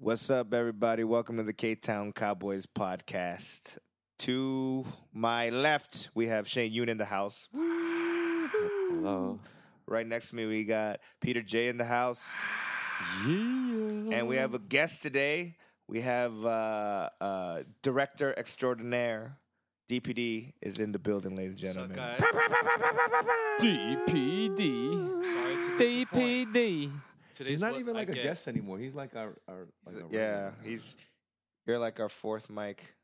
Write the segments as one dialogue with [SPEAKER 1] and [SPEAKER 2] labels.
[SPEAKER 1] What's up, everybody? Welcome to the K Town Cowboys podcast. To my left, we have Shane Yoon in the house.
[SPEAKER 2] Hello.
[SPEAKER 1] Right next to me, we got Peter J in the house. And we have a guest today. We have uh, uh, director extraordinaire. DPD is in the building, ladies and
[SPEAKER 3] So
[SPEAKER 1] gentlemen.
[SPEAKER 3] guys,
[SPEAKER 2] DPD.
[SPEAKER 3] sorry to disappoint.
[SPEAKER 2] DPD.
[SPEAKER 3] Today's
[SPEAKER 4] He's not
[SPEAKER 3] what
[SPEAKER 4] even
[SPEAKER 3] I
[SPEAKER 4] like a
[SPEAKER 3] get.
[SPEAKER 4] guest anymore. He's like our, our like a
[SPEAKER 1] yeah,
[SPEAKER 4] regular.
[SPEAKER 1] he's you're like our fourth mic.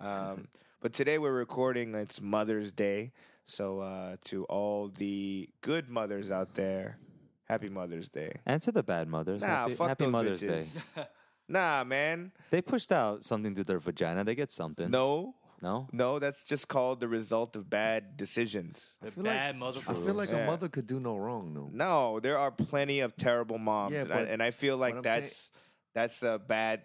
[SPEAKER 1] Um, but today we're recording. It's Mother's Day, so uh, to all the good mothers out there, Happy Mother's Day.
[SPEAKER 2] And to the bad mothers.
[SPEAKER 1] Nah,
[SPEAKER 2] happy
[SPEAKER 1] fuck
[SPEAKER 2] happy
[SPEAKER 1] those
[SPEAKER 2] Mother's
[SPEAKER 1] bitches.
[SPEAKER 2] Day.
[SPEAKER 1] Nah, man,
[SPEAKER 2] They pushed out something to their vagina. They get something.
[SPEAKER 1] no,
[SPEAKER 2] No?
[SPEAKER 1] no, that's just called the result of bad decisions.
[SPEAKER 4] I
[SPEAKER 3] The
[SPEAKER 4] feel
[SPEAKER 3] bad
[SPEAKER 4] like, I
[SPEAKER 3] motherfucker.
[SPEAKER 4] feel like
[SPEAKER 1] Yeah.
[SPEAKER 4] a mother could do no wrong, though.
[SPEAKER 1] No, there are plenty of terrible moms,
[SPEAKER 4] Yeah,
[SPEAKER 1] and, I,
[SPEAKER 4] but
[SPEAKER 1] and I feel like
[SPEAKER 4] I'm saying-
[SPEAKER 1] that's that's a bad.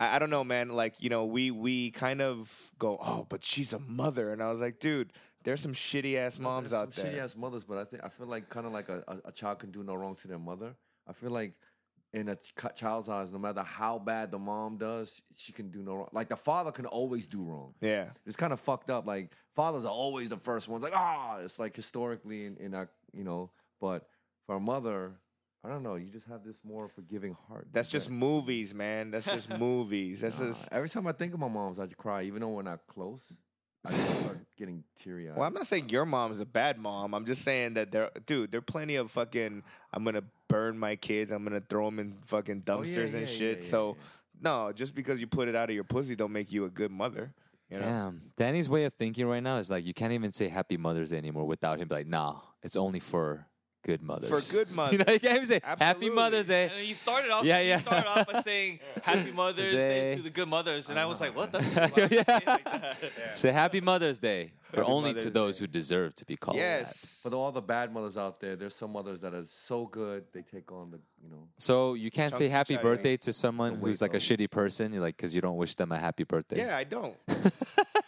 [SPEAKER 1] I, I don't know, man. Like you know, we we kind of go, oh, but she's a mother, and I was like, dude, there's some shitty ass moms
[SPEAKER 4] There's
[SPEAKER 1] out
[SPEAKER 4] some
[SPEAKER 1] there.
[SPEAKER 4] Shitty ass mothers, but I think I feel like kind of like a, a, a child can do no wrong to their mother. I feel like in a ch- child's eyes, no matter how bad the mom does, she can do no wrong. Like the father can always do wrong.
[SPEAKER 1] Yeah,
[SPEAKER 4] It's kind of fucked up. Like fathers are always the first ones. Like ah, it's like historically in, in our you know, but for a mother, I don't know. You just have this more forgiving heart.
[SPEAKER 1] that's just
[SPEAKER 4] Yeah.
[SPEAKER 1] movies, man. That's just movies. That's
[SPEAKER 4] Nah,
[SPEAKER 1] just.
[SPEAKER 4] every time I think of my mom's, I just cry, even though we're not close. I just start getting teary eyed.
[SPEAKER 1] Well, I'm not saying your mom is a bad mom. I'm just saying that there, dude, there are plenty of fucking. I'm gonna burn my kids. I'm gonna throw them in fucking
[SPEAKER 4] Oh, yeah,
[SPEAKER 1] dumpsters
[SPEAKER 4] yeah, yeah,
[SPEAKER 1] and shit.
[SPEAKER 4] yeah,
[SPEAKER 1] so,
[SPEAKER 4] yeah.
[SPEAKER 1] no, just because you put it out of your pussy, don't make you a good mother. You know?
[SPEAKER 2] Damn. Danny's way of thinking right now is like you can't even say Happy Mother's Day anymore without him. be Like, nah, it's only for good mothers.
[SPEAKER 1] good
[SPEAKER 2] you know,
[SPEAKER 1] mothers.
[SPEAKER 2] you can't even say Happy
[SPEAKER 1] Absolutely.
[SPEAKER 2] Mother's
[SPEAKER 3] And
[SPEAKER 2] Day.
[SPEAKER 3] then you started off.
[SPEAKER 2] Yeah,
[SPEAKER 3] Yeah, yeah.
[SPEAKER 2] yeah.
[SPEAKER 3] You started off by saying "Happy Mother's Day
[SPEAKER 2] Day.
[SPEAKER 3] to the good mothers," and I was like, "What the? fuck? Why would you say it like that?"
[SPEAKER 2] Say Happy Mother's Day, but
[SPEAKER 1] Happy
[SPEAKER 2] only to
[SPEAKER 1] Mother's
[SPEAKER 2] those
[SPEAKER 1] Day.
[SPEAKER 2] who deserve to be called that.
[SPEAKER 1] Yes.
[SPEAKER 4] For all the bad mothers out there, there's some mothers that are so good they take on the you know.
[SPEAKER 2] So you can't
[SPEAKER 1] Chunks
[SPEAKER 2] say
[SPEAKER 1] of
[SPEAKER 2] happy
[SPEAKER 1] shite.
[SPEAKER 2] birthday to someone
[SPEAKER 4] The
[SPEAKER 2] who's like a
[SPEAKER 4] Waco.
[SPEAKER 2] shitty person, you're like because you don't wish them a happy birthday.
[SPEAKER 1] Yeah, I don't.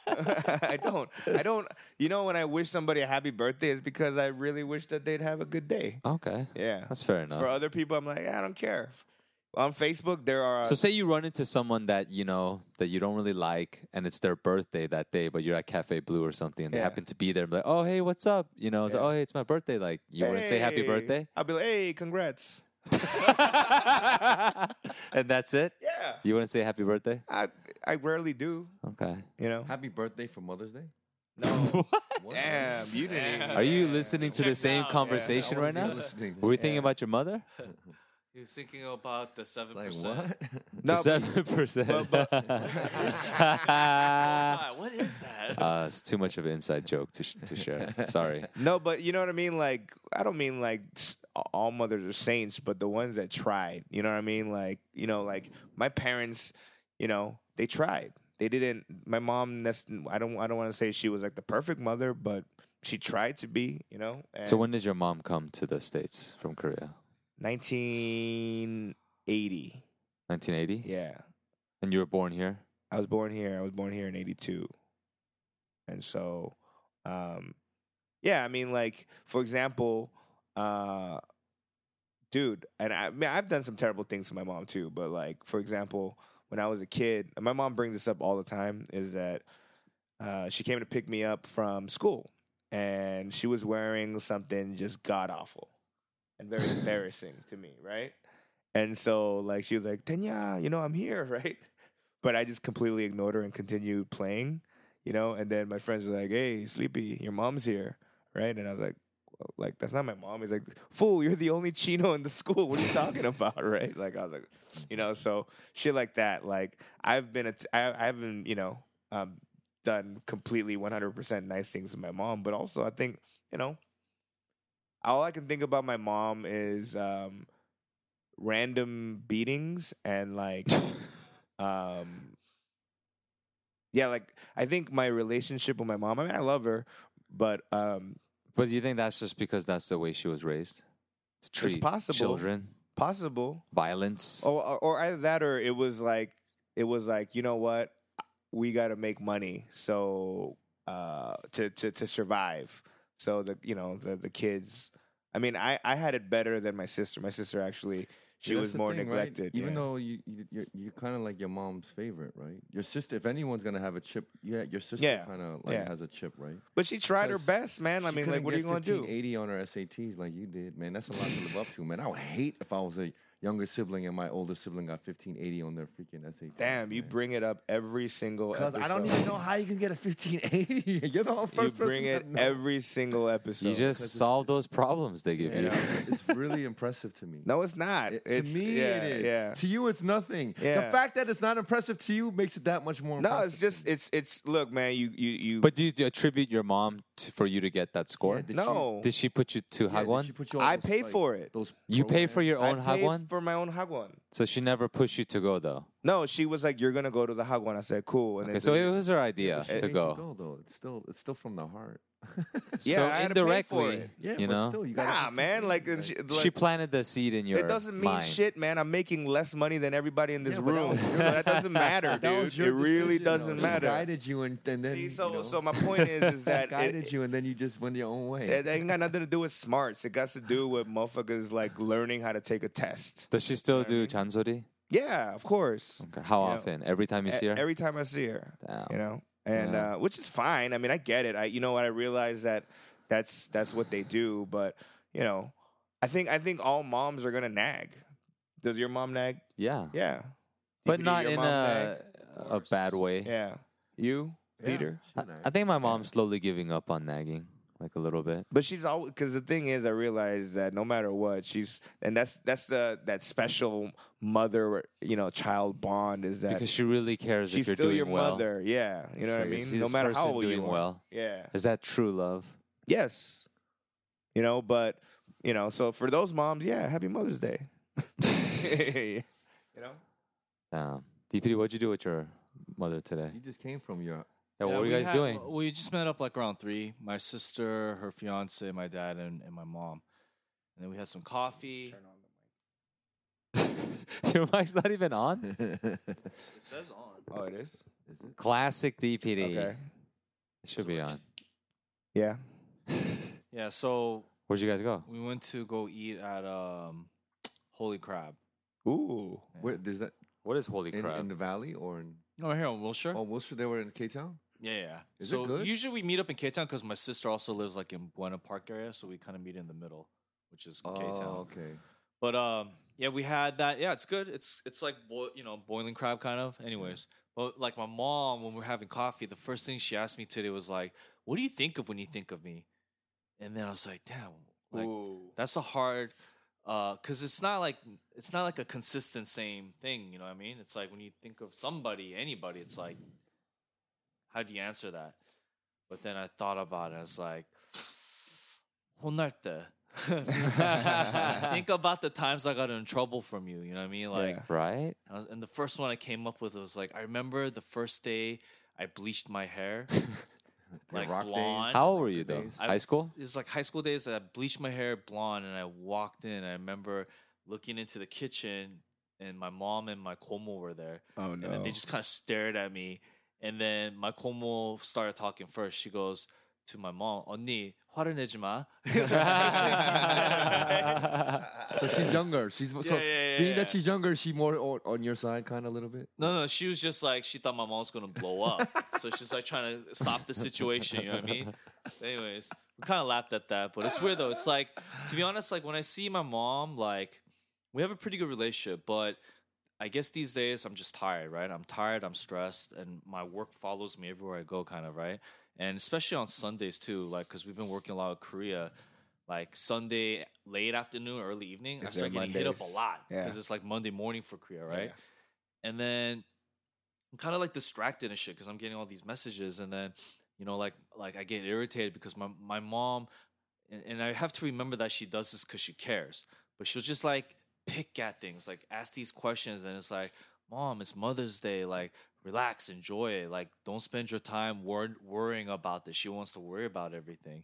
[SPEAKER 1] I don't. I don't. You know, when I wish somebody a happy birthday, it's because I really wish that they'd have a good day.
[SPEAKER 2] Okay.
[SPEAKER 1] Yeah.
[SPEAKER 2] That's fair enough.
[SPEAKER 1] For other people, I'm like, "Yeah, I don't care. On Facebook, there are.
[SPEAKER 2] So say you run into someone that you know that you don't really like, and it's their birthday that day, but you're at Cafe Blue or something, and they
[SPEAKER 1] Yeah.
[SPEAKER 2] happen to be there. and be like, oh hey, what's up? You know, it's like,
[SPEAKER 1] Yeah.
[SPEAKER 2] oh hey, it's my birthday. Like you wouldn't say happy
[SPEAKER 1] "Hey."
[SPEAKER 2] birthday,
[SPEAKER 1] I'll be like, hey, congrats.
[SPEAKER 2] and that's it.
[SPEAKER 1] Yeah.
[SPEAKER 2] You wouldn't say happy birthday.
[SPEAKER 1] I I rarely do.
[SPEAKER 2] Okay.
[SPEAKER 1] You know.
[SPEAKER 4] Happy birthday for Mother's Day.
[SPEAKER 1] No.
[SPEAKER 4] What?
[SPEAKER 1] Damn, you didn't. Even,
[SPEAKER 2] Are you listening to the
[SPEAKER 3] Check
[SPEAKER 2] same
[SPEAKER 3] now.
[SPEAKER 4] I
[SPEAKER 2] conversation right
[SPEAKER 4] wasn't even
[SPEAKER 2] now?
[SPEAKER 4] Listening.
[SPEAKER 2] Were we thinking about your mother?
[SPEAKER 3] He was thinking about the seven
[SPEAKER 4] like
[SPEAKER 3] percent.
[SPEAKER 4] what?
[SPEAKER 1] No, but-
[SPEAKER 2] Seven percent.
[SPEAKER 1] but-
[SPEAKER 2] Uh,
[SPEAKER 3] What is that?
[SPEAKER 2] it's too much of an inside joke to sh- to share. Sorry.
[SPEAKER 1] no, but you know what I mean. Like I don't mean like s- all mothers are saints, but the ones that tried. You know what I mean. Like you know, like my parents. You know, they tried. They didn't. My mom. That's, I don't. I don't want to say she was like the perfect mother, but she tried to be. You know. And
[SPEAKER 2] So when did your mom come to the states from Korea?
[SPEAKER 1] 1980.
[SPEAKER 2] 1980,
[SPEAKER 1] Yeah.
[SPEAKER 2] and you were born here.
[SPEAKER 1] I was born here. I was born here in '82, and so, um, yeah. I mean, like for example, uh, dude, and I, I mean, I've done some terrible things to my mom too. But like for example, when I was a kid, and my mom brings this up all the time, is that uh, she came to pick me up from school, and she was wearing something just god awful and very embarrassing to me, right? And so like she was like, Tenya, you know, I'm here, right? But I just completely ignored her and continued playing, you know. And then my friends were like, "Hey, sleepy, your mom's here, right?" And I was like, well, "Like that's not my mom." He's like, "Fool, you're the only Chino in the school. What are you talking about, right?" Like I was like, you know, so shit like that. Like I've been, a t- I, I haven't, you know, um, done completely 100% nice things to my mom, but also I think, you know, all I can think about my mom is um, random beatings and like, um, yeah, like I think my relationship with my mom. I mean, I love her, but um,
[SPEAKER 2] But do you think that's just because that's the way she was raised? To treat
[SPEAKER 1] possible. Oh,
[SPEAKER 2] children,
[SPEAKER 1] possible,
[SPEAKER 2] violence.
[SPEAKER 1] or, or or either that, or it was like, it was like, you know what, we got to make money, so uh, to to to survive. So the you know the the kids. I mean, I I had it better than my sister. My sister actually she
[SPEAKER 4] That's
[SPEAKER 1] was
[SPEAKER 4] the
[SPEAKER 1] more
[SPEAKER 4] thing, right?
[SPEAKER 1] neglected.
[SPEAKER 4] Even
[SPEAKER 1] yeah.
[SPEAKER 4] though you, you you're, you're kind of like your mom's favorite, right? Your sister, if anyone's gonna have a chip, yeah, your sister
[SPEAKER 1] Yeah,
[SPEAKER 4] kind of like
[SPEAKER 1] yeah.
[SPEAKER 4] has a chip, right?
[SPEAKER 1] but she tried her
[SPEAKER 4] because
[SPEAKER 1] best, man. I
[SPEAKER 4] She
[SPEAKER 1] mean, like,
[SPEAKER 4] couldn't
[SPEAKER 1] what are you
[SPEAKER 4] get
[SPEAKER 1] gonna do?
[SPEAKER 4] 1580 on her SATs, like you did, man. That's a lot to live up to, man. I would hate if I was a younger sibling and my older sibling got 1580 on their freaking SATs.
[SPEAKER 1] Damn, you
[SPEAKER 4] man.
[SPEAKER 1] bring it up every single.
[SPEAKER 4] Because
[SPEAKER 1] episode.
[SPEAKER 4] I don't even know how you can get a 1580. You're the first
[SPEAKER 1] You
[SPEAKER 4] person
[SPEAKER 1] bring
[SPEAKER 4] that
[SPEAKER 1] it
[SPEAKER 4] know.
[SPEAKER 1] every single episode.
[SPEAKER 2] you
[SPEAKER 4] because
[SPEAKER 2] just
[SPEAKER 4] it's-
[SPEAKER 2] solve those problems they give you.
[SPEAKER 4] it's really impressive to me.
[SPEAKER 1] no, it's not.
[SPEAKER 4] It-
[SPEAKER 1] it's,
[SPEAKER 4] to me,
[SPEAKER 1] yeah,
[SPEAKER 4] it is.
[SPEAKER 1] Yeah.
[SPEAKER 4] To you, it's nothing. The
[SPEAKER 1] Yeah.
[SPEAKER 4] fact that it's not impressive to you makes it that much more.
[SPEAKER 1] No,
[SPEAKER 4] impressive
[SPEAKER 1] it's just
[SPEAKER 4] to me.
[SPEAKER 1] it's it's. Look, man, you you you.
[SPEAKER 2] But do you, do you attribute your mom to, for you to get that score?
[SPEAKER 4] Yeah, did she-
[SPEAKER 1] no,
[SPEAKER 2] did she put you to
[SPEAKER 4] yeah, did
[SPEAKER 2] Hagwon?
[SPEAKER 4] she put you on
[SPEAKER 1] I
[SPEAKER 4] those,
[SPEAKER 1] paid
[SPEAKER 4] like,
[SPEAKER 1] for it.
[SPEAKER 4] Those
[SPEAKER 2] you pay for
[SPEAKER 4] programs?
[SPEAKER 2] your own
[SPEAKER 1] I paid
[SPEAKER 2] Hagwon?
[SPEAKER 1] for my own hagwon.
[SPEAKER 2] so she never pushed you to go though.
[SPEAKER 1] No, she was like, "You're gonna go to the hagwon." I said, "Cool." And
[SPEAKER 2] Okay,
[SPEAKER 1] then
[SPEAKER 2] so
[SPEAKER 1] did
[SPEAKER 2] it was her idea
[SPEAKER 4] She made
[SPEAKER 2] to
[SPEAKER 4] you
[SPEAKER 2] go.
[SPEAKER 4] though. It's still, it's still from the heart.
[SPEAKER 1] Yeah, I had
[SPEAKER 2] so
[SPEAKER 1] to pay for
[SPEAKER 2] indirectly,
[SPEAKER 1] it.
[SPEAKER 4] yeah,
[SPEAKER 2] you
[SPEAKER 4] but
[SPEAKER 2] know,
[SPEAKER 4] still, you gotta
[SPEAKER 1] nah,
[SPEAKER 4] keep
[SPEAKER 1] man.
[SPEAKER 4] taking
[SPEAKER 1] Like,
[SPEAKER 4] it,
[SPEAKER 1] and she,
[SPEAKER 2] she
[SPEAKER 1] like,
[SPEAKER 2] planted the seed in your.
[SPEAKER 1] it doesn't mean
[SPEAKER 2] mind.
[SPEAKER 1] shit, man. I'm making less money than everybody in this
[SPEAKER 4] Yeah, but that
[SPEAKER 1] room,
[SPEAKER 4] was
[SPEAKER 1] so
[SPEAKER 4] your-
[SPEAKER 1] that doesn't matter,
[SPEAKER 4] That
[SPEAKER 1] dude.
[SPEAKER 4] was your
[SPEAKER 1] It really
[SPEAKER 4] decision, though.
[SPEAKER 1] doesn't
[SPEAKER 4] She
[SPEAKER 1] matter.
[SPEAKER 4] guided you, and, and then
[SPEAKER 1] See, so
[SPEAKER 4] you know,
[SPEAKER 1] so my point is, is that it,
[SPEAKER 4] guided you, and then you just went your own way.
[SPEAKER 1] it ain't got nothing to do with smarts. It got to do with motherfuckers like learning how to take a test.
[SPEAKER 2] Does she still do chansori?
[SPEAKER 1] Yeah, of course.
[SPEAKER 2] Okay. How
[SPEAKER 1] You know,
[SPEAKER 2] often? Every time you
[SPEAKER 1] E-
[SPEAKER 2] see her?
[SPEAKER 1] Every time I see her,
[SPEAKER 2] Damn.
[SPEAKER 1] you know, and
[SPEAKER 2] Yeah.
[SPEAKER 1] uh, which is fine. I mean, I get it. I, you know, what I realize that that's that's what they do. But you know, I think I think all moms are gonna nag. Does your mom nag?
[SPEAKER 2] yeah.
[SPEAKER 1] Yeah,
[SPEAKER 2] But
[SPEAKER 1] DVD,
[SPEAKER 2] not
[SPEAKER 1] your
[SPEAKER 2] in
[SPEAKER 1] mom
[SPEAKER 2] a, a
[SPEAKER 4] course.
[SPEAKER 2] bad way.
[SPEAKER 1] nag? Yeah, you,
[SPEAKER 4] Yeah,
[SPEAKER 1] Peter.
[SPEAKER 4] she
[SPEAKER 2] I,
[SPEAKER 4] nice.
[SPEAKER 2] I think my mom's slowly giving up on nagging, like a little bit.
[SPEAKER 1] But she's always because the thing is, I realize that no matter what, she's and that's that's the that special mother, you know, child bond is that
[SPEAKER 2] Because she really cares
[SPEAKER 1] she's
[SPEAKER 2] if you're
[SPEAKER 1] still
[SPEAKER 2] doing
[SPEAKER 1] your
[SPEAKER 2] well.
[SPEAKER 1] mother. Yeah, you know what
[SPEAKER 2] She's
[SPEAKER 1] I
[SPEAKER 2] like, "Is
[SPEAKER 1] mean. No
[SPEAKER 2] this
[SPEAKER 1] matter how
[SPEAKER 2] person
[SPEAKER 1] old
[SPEAKER 2] doing
[SPEAKER 1] you are.
[SPEAKER 2] well.
[SPEAKER 1] Yeah.
[SPEAKER 2] Is that true love?
[SPEAKER 1] Yes. You know, but you know, so for those moms, yeah, happy Mother's Day. you know?
[SPEAKER 2] Damn. DPD, what'd you do with your mother today?
[SPEAKER 4] you just came from your
[SPEAKER 1] uh,
[SPEAKER 2] Yeah, what
[SPEAKER 3] Yeah,
[SPEAKER 2] were you
[SPEAKER 3] we
[SPEAKER 2] guys
[SPEAKER 3] had-
[SPEAKER 2] doing?
[SPEAKER 3] We just met up like around three. My sister, her fiance, my dad, and, and my mom. And then we had some coffee.
[SPEAKER 2] your mic's not even on?
[SPEAKER 4] Is
[SPEAKER 3] It says on.
[SPEAKER 1] Oh, it is.
[SPEAKER 4] it?
[SPEAKER 2] Classic DPD.
[SPEAKER 1] Okay.
[SPEAKER 2] It should be on.
[SPEAKER 1] Yeah.
[SPEAKER 3] Yeah, so
[SPEAKER 2] Where'd you guys go?
[SPEAKER 3] we went to go eat at um, Holy Crab.
[SPEAKER 1] Ooh.
[SPEAKER 3] Yeah.
[SPEAKER 4] Where does that
[SPEAKER 2] What is holy
[SPEAKER 4] in,
[SPEAKER 2] crap?
[SPEAKER 4] in the valley or in?
[SPEAKER 3] No, right here on Wilshire.
[SPEAKER 4] Oh, Wilshire. They were in K Town.
[SPEAKER 3] Yeah, yeah.
[SPEAKER 4] Is it
[SPEAKER 3] so
[SPEAKER 4] good?
[SPEAKER 3] usually we meet up in K Town because my sister also lives like in Buena Park area, so we kind of meet in the middle, which is K Town.
[SPEAKER 4] Oh, okay.
[SPEAKER 3] But um, yeah, we had that. Yeah, it's good. It's it's like boi- you know boiling crab kind of. Anyways,
[SPEAKER 4] Mm-hmm.
[SPEAKER 3] but like my mom, when we we're having coffee, the first thing she asked me today was like, "What do you think of when you think of me?" And then I was like, "Damn, like
[SPEAKER 1] Ooh.
[SPEAKER 3] that's a hard." uh, 'cause it's not like it's not like a consistent same thing, you know what I mean? It's like when you think of somebody, anybody, it's like, how do you answer that? But then I thought about it. I was like, Honarte. Think about the times I got in trouble from you. You know what I mean? Like,
[SPEAKER 1] Yeah.
[SPEAKER 2] right?
[SPEAKER 3] I was, and the first one I came up with was like, I remember the first day I bleached my hair, like
[SPEAKER 4] rock days?
[SPEAKER 3] blonde.
[SPEAKER 2] How old were you though?
[SPEAKER 4] days.
[SPEAKER 2] High school?
[SPEAKER 3] It was like high school days. I bleached my hair blonde, and I walked in. I remember looking into the kitchen, and my mom and my komo were there
[SPEAKER 1] Oh
[SPEAKER 3] and then they just kind of stared at me. And then my komo started talking first. She goes to my mom, "언니, 화를 내지 마."
[SPEAKER 4] So she's younger. She's so
[SPEAKER 3] Yeah, yeah, yeah,
[SPEAKER 4] being
[SPEAKER 3] yeah.
[SPEAKER 4] that she's younger, she more on, on your side, kind of a little bit.
[SPEAKER 3] No, no, she was just like she thought my mom was gonna blow up, so she's like trying to stop the situation. You know what I mean? Anyways, we kind of laughed at that, but it's weird though. It's like to be honest, like when I see my mom, like we have a pretty good relationship, but I guess these days I'm just tired, right? I'm tired, I'm stressed, and my work follows me everywhere I go, kind of, right? And especially on Sundays too, like because we've been working a lot with Korea. Like Sunday late afternoon, early evening, I
[SPEAKER 1] Is there
[SPEAKER 3] start getting hit up a
[SPEAKER 1] Mondays?
[SPEAKER 3] lot
[SPEAKER 1] Yeah.
[SPEAKER 3] because it's like Monday morning for Korea, right?
[SPEAKER 1] Yeah.
[SPEAKER 3] and then I'm kind of like distracted and shit because I'm getting all these messages, and then you know, like like I get irritated because my my mom, and, and I have to remember that she does this because she cares, but she'll just like pick at things, like ask these questions, and it's like, mom, it's Mother's Day, like relax, enjoy it, like don't spend your time wor- worrying about this. She wants to worry about everything,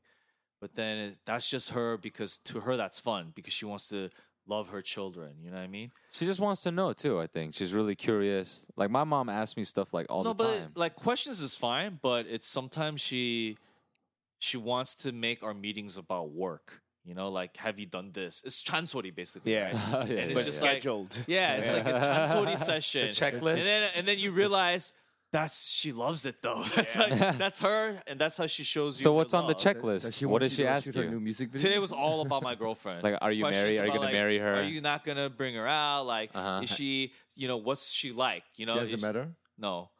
[SPEAKER 3] but then it, that's just her because to her that's fun because she wants to love her children. You know what I mean?
[SPEAKER 2] she just wants to know too. I think she's really curious. Like my mom asks me stuff like all
[SPEAKER 3] no,
[SPEAKER 2] the
[SPEAKER 3] but
[SPEAKER 2] time.
[SPEAKER 3] like questions is fine, but it's sometimes she she wants to make our meetings about work. You know, like have you done this? It's chansori basically.
[SPEAKER 1] Yeah.
[SPEAKER 3] right?
[SPEAKER 2] Yeah,
[SPEAKER 3] And it's
[SPEAKER 1] but
[SPEAKER 2] yeah.
[SPEAKER 3] just like
[SPEAKER 1] scheduled.
[SPEAKER 3] yeah, it's like a chansori session.
[SPEAKER 2] checklist.
[SPEAKER 3] And then and then you realize that's she loves it though. That's like that's her, and that's how she shows you.
[SPEAKER 2] So
[SPEAKER 3] her
[SPEAKER 2] what's on the
[SPEAKER 3] love.
[SPEAKER 2] checklist?
[SPEAKER 4] Does she
[SPEAKER 2] what
[SPEAKER 4] want
[SPEAKER 2] does
[SPEAKER 4] you
[SPEAKER 2] she
[SPEAKER 4] to
[SPEAKER 2] ask
[SPEAKER 4] shoot Her new
[SPEAKER 2] you?
[SPEAKER 4] music video?
[SPEAKER 3] Today was all about my girlfriend.
[SPEAKER 2] Like, are you
[SPEAKER 3] Questions
[SPEAKER 2] married? Are you
[SPEAKER 3] about,
[SPEAKER 2] gonna
[SPEAKER 3] like,
[SPEAKER 2] marry her?
[SPEAKER 3] Are you not gonna bring her out? Like,
[SPEAKER 2] Uh-huh.
[SPEAKER 3] is she? You know, what's she like? You know,
[SPEAKER 4] she
[SPEAKER 3] is-
[SPEAKER 4] hasn't met her.
[SPEAKER 3] no.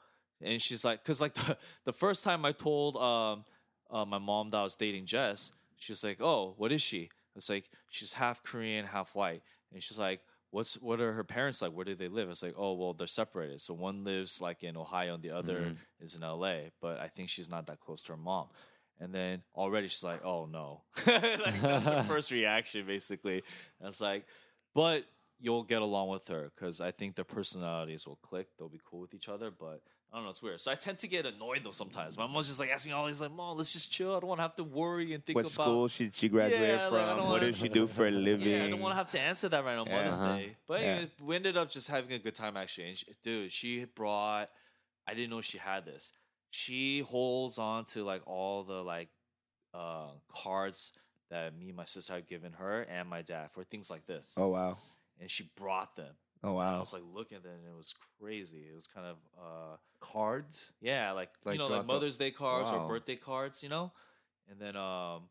[SPEAKER 3] And she's like, because like the, the first time I told um, uh, my mom that I was dating Jess, she was like, oh, what is she? I was like, she's half Korean, half white. And she's like, what's what are her parents like? Where do they live? I was like, oh, well, they're separated. So one lives like in Ohio and the other is in LA. But I think she's not that close to her mom. And then already she's like, oh no. like, that's her first reaction, basically. And it's like, but you'll get along with her because I think their personalities will click. They'll be cool with each other, but I don't know. It's weird. So I tend to get annoyed though sometimes. My mom's just like asking me all these like, "Mom, let's just chill. I don't want to have to worry and think
[SPEAKER 1] What
[SPEAKER 3] about
[SPEAKER 1] school should she graduate
[SPEAKER 3] Yeah, like,
[SPEAKER 1] from?
[SPEAKER 3] I don't
[SPEAKER 1] what
[SPEAKER 3] wanna-
[SPEAKER 1] does she do for a living?
[SPEAKER 3] Yeah, I don't want to have to answer that right on
[SPEAKER 1] Yeah.
[SPEAKER 3] Mother's
[SPEAKER 2] Uh-huh.
[SPEAKER 3] Day. But
[SPEAKER 1] Yeah.
[SPEAKER 3] anyway, we ended up just having a good time actually. And she, dude, she brought. I didn't know she had this. She holds on to like all the like uh, cards that me and my sister had given her and my dad for things like this,
[SPEAKER 1] Oh wow!
[SPEAKER 3] and she brought them.
[SPEAKER 1] Oh
[SPEAKER 3] I
[SPEAKER 1] wow!
[SPEAKER 3] was like looking at it and it was crazy. It was kind of uh
[SPEAKER 4] Cards.
[SPEAKER 3] yeah, like,
[SPEAKER 4] Like
[SPEAKER 3] you know,
[SPEAKER 4] throughout
[SPEAKER 3] like
[SPEAKER 4] the-
[SPEAKER 3] Mother's Day cards
[SPEAKER 4] Wow.
[SPEAKER 3] or birthday cards, you know? And then um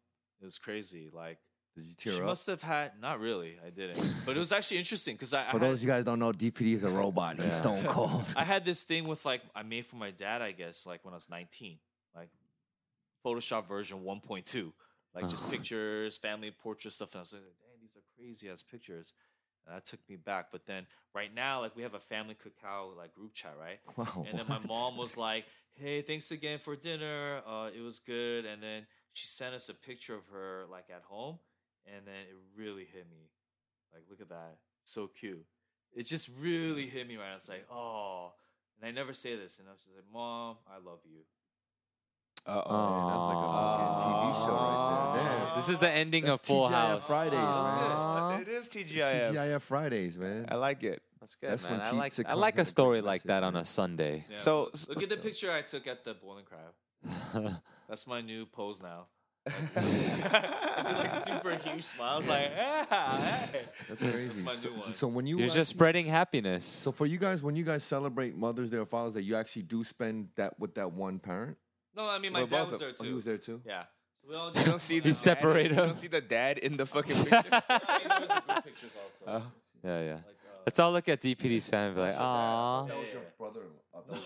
[SPEAKER 3] it was crazy. Like
[SPEAKER 4] Did you tear
[SPEAKER 3] she
[SPEAKER 4] up?
[SPEAKER 3] must have had not really, I didn't. but it was actually interesting because I I
[SPEAKER 4] For
[SPEAKER 3] had-
[SPEAKER 4] those of you guys who don't know, DPD is a robot. He's
[SPEAKER 2] Yeah.
[SPEAKER 4] stone cold.
[SPEAKER 3] I had this thing with like I made for my dad, I guess, like when I was 19, like Photoshop version 1.2, like just pictures, family portrait stuff, and I was like, "Dang, these are crazy ass pictures." And that took me back. But then right now, like we have a family cacao like group chat, right?
[SPEAKER 4] Wow,
[SPEAKER 3] And then my
[SPEAKER 4] what?
[SPEAKER 3] mom was like, "Hey, thanks again for dinner. Uh, it was good." And then she sent us a picture of her like at home, and then it really hit me. Like, look at that, so cute. It just really hit me right. I was like, "Oh," and I never say this. And I was just like, "Mom, I love you."
[SPEAKER 1] Uh
[SPEAKER 4] Man, oh, that's like a fucking TV show right there. Damn.
[SPEAKER 2] Ah. This is the ending
[SPEAKER 4] That's
[SPEAKER 2] of Full
[SPEAKER 4] TGIF
[SPEAKER 2] House.
[SPEAKER 4] Fridays,
[SPEAKER 2] Aw.
[SPEAKER 1] It is TGIF.
[SPEAKER 4] TGIF Fridays, man.
[SPEAKER 1] I like it.
[SPEAKER 2] That's good,
[SPEAKER 4] That's
[SPEAKER 2] man.
[SPEAKER 4] when
[SPEAKER 2] I
[SPEAKER 4] teeth
[SPEAKER 2] like
[SPEAKER 4] sick
[SPEAKER 2] I
[SPEAKER 4] comes
[SPEAKER 2] like
[SPEAKER 4] in
[SPEAKER 2] a
[SPEAKER 4] a great
[SPEAKER 2] story like
[SPEAKER 4] message,
[SPEAKER 2] that on
[SPEAKER 4] man.
[SPEAKER 2] a Sunday.
[SPEAKER 3] Yeah,
[SPEAKER 1] So-
[SPEAKER 3] look- look at the picture I took at the Bowling Crab. That's my new pose now. like super huge smile. I was like, "Yeah, hey."
[SPEAKER 4] That's crazy.
[SPEAKER 3] my
[SPEAKER 4] so,
[SPEAKER 3] new one.
[SPEAKER 4] so when you
[SPEAKER 2] You're
[SPEAKER 4] actually-
[SPEAKER 2] just spreading happiness.
[SPEAKER 4] so for you guys, when you guys celebrate Mother's Day or Father's Day, you actually do spend that with that one parent.
[SPEAKER 3] No, I mean my
[SPEAKER 1] Well,
[SPEAKER 3] dad
[SPEAKER 1] both
[SPEAKER 3] was
[SPEAKER 1] of-
[SPEAKER 3] there
[SPEAKER 4] Oh,
[SPEAKER 3] too.
[SPEAKER 4] he was there too.
[SPEAKER 3] Yeah. We all
[SPEAKER 1] You
[SPEAKER 3] just
[SPEAKER 1] don't see
[SPEAKER 3] hung
[SPEAKER 1] the
[SPEAKER 3] out.
[SPEAKER 2] He's separate. separate
[SPEAKER 1] dad-
[SPEAKER 2] him.
[SPEAKER 1] You don't see the dad in the fucking picture.
[SPEAKER 3] I mean, there was a group pictures also.
[SPEAKER 4] Oh.
[SPEAKER 2] yeah, yeah.
[SPEAKER 3] Like, uh,
[SPEAKER 2] Let's all look at DPD's family and be like, aw.
[SPEAKER 4] That was your
[SPEAKER 3] Yeah.
[SPEAKER 4] brother-in-law.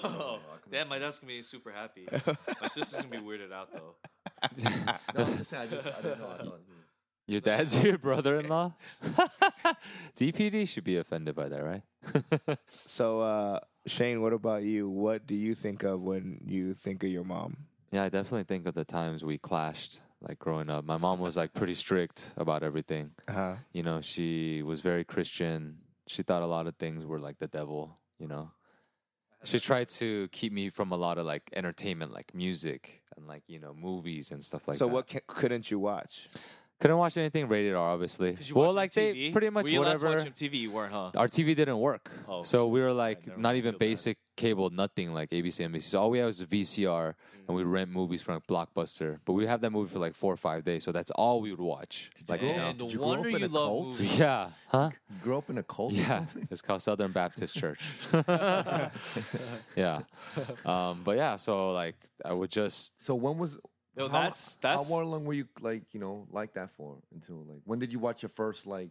[SPEAKER 3] Oh, Damn, my dad's gonna be super happy. My sister's gonna be weirded out though.
[SPEAKER 4] No, I'm just saying, I just, I didn't know. I thought. hmm.
[SPEAKER 2] Your dad's your brother-in-law. DPD should be offended by that, right?
[SPEAKER 1] so uh, Shane, what about you? What do you think of when you think of your mom?
[SPEAKER 2] yeah, I definitely think of the times we clashed, like growing up. My mom was like pretty strict about everything.
[SPEAKER 1] Uh-huh.
[SPEAKER 2] You know, she was very Christian. She thought a lot of things were like the devil. You know, she tried to keep me from a lot of like entertainment, like music and like you know movies and stuff like
[SPEAKER 1] so
[SPEAKER 2] that.
[SPEAKER 1] what ca- couldn't you watch?
[SPEAKER 2] Couldn't watch anything rated R, obviously.
[SPEAKER 3] Did you
[SPEAKER 2] well,
[SPEAKER 3] watch
[SPEAKER 2] like
[SPEAKER 3] MTV?
[SPEAKER 2] they pretty much
[SPEAKER 3] Were you allowed to
[SPEAKER 2] whatever.
[SPEAKER 3] watch MTV? You weren't, huh?
[SPEAKER 2] our TV didn't work.
[SPEAKER 3] Oh,
[SPEAKER 2] so we were like
[SPEAKER 3] never
[SPEAKER 2] not
[SPEAKER 3] mind. I
[SPEAKER 2] even
[SPEAKER 3] feel bad.
[SPEAKER 2] basic cable, nothing like ABC, NBC. So all we had was a VCR and we
[SPEAKER 3] Mm.
[SPEAKER 2] rent movies from Blockbuster. But we have that movie for like four or five days. So that's all we would watch. like, you
[SPEAKER 3] And
[SPEAKER 2] know.
[SPEAKER 3] no
[SPEAKER 4] Did you grow
[SPEAKER 3] wonder
[SPEAKER 4] up in
[SPEAKER 3] you
[SPEAKER 4] a
[SPEAKER 3] love
[SPEAKER 4] cult?
[SPEAKER 3] movies.
[SPEAKER 2] Yeah. Huh?
[SPEAKER 4] You grew up in a cult. Or
[SPEAKER 2] Yeah.
[SPEAKER 4] something?
[SPEAKER 2] It's called Southern Baptist Church. yeah. Um, but yeah, so like I would just
[SPEAKER 4] So when was?
[SPEAKER 3] No,
[SPEAKER 4] how-
[SPEAKER 3] that's- that's-
[SPEAKER 4] How long were you like you know like that for? Until like when did you watch your first like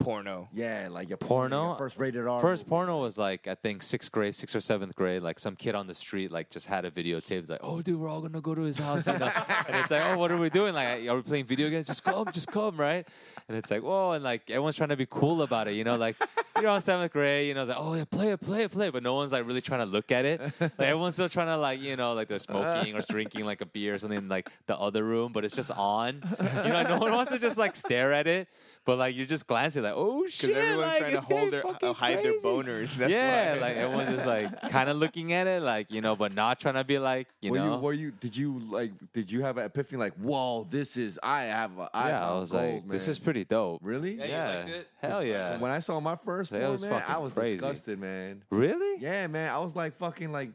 [SPEAKER 1] Porno.
[SPEAKER 4] yeah like your
[SPEAKER 2] Porno?
[SPEAKER 4] your first rated R
[SPEAKER 2] First
[SPEAKER 4] movie?
[SPEAKER 2] porno was like I think sixth grade, sixth or seventh grade. Like some kid on the street like just had a videotape. Like, oh, dude, we're all gonna go to his house, you know? and it's like, oh, what are we doing? Like, are we playing video games? Just come, just come, right? And it's like, whoa, and like everyone's trying to be cool about it, you know? Like you're on seventh grade, you know? It's like, oh yeah, play it, play it, play it, but no one's like really trying to look at it. Like everyone's still trying to like you know like they're smoking or drinking like a beer or something in like the other room, but it's just on. You know, no one wants to just like stare at it. But like you're just glancing, like oh shit,
[SPEAKER 1] Because everyone's
[SPEAKER 2] like,
[SPEAKER 1] trying to
[SPEAKER 2] it's getting
[SPEAKER 1] hold their, uh,
[SPEAKER 2] fucking
[SPEAKER 1] hide their
[SPEAKER 2] crazy
[SPEAKER 1] boners. That's
[SPEAKER 2] yeah,
[SPEAKER 1] why.
[SPEAKER 2] like everyone's just like kind of looking at it, like you know, but not trying to be like you
[SPEAKER 4] were
[SPEAKER 2] know.
[SPEAKER 4] you were you did you like did you have an epiphany like whoa this is I have a I
[SPEAKER 2] yeah, I
[SPEAKER 4] found
[SPEAKER 2] was
[SPEAKER 4] gold,
[SPEAKER 2] like, this
[SPEAKER 4] man."
[SPEAKER 2] is pretty dope.
[SPEAKER 4] really
[SPEAKER 3] Yeah, you liked it?
[SPEAKER 2] hell yeah.
[SPEAKER 4] when I saw my first
[SPEAKER 2] That
[SPEAKER 4] porn,
[SPEAKER 2] was
[SPEAKER 4] man I
[SPEAKER 2] fucking
[SPEAKER 4] was
[SPEAKER 2] crazy.
[SPEAKER 4] disgusted man
[SPEAKER 2] really?
[SPEAKER 4] yeah man I was like fucking like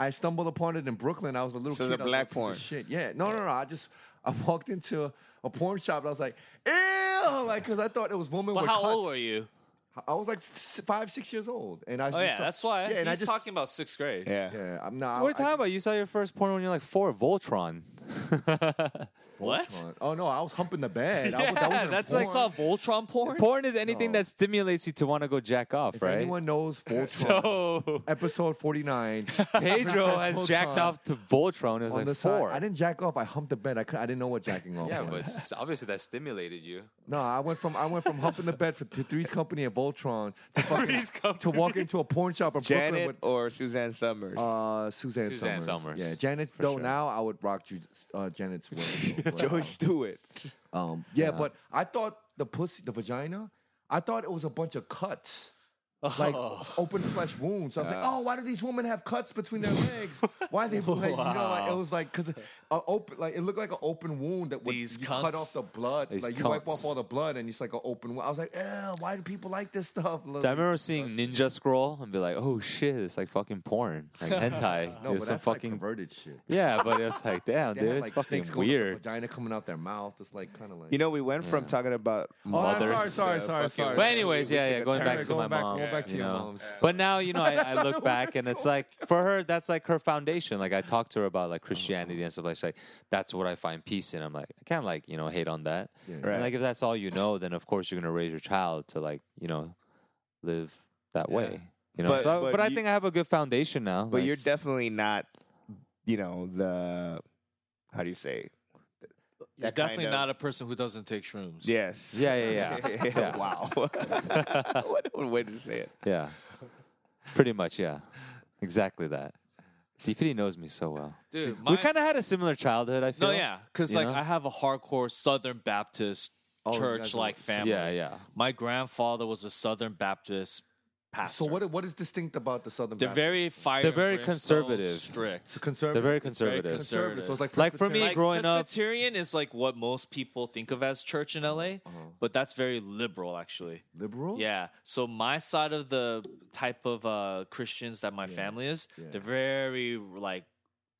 [SPEAKER 4] I stumbled upon it in Brooklyn. I was a little
[SPEAKER 1] So
[SPEAKER 4] kid.
[SPEAKER 1] the
[SPEAKER 4] I was
[SPEAKER 1] black
[SPEAKER 4] like, "This is
[SPEAKER 1] porn.
[SPEAKER 4] Shit. Yeah. No, no, no. I just I walked into a, a porn shop and I was like, ew, like because I thought it was woman.
[SPEAKER 3] But
[SPEAKER 4] with
[SPEAKER 3] how old
[SPEAKER 4] cuts.
[SPEAKER 3] were you?
[SPEAKER 4] I was like f- five, six years old, and I.
[SPEAKER 3] Oh
[SPEAKER 4] just
[SPEAKER 3] yeah,
[SPEAKER 4] saw-
[SPEAKER 3] that's why.
[SPEAKER 4] Yeah, and I
[SPEAKER 3] He's
[SPEAKER 4] just
[SPEAKER 3] talking about sixth grade.
[SPEAKER 1] Yeah.
[SPEAKER 4] Yeah, I'm not.
[SPEAKER 2] What are you talking about? You saw your first porn when you're like four, Voltron.
[SPEAKER 3] What?
[SPEAKER 4] Oh no, I was humping the bed. I was- that
[SPEAKER 2] Yeah,
[SPEAKER 4] wasn't
[SPEAKER 2] that's
[SPEAKER 3] I
[SPEAKER 2] like
[SPEAKER 4] porn.
[SPEAKER 3] saw Voltron porn.
[SPEAKER 2] Porn is anything
[SPEAKER 4] No.
[SPEAKER 2] that stimulates you to want to go jack off,
[SPEAKER 4] If
[SPEAKER 2] right?
[SPEAKER 4] anyone knows Voltron,
[SPEAKER 2] so
[SPEAKER 4] episode 49.
[SPEAKER 2] Pedro has jacked
[SPEAKER 4] Voltron
[SPEAKER 2] off to Voltron. It was
[SPEAKER 4] on
[SPEAKER 2] like
[SPEAKER 4] the side.
[SPEAKER 2] four.
[SPEAKER 4] I didn't jack off. I humped the bed. I, cou- I didn't know what jacking off
[SPEAKER 2] yeah,
[SPEAKER 4] was.
[SPEAKER 2] but s- obviously that stimulated you.
[SPEAKER 4] No, I went from I went from humping the bed for to Three's Company and Voltron to, fucking,
[SPEAKER 2] Three's
[SPEAKER 4] to
[SPEAKER 2] Company.
[SPEAKER 4] walk into a porn shop in Brooklyn
[SPEAKER 1] Janet
[SPEAKER 4] with
[SPEAKER 1] or Suzanne Summers.
[SPEAKER 4] uh, Suzanne,
[SPEAKER 2] Suzanne
[SPEAKER 4] Summers.
[SPEAKER 2] Summers,
[SPEAKER 4] Yeah, Janet. Though
[SPEAKER 2] sure.
[SPEAKER 4] now I would rock Ju- uh, Janet's world.
[SPEAKER 1] Joey Stewart.
[SPEAKER 4] Um, yeah,
[SPEAKER 2] Yeah.
[SPEAKER 4] but I thought the pussy, the vagina, I thought it was a bunch of cuts. Like open flesh wounds. So I was like, oh, why do these women have cuts between their legs? Why they like, you know, like it was like because open, like it looked like an open wound that would
[SPEAKER 3] These
[SPEAKER 4] you cut
[SPEAKER 3] cunts.
[SPEAKER 4] off the blood,
[SPEAKER 2] These
[SPEAKER 4] like you wipe off
[SPEAKER 2] cunts.
[SPEAKER 4] all the blood, and it's like an open wound. I was like, Ew, why do people like this stuff?
[SPEAKER 2] So I remember seeing Ninja Scroll and be like, "Oh shit, it's like fucking porn, like hentai."
[SPEAKER 4] no,
[SPEAKER 2] it
[SPEAKER 4] but
[SPEAKER 2] was some
[SPEAKER 4] that's fucking
[SPEAKER 2] fucking
[SPEAKER 4] like perverted shit.
[SPEAKER 2] yeah, but it was like, damn,
[SPEAKER 4] They
[SPEAKER 2] dude,
[SPEAKER 4] had,
[SPEAKER 2] it's
[SPEAKER 4] like,
[SPEAKER 2] fucking
[SPEAKER 4] snakes going up their
[SPEAKER 2] weird.
[SPEAKER 4] Vagina coming out their mouth. It's like kind of like
[SPEAKER 1] You know, we went from
[SPEAKER 2] Yeah.
[SPEAKER 1] talking about
[SPEAKER 4] Oh, I'm
[SPEAKER 1] mothers.
[SPEAKER 4] sorry, sorry,
[SPEAKER 1] to
[SPEAKER 4] sorry,
[SPEAKER 1] fucking-
[SPEAKER 4] sorry.
[SPEAKER 2] But anyways,
[SPEAKER 1] we
[SPEAKER 2] yeah,
[SPEAKER 1] took
[SPEAKER 2] yeah,
[SPEAKER 1] a
[SPEAKER 2] going
[SPEAKER 1] turn.
[SPEAKER 2] back to
[SPEAKER 4] Going
[SPEAKER 2] my
[SPEAKER 4] back-
[SPEAKER 2] mom.
[SPEAKER 4] going back to
[SPEAKER 2] you
[SPEAKER 4] your
[SPEAKER 2] know.
[SPEAKER 4] moms.
[SPEAKER 2] But now, you know, I, I look
[SPEAKER 4] what
[SPEAKER 2] back and it's like for her, that's like her foundation. Like I talked to her about like Christianity and stuff like, she's like that's what I find peace in. I'm like, I can't like, you know, hate on that.
[SPEAKER 4] Yeah.
[SPEAKER 2] And,
[SPEAKER 1] Right.
[SPEAKER 2] like if that's all you know, then of course you're gonna raise your child to like, you know, live that
[SPEAKER 3] Yeah.
[SPEAKER 2] way. You know,
[SPEAKER 1] But-
[SPEAKER 2] so I,
[SPEAKER 1] but
[SPEAKER 2] but, I
[SPEAKER 1] you-
[SPEAKER 2] think I have a good foundation now.
[SPEAKER 1] But
[SPEAKER 2] like-
[SPEAKER 1] you're definitely not, you know, the how do you say?
[SPEAKER 3] You're
[SPEAKER 1] that kind
[SPEAKER 3] definitely
[SPEAKER 1] of-
[SPEAKER 3] not a person who doesn't take shrooms.
[SPEAKER 1] Yes.
[SPEAKER 2] Yeah, yeah, yeah. Yeah.
[SPEAKER 1] Wow. what a way to say it.
[SPEAKER 2] Yeah. Pretty much, yeah. Exactly that. DPD knows me so well.
[SPEAKER 3] dude.
[SPEAKER 2] we
[SPEAKER 3] My,
[SPEAKER 2] kind of had a similar childhood, I feel.
[SPEAKER 3] no, yeah, because
[SPEAKER 2] you
[SPEAKER 3] like
[SPEAKER 2] know?
[SPEAKER 3] I have a hardcore Southern Baptist
[SPEAKER 4] Oh, you guys
[SPEAKER 3] church like
[SPEAKER 4] are-
[SPEAKER 3] family.
[SPEAKER 2] Yeah, yeah.
[SPEAKER 3] My grandfather was a Southern Baptist pastor.
[SPEAKER 4] So what? What is distinct about the Southern?
[SPEAKER 3] They're
[SPEAKER 4] Baptist?
[SPEAKER 3] very fire.
[SPEAKER 2] They're
[SPEAKER 3] and
[SPEAKER 2] very
[SPEAKER 3] brimstone,
[SPEAKER 2] conservative.
[SPEAKER 4] It's
[SPEAKER 3] strict.
[SPEAKER 4] a conservative.
[SPEAKER 2] They're very conservative.
[SPEAKER 3] conservative.
[SPEAKER 4] conservative. So it's like
[SPEAKER 2] Like, for me,
[SPEAKER 4] Presbyterian.
[SPEAKER 3] Like
[SPEAKER 2] growing up-
[SPEAKER 3] Presbyterian is like what most people think of as church in LA,
[SPEAKER 2] Uh-huh.
[SPEAKER 3] but that's very liberal actually.
[SPEAKER 4] liberal.
[SPEAKER 3] Yeah. So my side of the type of uh, Christians that my family is,
[SPEAKER 4] Yeah.
[SPEAKER 3] they're very like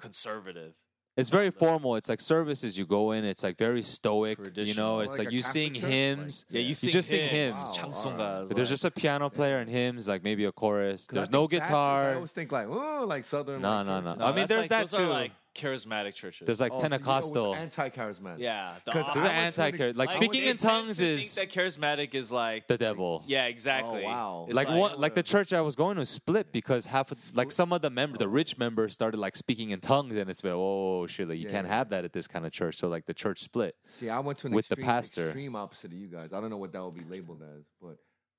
[SPEAKER 3] conservative.
[SPEAKER 2] It's very formal. It's like services you go in, it's like very stoic, you
[SPEAKER 3] Traditional.
[SPEAKER 2] know, it's
[SPEAKER 4] Like
[SPEAKER 2] like,
[SPEAKER 4] a
[SPEAKER 2] you
[SPEAKER 4] Catholic
[SPEAKER 2] sing
[SPEAKER 4] church, like-
[SPEAKER 2] hymns.
[SPEAKER 3] Yeah, you, sing
[SPEAKER 2] just sing
[SPEAKER 3] hymns.
[SPEAKER 2] hymns.
[SPEAKER 4] Wow,
[SPEAKER 3] Changsonga
[SPEAKER 4] alright.
[SPEAKER 3] is
[SPEAKER 2] There's
[SPEAKER 3] like-
[SPEAKER 2] just a piano player and hymns, like maybe a chorus.
[SPEAKER 4] 'Cause I
[SPEAKER 2] There's no
[SPEAKER 4] think Baptists, I
[SPEAKER 2] guitar.
[SPEAKER 4] always think like, oh, like Southern.
[SPEAKER 2] No,
[SPEAKER 4] like
[SPEAKER 2] no,
[SPEAKER 4] churches.
[SPEAKER 2] no. I mean,
[SPEAKER 3] that's
[SPEAKER 2] there's
[SPEAKER 3] like,
[SPEAKER 2] that
[SPEAKER 3] those
[SPEAKER 2] too.
[SPEAKER 3] Are like charismatic churches.
[SPEAKER 2] There's like
[SPEAKER 4] Oh, so you always
[SPEAKER 2] Pentecostal.
[SPEAKER 4] anti-charismatic.
[SPEAKER 3] yeah. The,
[SPEAKER 4] Because
[SPEAKER 3] I
[SPEAKER 2] There's an
[SPEAKER 4] I would
[SPEAKER 2] anti
[SPEAKER 4] think-
[SPEAKER 2] charismatic. Like
[SPEAKER 3] I would
[SPEAKER 2] speaking in
[SPEAKER 3] tend to
[SPEAKER 2] tongues is
[SPEAKER 3] think that charismatic is like
[SPEAKER 2] the devil.
[SPEAKER 3] yeah, exactly.
[SPEAKER 4] wow.
[SPEAKER 3] It's
[SPEAKER 2] like,
[SPEAKER 3] like
[SPEAKER 2] one, like the church I was going to split because half of, like some of the member, the rich members started like speaking in tongues, and it's like, oh shit, like, you
[SPEAKER 4] Yeah,
[SPEAKER 2] can't
[SPEAKER 4] yeah.
[SPEAKER 2] have that at this kind of church. So like the church split.
[SPEAKER 4] See, I went to an
[SPEAKER 2] With the
[SPEAKER 4] extreme,
[SPEAKER 2] pastor.
[SPEAKER 4] extreme opposite of you guys. I don't know what that would be labeled as, but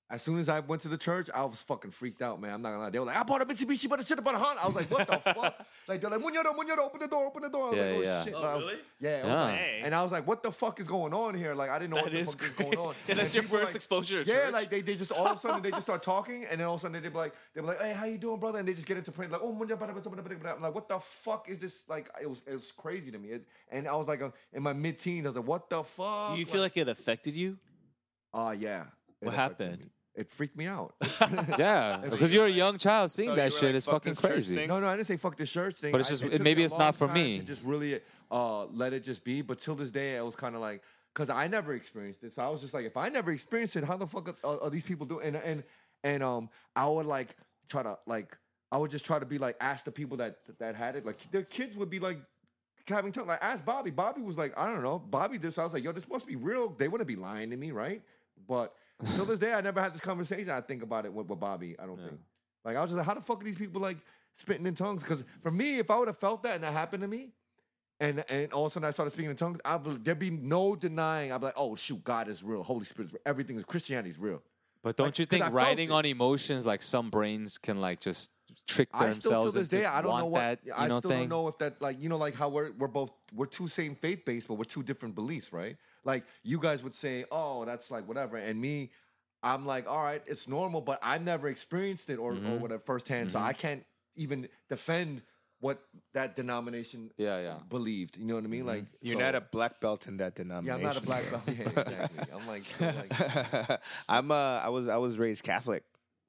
[SPEAKER 4] as soon as I went to the church, I was fucking freaked out, man. I'm not gonna lie. They were like, I bought a Mitsubishi, but I should have bought a Honda. I was like, what the fuck? Like they're like, Munyoro, Munyoro, open the door, open the door. I was
[SPEAKER 2] Yeah,
[SPEAKER 4] like, oh
[SPEAKER 2] yeah.
[SPEAKER 4] shit.
[SPEAKER 3] Oh,
[SPEAKER 4] Like, I was-
[SPEAKER 3] really?
[SPEAKER 4] Yeah. it was
[SPEAKER 2] Yeah.
[SPEAKER 4] like-
[SPEAKER 3] Hey.
[SPEAKER 4] and I was like, what the fuck is going on here? Like I didn't know
[SPEAKER 3] That
[SPEAKER 4] what the
[SPEAKER 3] is
[SPEAKER 4] fuck was going
[SPEAKER 3] crazy.
[SPEAKER 4] on.
[SPEAKER 3] Yeah, that's
[SPEAKER 4] And
[SPEAKER 3] your
[SPEAKER 4] people,
[SPEAKER 3] first exposure to
[SPEAKER 4] Yeah,
[SPEAKER 3] church.
[SPEAKER 4] like they, they just all of a sudden they just start talking, and then all of a sudden they'd be like, they were like, hey, how you doing, brother? And they just get into print like, oh, Munyoro, bada, bada, bada, bada, bada. I'm like what the fuck is this? Like it was it was crazy to me. It, and I was like uh, in my mid teens, I was like, what the fuck?
[SPEAKER 3] Do you feel like it affected you?
[SPEAKER 4] Oh yeah. It
[SPEAKER 3] What
[SPEAKER 4] affected
[SPEAKER 3] happened?
[SPEAKER 4] me. It freaked me out.
[SPEAKER 2] Yeah, because you're a young child seeing
[SPEAKER 1] So you
[SPEAKER 2] that
[SPEAKER 1] were
[SPEAKER 2] shit
[SPEAKER 1] like,
[SPEAKER 2] is
[SPEAKER 1] "Fuck
[SPEAKER 2] fucking
[SPEAKER 1] this church
[SPEAKER 2] crazy.
[SPEAKER 1] thing."
[SPEAKER 4] no, no, I didn't say fuck the church thing.
[SPEAKER 2] But it's
[SPEAKER 4] I-
[SPEAKER 2] just-
[SPEAKER 4] it
[SPEAKER 2] it-
[SPEAKER 4] took me
[SPEAKER 2] maybe
[SPEAKER 4] a
[SPEAKER 2] it's not
[SPEAKER 4] long
[SPEAKER 2] for
[SPEAKER 4] time to
[SPEAKER 2] me.
[SPEAKER 4] Just really uh, let it just be. But till this day, I was kind of like, because I never experienced it, so I was just like, if I never experienced it, how the fuck are, are these people doing? And and and um, I would like try to like, I would just try to be like, ask the people that that had it. Like their kids would be like. Having time, like ask Bobby. Bobby was like, I don't know. Bobby this. I was like, yo, this must be real. They wouldn't be lying to me, right? But till this day, I never had this conversation. I think about it with, with Bobby. I don't think. Like I was just like, how the fuck are these people like spitting in tongues? Because for me, if I would have felt that and that happened to me, and and all of a sudden I started speaking in tongues, I would, there'd be no denying. I'd be like, oh shoot, God is real, Holy Spirit, is real. everything is Christianity is real.
[SPEAKER 2] But don't
[SPEAKER 4] Like,
[SPEAKER 2] you
[SPEAKER 4] 'cause I
[SPEAKER 2] think
[SPEAKER 4] felt
[SPEAKER 2] writing
[SPEAKER 4] it.
[SPEAKER 2] on emotions, like some brains can like just trick
[SPEAKER 4] I still to
[SPEAKER 2] themselves
[SPEAKER 4] this day
[SPEAKER 2] into
[SPEAKER 4] I don't
[SPEAKER 2] want
[SPEAKER 4] know what
[SPEAKER 2] that, you
[SPEAKER 4] I
[SPEAKER 2] know,
[SPEAKER 4] still
[SPEAKER 2] thing?
[SPEAKER 4] don't know if that like you know like how we're we're both we're two same faith based but we're two different beliefs right like you guys would say oh that's like whatever and me I'm like all right it's normal but I've never experienced it or
[SPEAKER 2] Mm-hmm.
[SPEAKER 4] or whatever firsthand so I can't even defend what that denomination
[SPEAKER 2] Yeah, yeah. Mm-hmm.
[SPEAKER 4] believed you know what I mean like
[SPEAKER 1] You're
[SPEAKER 4] so-
[SPEAKER 1] not a black belt in that
[SPEAKER 4] yeah
[SPEAKER 1] denomination.
[SPEAKER 4] I'm not a black belt yeah, exactly I'm like, so, like
[SPEAKER 1] I'm uh I was I was raised Catholic.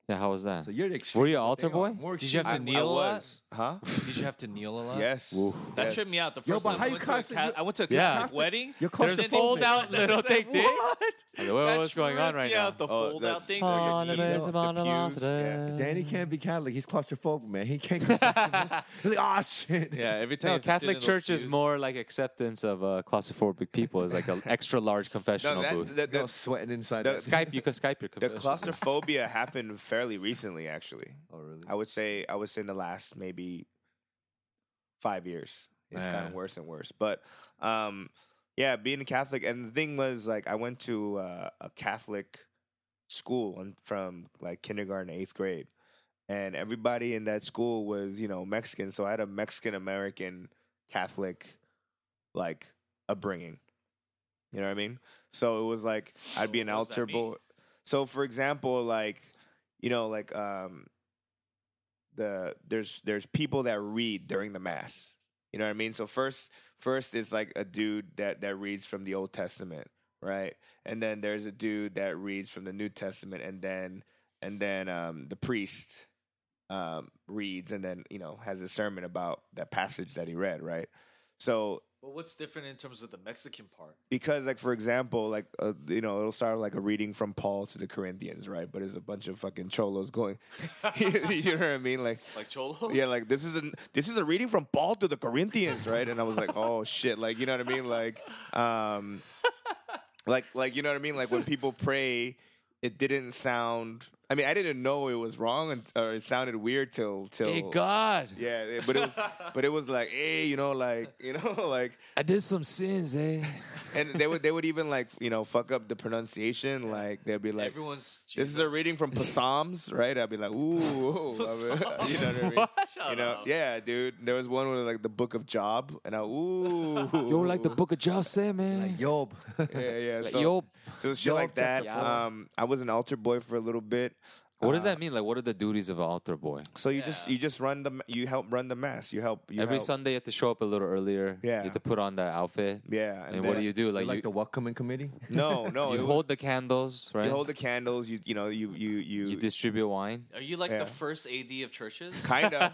[SPEAKER 2] Yeah, how was that?
[SPEAKER 4] So you're the extreme.
[SPEAKER 2] Were you an
[SPEAKER 4] They
[SPEAKER 2] altar
[SPEAKER 4] are
[SPEAKER 2] boy?
[SPEAKER 4] More
[SPEAKER 3] Did you have
[SPEAKER 4] extreme.
[SPEAKER 3] to kneel a lot?
[SPEAKER 1] huh?
[SPEAKER 3] Did you have to kneel a lot?
[SPEAKER 1] Yes.
[SPEAKER 2] Oof.
[SPEAKER 3] That
[SPEAKER 1] yes.
[SPEAKER 3] tripped me out the
[SPEAKER 4] Yo,
[SPEAKER 3] first
[SPEAKER 4] but
[SPEAKER 3] time.
[SPEAKER 4] how
[SPEAKER 3] I
[SPEAKER 4] you
[SPEAKER 3] went, to a
[SPEAKER 4] claustro-
[SPEAKER 3] Ca- I went to a
[SPEAKER 2] Yeah.
[SPEAKER 3] Catholic wedding.
[SPEAKER 4] You're
[SPEAKER 2] There's a
[SPEAKER 4] claustrophobic.
[SPEAKER 2] fold out little
[SPEAKER 3] That's like,
[SPEAKER 2] thick dick.
[SPEAKER 3] What?
[SPEAKER 2] I go, "Whoa,
[SPEAKER 3] That
[SPEAKER 2] What's going on
[SPEAKER 3] tripped
[SPEAKER 2] right
[SPEAKER 3] me
[SPEAKER 2] now?
[SPEAKER 3] out, The
[SPEAKER 1] Oh,
[SPEAKER 3] fold
[SPEAKER 1] that-
[SPEAKER 3] out thing.
[SPEAKER 1] Oh,
[SPEAKER 3] where your
[SPEAKER 1] no,
[SPEAKER 3] knees
[SPEAKER 1] there's
[SPEAKER 3] are
[SPEAKER 1] a
[SPEAKER 3] up the pews.
[SPEAKER 2] Monavasa.
[SPEAKER 4] Danny can't be Catholic. He's claustrophobic, man. He can't. He's like, oh shit.
[SPEAKER 3] Yeah, every time
[SPEAKER 2] No,
[SPEAKER 3] you sit in
[SPEAKER 2] Catholic
[SPEAKER 3] those
[SPEAKER 2] Church is
[SPEAKER 3] pews-
[SPEAKER 2] more like acceptance of uh, claustrophobic people. It's like an extra large confessional
[SPEAKER 1] No, that,
[SPEAKER 2] booth.
[SPEAKER 1] that,
[SPEAKER 4] You're all
[SPEAKER 1] that,
[SPEAKER 4] sweating inside.
[SPEAKER 1] the-
[SPEAKER 4] that-
[SPEAKER 2] Skype, you can Skype your
[SPEAKER 1] the
[SPEAKER 2] confession.
[SPEAKER 1] claustrophobia happened fairly recently, actually.
[SPEAKER 4] Oh really?
[SPEAKER 1] I would say I would say in the last maybe five years, it's gotten
[SPEAKER 3] Man.
[SPEAKER 1] worse and worse. But um, yeah, being a Catholic, and the thing was like I went to uh, a Catholic school and from like kindergarten to eighth grade, and everybody in that school was you know Mexican, so I had a Mexican American Catholic like upbringing. You know what I mean? So it was like I'd be an
[SPEAKER 3] What does that
[SPEAKER 1] altar
[SPEAKER 3] mean?
[SPEAKER 1] boy. So for example, like you know, like um the there's there's people that read during the mass. You know what I mean? So first first is like a dude that that reads from the Old Testament, right? And then there's a dude that reads from the New Testament and then and then um the priest um reads and then, you know, has a sermon about that passage that he read, right? So
[SPEAKER 3] But what's different in terms of the Mexican part?
[SPEAKER 1] because like for example like uh, you know it'll start like a reading from paul to the corinthians right but it's a bunch of fucking cholos going you know what i mean like
[SPEAKER 3] Like cholo?
[SPEAKER 1] yeah like this is a this is a reading from paul to the corinthians right and i was like oh shit like you know what i mean like um like like you know what i mean like when people pray it didn't sound i mean i didn't know it was wrong and, or it sounded weird till till
[SPEAKER 2] Hey God,
[SPEAKER 1] yeah it- but it was but it was like hey you know like you know like
[SPEAKER 2] I did some sins, eh?
[SPEAKER 1] and they would they would even like you know fuck up the pronunciation. Like they'd be like,
[SPEAKER 3] Everyone's.
[SPEAKER 1] "This is a
[SPEAKER 3] Jesus.
[SPEAKER 1] reading from Psalms, right?" I'd be like, "Ooh, ooh." I mean, you know what I mean?
[SPEAKER 3] Shut
[SPEAKER 1] You know,
[SPEAKER 3] up.
[SPEAKER 1] yeah, dude. There was one with like the Book of Job, and I ooh,
[SPEAKER 2] Yo, like the Book of Job said, man.
[SPEAKER 4] Yob.
[SPEAKER 1] yeah, yeah.
[SPEAKER 2] Like,
[SPEAKER 1] So,
[SPEAKER 2] yo.
[SPEAKER 1] so it was shit like that.
[SPEAKER 2] check the Bible.
[SPEAKER 1] Um, I was an altar boy for a little bit.
[SPEAKER 2] What
[SPEAKER 1] uh,
[SPEAKER 2] does that mean? Like, what are the duties of an altar boy?
[SPEAKER 1] So you just
[SPEAKER 3] Yeah.
[SPEAKER 1] you just run the ma- you help run the mass. You help you
[SPEAKER 2] Every
[SPEAKER 1] help.
[SPEAKER 2] Sunday, you have to show up a little earlier.
[SPEAKER 1] Yeah.
[SPEAKER 2] You have to put on that outfit.
[SPEAKER 1] Yeah,
[SPEAKER 2] And what
[SPEAKER 1] then-
[SPEAKER 2] do you do?
[SPEAKER 4] Like,
[SPEAKER 2] Like, you,
[SPEAKER 4] the welcoming committee.
[SPEAKER 1] No, no.
[SPEAKER 2] you
[SPEAKER 1] it was-
[SPEAKER 2] hold the candles, right?
[SPEAKER 1] you hold the candles. You you know you you you,
[SPEAKER 2] you distribute wine.
[SPEAKER 3] Are you like
[SPEAKER 1] Yeah.
[SPEAKER 3] the first AD of churches?
[SPEAKER 1] kinda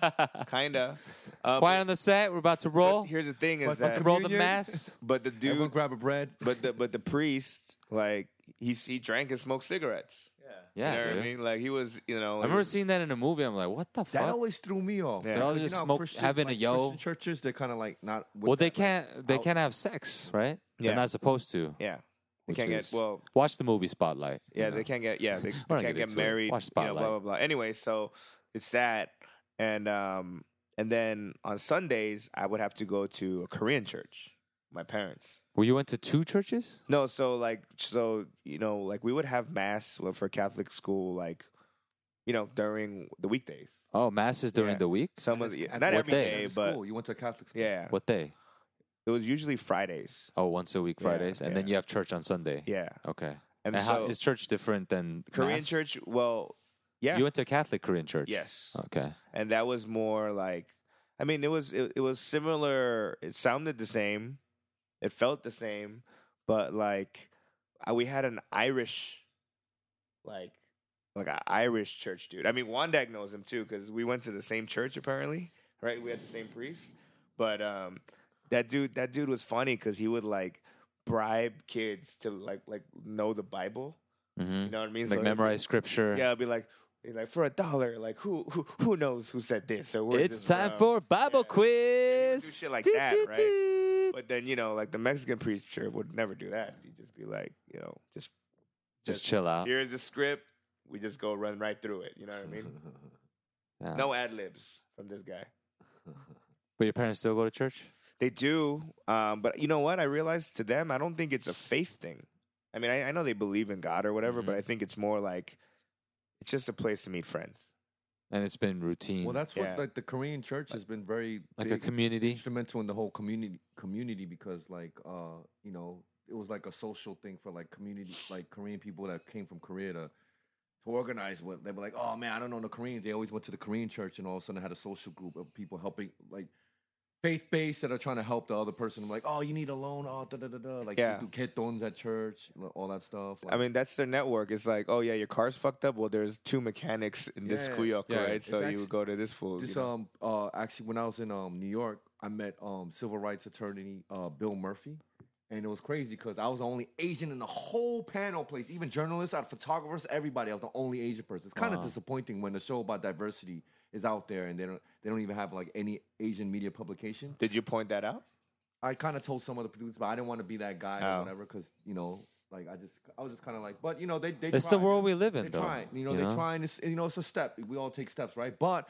[SPEAKER 1] kinda. Uh, but-
[SPEAKER 2] Quiet on the set. We're about to
[SPEAKER 1] but
[SPEAKER 2] roll.
[SPEAKER 1] here's the thing
[SPEAKER 4] But-
[SPEAKER 1] is that
[SPEAKER 4] but to
[SPEAKER 2] Roll the
[SPEAKER 4] Communion.
[SPEAKER 2] mass.
[SPEAKER 1] But the
[SPEAKER 4] Everyone
[SPEAKER 1] dude,
[SPEAKER 4] grab a bread.
[SPEAKER 1] but the but the priest, like he he drank and smoked cigarettes.
[SPEAKER 2] Yeah,
[SPEAKER 1] you know
[SPEAKER 2] dude.
[SPEAKER 1] what I
[SPEAKER 2] I,
[SPEAKER 1] mean? Like he was, you know. he
[SPEAKER 2] remember
[SPEAKER 1] was-
[SPEAKER 2] seeing that in a movie. I'm like, what the
[SPEAKER 4] That
[SPEAKER 2] fuck?
[SPEAKER 4] always threw me off.
[SPEAKER 1] Yeah.
[SPEAKER 2] They're all
[SPEAKER 4] Because you
[SPEAKER 2] just
[SPEAKER 4] know how
[SPEAKER 2] smoke-
[SPEAKER 4] Christian-
[SPEAKER 2] having a
[SPEAKER 4] like
[SPEAKER 2] yo.
[SPEAKER 4] Christian churches, they're kind of like not. with
[SPEAKER 2] well, they
[SPEAKER 4] that, like,
[SPEAKER 2] can't. They
[SPEAKER 4] out-
[SPEAKER 2] can't have sex, right?
[SPEAKER 1] Yeah.
[SPEAKER 2] They're not supposed to.
[SPEAKER 1] yeah, they
[SPEAKER 2] which
[SPEAKER 1] can't get
[SPEAKER 2] is-
[SPEAKER 1] well.
[SPEAKER 2] Watch the movie Spotlight. you
[SPEAKER 1] Yeah,
[SPEAKER 2] know.
[SPEAKER 1] they can't get. Yeah, they, they
[SPEAKER 2] gonna
[SPEAKER 1] can't
[SPEAKER 2] get
[SPEAKER 1] get,
[SPEAKER 2] into it.
[SPEAKER 1] married.
[SPEAKER 2] Watch
[SPEAKER 1] you know, blah blah
[SPEAKER 2] Spotlight.
[SPEAKER 1] blah. Anyway, so it's that, and um, and then on Sundays I would have to go to a Korean church. My parents.
[SPEAKER 2] Well, you went to two churches.
[SPEAKER 1] No, so like so you know like we would have mass well, for Catholic school like, you know during the weekdays.
[SPEAKER 2] Oh, masses during
[SPEAKER 1] Yeah.
[SPEAKER 2] the week.
[SPEAKER 1] Some of
[SPEAKER 4] At
[SPEAKER 1] the
[SPEAKER 4] the-
[SPEAKER 1] not
[SPEAKER 2] what
[SPEAKER 1] every
[SPEAKER 2] day?
[SPEAKER 1] day,
[SPEAKER 4] At the
[SPEAKER 1] but
[SPEAKER 4] school, you went to a Catholic school.
[SPEAKER 1] yeah,
[SPEAKER 2] What day?
[SPEAKER 1] it was usually Fridays.
[SPEAKER 2] Oh, once a week,
[SPEAKER 1] Yeah,
[SPEAKER 2] Fridays, and then
[SPEAKER 1] yeah.
[SPEAKER 2] you have church on Sunday.
[SPEAKER 1] Yeah,
[SPEAKER 2] Okay.
[SPEAKER 1] and,
[SPEAKER 2] And, how
[SPEAKER 1] so
[SPEAKER 2] is church different than
[SPEAKER 1] Korean
[SPEAKER 2] mass?
[SPEAKER 1] church. Well, yeah,
[SPEAKER 2] You went to a Catholic Korean church.
[SPEAKER 1] yes,
[SPEAKER 2] Okay.
[SPEAKER 1] and that was more like. I mean, it was it, it was similar. It sounded the same, it felt the same, but like I, we had an Irish, like like an Irish church dude. I mean, Wandak knows him too because we went to the same church apparently, right? We had the same priest, but um, that dude that dude was funny because he would like bribe kids to like like know the Bible.
[SPEAKER 2] hmm
[SPEAKER 1] You know what I mean?
[SPEAKER 2] Like
[SPEAKER 1] So-
[SPEAKER 2] memorize scripture.
[SPEAKER 1] Yeah, I'd be like, be like for a dollar, like who who who knows who said this or where's
[SPEAKER 2] It's
[SPEAKER 1] this
[SPEAKER 2] time
[SPEAKER 1] from?"
[SPEAKER 2] for Bible
[SPEAKER 1] Yeah.
[SPEAKER 2] quiz.
[SPEAKER 1] shit like
[SPEAKER 2] Doot,
[SPEAKER 1] that,
[SPEAKER 2] doot,
[SPEAKER 1] right?
[SPEAKER 2] doot.
[SPEAKER 1] But then you know, like the Mexican preacher would never do that. He'd just be like, you know, just
[SPEAKER 2] Just chill out.
[SPEAKER 1] here's the script. We just go run right through it. You know what I mean?
[SPEAKER 2] Yeah.
[SPEAKER 1] No ad libs from this guy.
[SPEAKER 2] But your parents still go to church?
[SPEAKER 1] They do, um, but you know what? I realized to them, I don't think it's a faith thing. I mean, I, I know they believe in God or whatever,
[SPEAKER 2] Mm-hmm.
[SPEAKER 1] but I think it's more like it's just a place to meet friends.
[SPEAKER 2] And it's been routine.
[SPEAKER 4] Well, that's
[SPEAKER 1] Yeah.
[SPEAKER 4] what like the Korean church has been very
[SPEAKER 2] like a
[SPEAKER 4] big,
[SPEAKER 2] community.
[SPEAKER 4] instrumental in the whole community community because like uh you know it was like a social thing for like community like Korean people that came from Korea to to organize what they were like oh man I don't know the Koreans they always went to the Korean church and all of a sudden had a social group of people helping like faith based that are trying to help the other person. I'm like, oh, you need a loan, oh, da da da da. Like,
[SPEAKER 1] Yeah.
[SPEAKER 4] you do ketons at church, and all that stuff.
[SPEAKER 1] I
[SPEAKER 4] Like,
[SPEAKER 1] mean, that's their network. It's like, oh yeah, your car's fucked up. Well, there's two mechanics in this
[SPEAKER 4] Yeah.
[SPEAKER 1] kuyok,
[SPEAKER 2] Yeah,
[SPEAKER 1] right?
[SPEAKER 2] it's
[SPEAKER 1] So you
[SPEAKER 4] actu-
[SPEAKER 1] would go to this fool.
[SPEAKER 4] this
[SPEAKER 1] you know?
[SPEAKER 4] um uh actually when I was in um New York, I met um civil rights attorney uh Bill Murphy. And it was crazy because I was the only Asian in the whole panel place, even journalists, out photographers, everybody. I was the only Asian person. It's kind of
[SPEAKER 2] Wow.
[SPEAKER 4] disappointing when the show about diversity is out there and they don't they don't even have like any Asian media publication.
[SPEAKER 1] Did you point that out?
[SPEAKER 4] I kind of told some of the producers, but I didn't want to be that guy
[SPEAKER 1] Oh.
[SPEAKER 4] or whatever because you know, like I just I was just kind of like, but you know, they they.
[SPEAKER 2] It's the
[SPEAKER 4] tried.
[SPEAKER 2] world we live in,
[SPEAKER 4] They're
[SPEAKER 2] though.
[SPEAKER 4] trying, you know,
[SPEAKER 2] you
[SPEAKER 4] they're
[SPEAKER 2] know?
[SPEAKER 4] trying. It's, you know, it's a step. We all take steps, right? But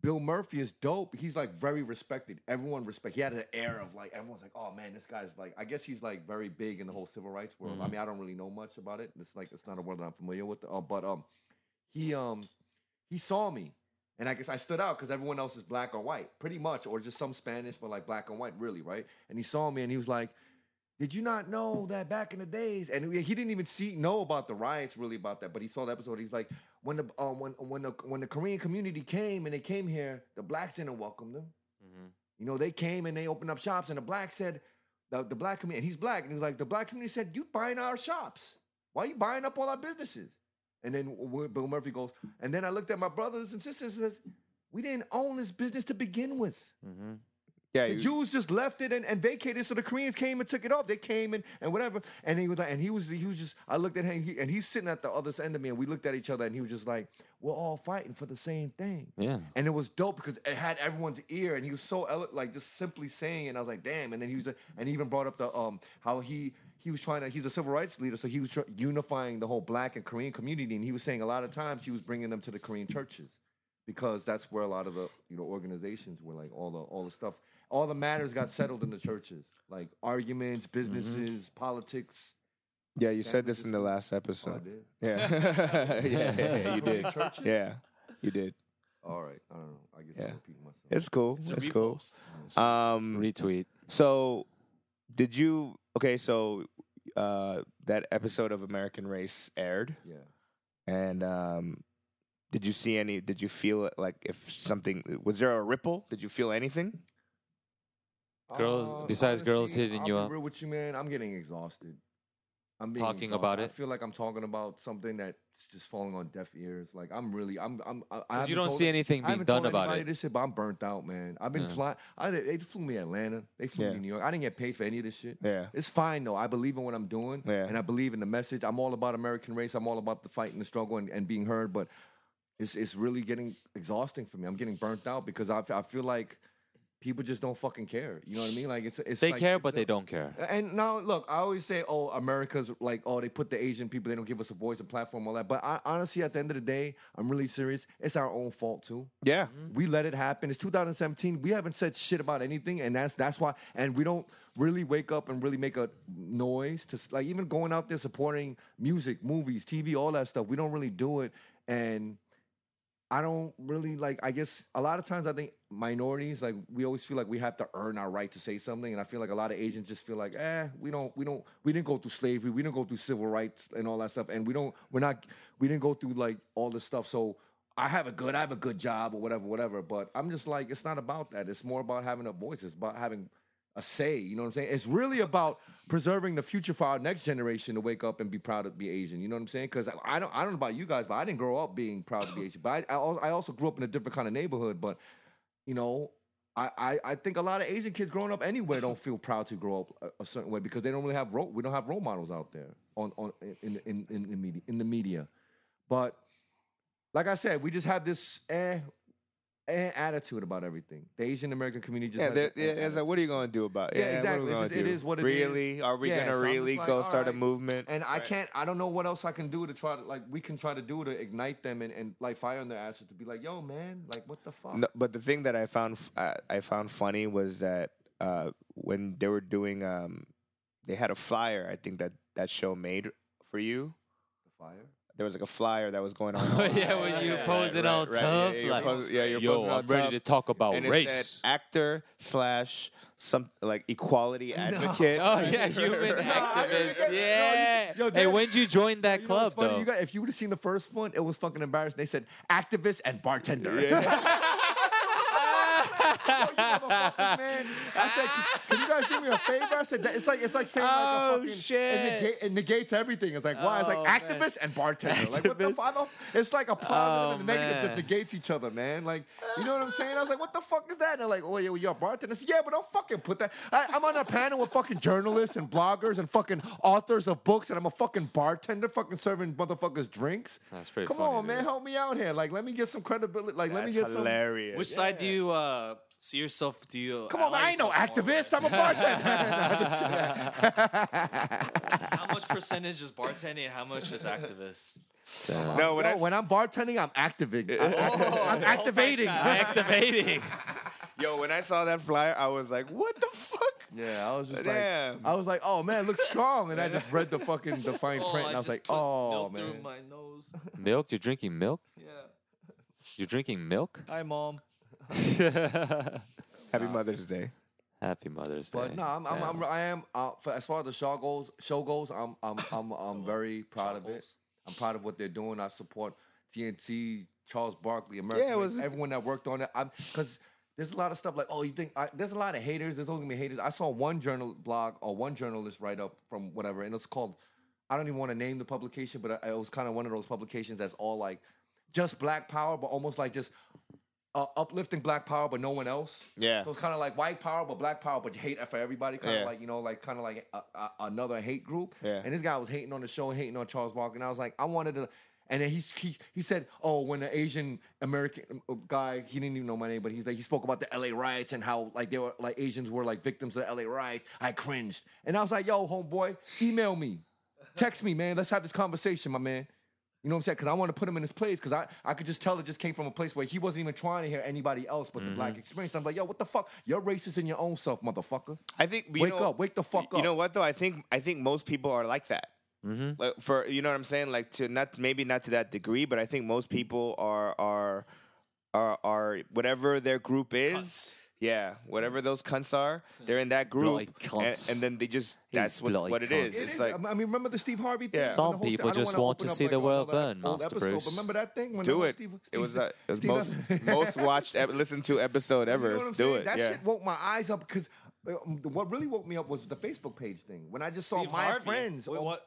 [SPEAKER 4] Bill Murphy is dope. He's like very respected. Everyone respect. He had an air of like everyone's like, oh man, this guy's like. I guess he's like very big in the whole civil rights world.
[SPEAKER 2] Mm-hmm.
[SPEAKER 4] I mean, I don't really know much about it. It's like it's not a world that I'm familiar with. Uh, but um, he um, he saw me, and I guess I stood out because everyone else is black or white, pretty much, or just some Spanish, but like black and white, really, right? And he saw me, and he was like did you not know that back in the days? And he he didn't even see know about the riots really about that, but he saw the episode. He's like, when the um, when when the when the Korean community came and they came here, the blacks didn't welcome them.
[SPEAKER 2] Mm-hmm.
[SPEAKER 4] You know, they came and they opened up shops, and the black said, the, the black community, and he's black, and he's like, the black community said, you buying our shops? Why you buying up all our businesses? And then w- Bill Murphy goes, and then I looked at my brothers and sisters and says, we didn't own this business to begin with.
[SPEAKER 2] Mm-hmm.
[SPEAKER 1] Yeah,
[SPEAKER 4] The
[SPEAKER 1] you-
[SPEAKER 4] Jews just left it and, and vacated, so the Koreans came and took it off. They came and, and whatever. And he was like, and he was he was just. I looked at him, he, and he's sitting at the other end of me, and we looked at each other, and he was just like, "We're all fighting for the same thing."
[SPEAKER 2] Yeah.
[SPEAKER 4] And it was dope because it had everyone's ear, and he was so ele- like just simply saying, it, and I was like, "Damn!" And then he was, and he even brought up the um how he he was trying to. He's a civil rights leader, so he was tr- unifying the whole Black and Korean community, and he was saying a lot of times he was bringing them to the Korean churches because that's where a lot of the you know organizations were like all the all the stuff all the matters got settled in the churches like arguments
[SPEAKER 1] Mm-hmm.
[SPEAKER 4] businesses politics
[SPEAKER 1] yeah, you said
[SPEAKER 4] Family
[SPEAKER 1] this in the last
[SPEAKER 4] dispute. oh, I
[SPEAKER 1] episode.
[SPEAKER 4] did.
[SPEAKER 1] Yeah. yeah, yeah, yeah, you
[SPEAKER 4] Korean
[SPEAKER 1] did.
[SPEAKER 4] churches?
[SPEAKER 1] Yeah, you did.
[SPEAKER 4] all right i don't know i guess
[SPEAKER 1] Yeah.
[SPEAKER 4] i'm repeating myself
[SPEAKER 1] It's cool.
[SPEAKER 3] It's
[SPEAKER 1] It's,
[SPEAKER 3] a
[SPEAKER 1] cool.
[SPEAKER 3] repost.
[SPEAKER 1] Um,
[SPEAKER 2] Retweet.
[SPEAKER 1] so did you? Okay, so uh, that episode of American Race aired,
[SPEAKER 4] yeah
[SPEAKER 1] and um, did you see any? Did you feel like if something was there a ripple? Did you feel anything?
[SPEAKER 2] Girls-
[SPEAKER 4] Oh,
[SPEAKER 2] besides girls hitting
[SPEAKER 4] I'll
[SPEAKER 2] you
[SPEAKER 4] be
[SPEAKER 2] up.
[SPEAKER 4] real with you man i'm getting exhausted i'm being
[SPEAKER 2] Talking
[SPEAKER 4] exhausted.
[SPEAKER 2] about
[SPEAKER 4] I
[SPEAKER 2] it?
[SPEAKER 4] feel like i'm talking about something that's just falling on deaf ears like i'm really i'm i'm i, I
[SPEAKER 2] 'Cause you
[SPEAKER 4] haven't
[SPEAKER 2] don't
[SPEAKER 4] told
[SPEAKER 2] see
[SPEAKER 4] it-
[SPEAKER 2] anything
[SPEAKER 4] I
[SPEAKER 2] being
[SPEAKER 4] haven't
[SPEAKER 2] done
[SPEAKER 4] told
[SPEAKER 2] about
[SPEAKER 4] anybody
[SPEAKER 2] it.
[SPEAKER 4] This shit, but I'm burnt out, man. I've been
[SPEAKER 2] Yeah.
[SPEAKER 4] flying. I did- they flew me to Atlanta. They flew me
[SPEAKER 1] Yeah.
[SPEAKER 4] to New York. I didn't get paid for any of this shit.
[SPEAKER 1] Yeah.
[SPEAKER 4] It's fine though. I believe in what I'm doing,
[SPEAKER 1] Yeah.
[SPEAKER 4] and I believe in the message. I'm all about American race. I'm all about the fight and the struggle and, and being heard. But it's it's really getting exhausting for me. I'm getting burnt out because I, f- I feel like people just don't fucking care. You know what I mean? Like it's it's
[SPEAKER 2] They
[SPEAKER 4] like-
[SPEAKER 2] care,
[SPEAKER 4] it's
[SPEAKER 2] but they
[SPEAKER 4] a-
[SPEAKER 2] don't care.
[SPEAKER 4] and now, look, I always say, oh, America's like, oh, they put the Asian people, they don't give us a voice and platform, all that. But I, honestly, at the end of the day, I'm really serious. It's our own fault too.
[SPEAKER 1] Yeah.
[SPEAKER 4] We let it happen. It's 2017. We haven't said shit about anything, and that's that's why. And we don't really wake up and really make a noise to s- like even going out there supporting music, movies, TV, all that stuff. We don't really do it, and I don't really like. I guess a lot of times I think minorities like we always feel like we have to earn our right to say something, and I feel like a lot of Asians just feel like, eh, we don't, we don't, we didn't go through slavery, we didn't go through civil rights and all that stuff, and we don't, we're not, we didn't go through like all this stuff, so. I have a good, I have a good job or whatever, whatever. But I'm just like, it's not about that. It's more about having a voice. It's about having a say. You know what I'm saying? It's really about preserving the future for our next generation to wake up and be proud to be Asian. You know what I'm saying? Because I don't, I don't know about you guys, but I didn't grow up being proud to be Asian. But I, I, al- I also grew up in a different kind of neighborhood. But you know, I, I, I think a lot of Asian kids growing up anywhere don't feel proud to grow up a, a certain way because they don't really have role. We don't have role models out there on on in in in, in, the media, in the media. But like I said, we just have this eh, eh attitude about everything. The Asian American community just
[SPEAKER 1] Yeah,
[SPEAKER 4] has
[SPEAKER 1] there-
[SPEAKER 4] that eh
[SPEAKER 1] yeah, it's like,
[SPEAKER 4] attitude.
[SPEAKER 1] what are you going to do about it?
[SPEAKER 4] Yeah,
[SPEAKER 1] what are we
[SPEAKER 4] exactly. It's
[SPEAKER 1] gonna
[SPEAKER 4] just- it
[SPEAKER 1] do?
[SPEAKER 4] is what it is.
[SPEAKER 1] really? Are we
[SPEAKER 4] Yeah,
[SPEAKER 1] going to
[SPEAKER 4] so I'm just
[SPEAKER 1] really
[SPEAKER 4] like,
[SPEAKER 1] go
[SPEAKER 4] all
[SPEAKER 1] start a
[SPEAKER 4] right.
[SPEAKER 1] movement?
[SPEAKER 4] And I
[SPEAKER 1] Right.
[SPEAKER 4] can't. I don't know what else I can do to try to like. We can try to do to ignite them and, and like fire on their asses to be like, yo, man, like what the fuck?
[SPEAKER 1] No, but the thing that I found f- I, I found funny was that uh, when they were doing, um, they had a flyer. I think that that show made for you.
[SPEAKER 4] Fire.
[SPEAKER 1] There was like a flyer that was going on.
[SPEAKER 2] yeah, when you
[SPEAKER 3] yeah,
[SPEAKER 2] posing
[SPEAKER 1] right,
[SPEAKER 2] all
[SPEAKER 1] right,
[SPEAKER 2] tough,
[SPEAKER 1] yeah, you're
[SPEAKER 2] like,
[SPEAKER 1] posing- yeah, you're
[SPEAKER 2] yo,
[SPEAKER 1] posing all
[SPEAKER 2] I'm ready to
[SPEAKER 1] tough."
[SPEAKER 2] talk about
[SPEAKER 1] and
[SPEAKER 2] race.
[SPEAKER 1] it said actor slash some like equality advocate.
[SPEAKER 2] Oh yeah, human
[SPEAKER 1] Right.
[SPEAKER 4] I didn't
[SPEAKER 2] activist.
[SPEAKER 4] get- no, you-
[SPEAKER 2] yeah.
[SPEAKER 4] yo,
[SPEAKER 2] hey,
[SPEAKER 4] there's-
[SPEAKER 2] when you join that
[SPEAKER 4] You know
[SPEAKER 2] club
[SPEAKER 4] what's funny?
[SPEAKER 2] though?
[SPEAKER 4] You got, if you would have seen the first one, it was fucking embarrassing. They said activist and bartender. "Yo, you motherfuckers, man!" I said, "Can can you guys do me a favor?" I said, that, "It's like it's like saying like
[SPEAKER 2] Oh,
[SPEAKER 4] a fucking It,
[SPEAKER 2] shit.
[SPEAKER 4] nega- it negates everything." It's like why? It's
[SPEAKER 2] Oh,
[SPEAKER 4] like
[SPEAKER 2] man.
[SPEAKER 4] activist and bartender. Like what the
[SPEAKER 2] Activist.
[SPEAKER 4] fuck? It's like a
[SPEAKER 2] Oh,
[SPEAKER 4] positive and a negative
[SPEAKER 2] man.
[SPEAKER 4] just negates each other, man. Like you know what I'm saying? I was like, "What the fuck is that?" And they're like, "Oh, yeah, you're a bartender." I said, yeah, but don't fucking put that. I, I'm on a panel with fucking journalists and bloggers and fucking authors of books, and I'm a fucking bartender, fucking serving motherfuckers drinks.
[SPEAKER 2] That's pretty
[SPEAKER 4] Come
[SPEAKER 2] funny,
[SPEAKER 4] on, man,
[SPEAKER 2] dude.
[SPEAKER 4] help me out here. Like, let me get some credibility. Like, let me get
[SPEAKER 1] That's
[SPEAKER 4] some.
[SPEAKER 1] hilarious.
[SPEAKER 3] Which side do you uh, see yourself? Do you
[SPEAKER 4] Come on, man,
[SPEAKER 3] ally
[SPEAKER 4] I ain't no
[SPEAKER 3] yourself more with?
[SPEAKER 4] activist. I'm a bartender.
[SPEAKER 3] How much percentage is bartending? and How much is activist?
[SPEAKER 2] Damn.
[SPEAKER 1] No, when
[SPEAKER 4] No,
[SPEAKER 1] I, Oh,
[SPEAKER 4] when I'm bartending, I'm activating. I'm, I'm activating.
[SPEAKER 2] Activating.
[SPEAKER 1] yo, when I saw that flyer, I was like, what the fuck?
[SPEAKER 4] Yeah, I was just
[SPEAKER 1] Damn.
[SPEAKER 4] like, I was like, oh man, it looks strong, and I just read the fucking the fine print,
[SPEAKER 3] Oh,
[SPEAKER 4] and I was
[SPEAKER 3] just
[SPEAKER 4] like,
[SPEAKER 3] put
[SPEAKER 4] oh
[SPEAKER 3] milk through
[SPEAKER 4] man.
[SPEAKER 3] my nose.
[SPEAKER 2] milk? You're drinking milk?
[SPEAKER 3] Yeah.
[SPEAKER 2] You're drinking milk?
[SPEAKER 3] Hi, mom.
[SPEAKER 1] Happy Mother's Day.
[SPEAKER 2] Happy Mother's Day.
[SPEAKER 4] But no, I'm, I'm, I'm
[SPEAKER 2] Damn.
[SPEAKER 4] I am uh, for, as far as the show goes, show goes, I'm I'm I'm I'm very proud of it. I'm proud of what they're doing. I support TNT, Charles Barkley, American,
[SPEAKER 1] Yeah, it
[SPEAKER 4] Race,
[SPEAKER 1] was-
[SPEAKER 4] everyone that worked on it. I'm because there's a lot of stuff like, oh, you think I, there's a lot of haters. There's always gonna be haters. I saw one journal blog or one journalist write up from whatever, and it's called. I don't even want to name the publication, but I- it was kind of one of those publications that's all like just black power, but almost like just uh, uplifting black power, but no one else.
[SPEAKER 1] Yeah.
[SPEAKER 4] So it's kind of like white power, but black power, but hate for everybody. Kind of
[SPEAKER 1] Yeah.
[SPEAKER 4] like you know, like kind of like a, a, another hate group.
[SPEAKER 1] Yeah.
[SPEAKER 4] And this guy was hating on the show, hating on Charles Barkley, and I was like, I wanted to. And then he's, he he said, oh, when the Asian American uh, guy, he didn't even know my name, but he's like he spoke about the L.A. riots and how like they were like Asians were like victims of the L.A. riots. I cringed, and I was like, yo, homeboy, email me, text me, man. Let's have this conversation, my man. You know what I'm saying? Because I want to put him in his place. Because I, I could just tell it just came from a place where he wasn't even trying to hear anybody else but the black experience. I'm like, yo, what the fuck? You're racist in your own self, motherfucker.
[SPEAKER 1] I think you
[SPEAKER 4] Wake
[SPEAKER 1] know-
[SPEAKER 4] up, wake the fuck
[SPEAKER 1] You
[SPEAKER 4] up.
[SPEAKER 1] know what though? I think I think most people are like that. Mm-hmm. Like for you know what I'm saying? Like to not maybe not to that degree, but I think most people are are are are whatever their group is.
[SPEAKER 3] Cunts.
[SPEAKER 1] Yeah, whatever
[SPEAKER 2] Mm.
[SPEAKER 1] those cunts are, they're in that group,
[SPEAKER 2] Bloody
[SPEAKER 1] and-
[SPEAKER 2] Mm. cunts.
[SPEAKER 1] and, then they just that's what,
[SPEAKER 2] bloody
[SPEAKER 1] what it
[SPEAKER 2] cunts.
[SPEAKER 1] is.
[SPEAKER 4] It
[SPEAKER 1] it's
[SPEAKER 4] is.
[SPEAKER 1] like
[SPEAKER 4] I mean, remember the Steve Harvey thing?
[SPEAKER 1] Yeah.
[SPEAKER 4] When
[SPEAKER 1] Some
[SPEAKER 4] the whole thing-
[SPEAKER 2] people
[SPEAKER 4] I don't
[SPEAKER 2] just
[SPEAKER 4] wanna
[SPEAKER 2] want to
[SPEAKER 4] open up,
[SPEAKER 2] see the
[SPEAKER 4] another
[SPEAKER 2] world burn,
[SPEAKER 4] old
[SPEAKER 2] Master
[SPEAKER 4] episode,
[SPEAKER 2] Bruce.
[SPEAKER 4] but Remember that thing? When the
[SPEAKER 1] do
[SPEAKER 4] whole
[SPEAKER 1] it.
[SPEAKER 4] Steve-
[SPEAKER 1] it was,
[SPEAKER 4] Steve-
[SPEAKER 1] uh, it was
[SPEAKER 4] Steve-
[SPEAKER 1] most most watched, ep- listened to episode ever.
[SPEAKER 4] You know what I'm
[SPEAKER 1] do
[SPEAKER 4] saying?
[SPEAKER 1] it.
[SPEAKER 4] That
[SPEAKER 1] yeah.
[SPEAKER 4] shit woke my eyes up because uh, um, what really woke me up was the Facebook page thing. When I just saw
[SPEAKER 3] Steve
[SPEAKER 4] Oh, my
[SPEAKER 3] Harvey.
[SPEAKER 4] friends.
[SPEAKER 3] Wait,
[SPEAKER 4] on-
[SPEAKER 3] what?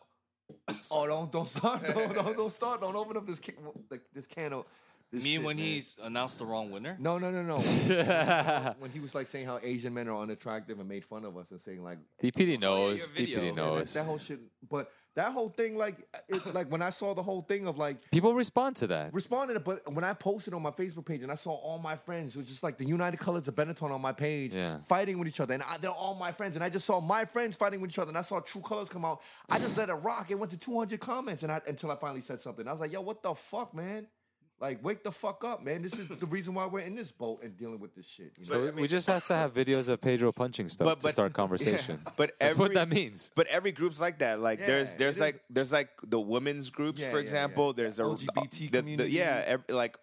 [SPEAKER 4] Oh, don't don't start! Don't, don't, don't start! Don't open up this ca- like, this can of. This
[SPEAKER 3] Me
[SPEAKER 4] shit,
[SPEAKER 3] when
[SPEAKER 4] man.
[SPEAKER 3] he announced the wrong winner.
[SPEAKER 4] No, no, no, no.
[SPEAKER 2] Mm-hmm.
[SPEAKER 4] when he was like saying how Asian men are unattractive and made fun of us and saying like
[SPEAKER 2] DPD knows.
[SPEAKER 3] your video.
[SPEAKER 2] DPD
[SPEAKER 3] Yeah,
[SPEAKER 4] that,
[SPEAKER 2] knows.
[SPEAKER 4] that whole shit. But that whole thing, like, it, like when I saw the whole thing of like
[SPEAKER 2] People respond to that.
[SPEAKER 4] responding, but when I posted on my Facebook page and I saw all my friends, it was just like the United Colors of Benetton on my page,
[SPEAKER 2] Yeah.
[SPEAKER 4] fighting with each other, and I, they're all my friends, and I just saw my friends fighting with each other, and I saw True Colors come out. I just let it rock. It went to 200 comments, and I until I finally said something. I was like, "Yo, what the fuck, man." Like, wake the fuck up, man. This is the reason why we're in this boat and dealing with this shit. you know?
[SPEAKER 2] So we- we just have to have videos of Pedro punching stuff
[SPEAKER 1] But-
[SPEAKER 2] to
[SPEAKER 1] but-
[SPEAKER 2] start conversation.
[SPEAKER 1] But
[SPEAKER 2] That's
[SPEAKER 1] every,
[SPEAKER 2] what that means.
[SPEAKER 1] But every group's like that. Like there's
[SPEAKER 4] Yeah,
[SPEAKER 1] there's
[SPEAKER 4] it
[SPEAKER 1] like
[SPEAKER 4] is.
[SPEAKER 1] there's like the women's groups,
[SPEAKER 4] Yeah,
[SPEAKER 1] for
[SPEAKER 4] yeah,
[SPEAKER 1] example.
[SPEAKER 4] yeah.
[SPEAKER 1] There's a uh,
[SPEAKER 4] LGBT
[SPEAKER 1] the- the-
[SPEAKER 4] community.
[SPEAKER 1] yeah, ev- like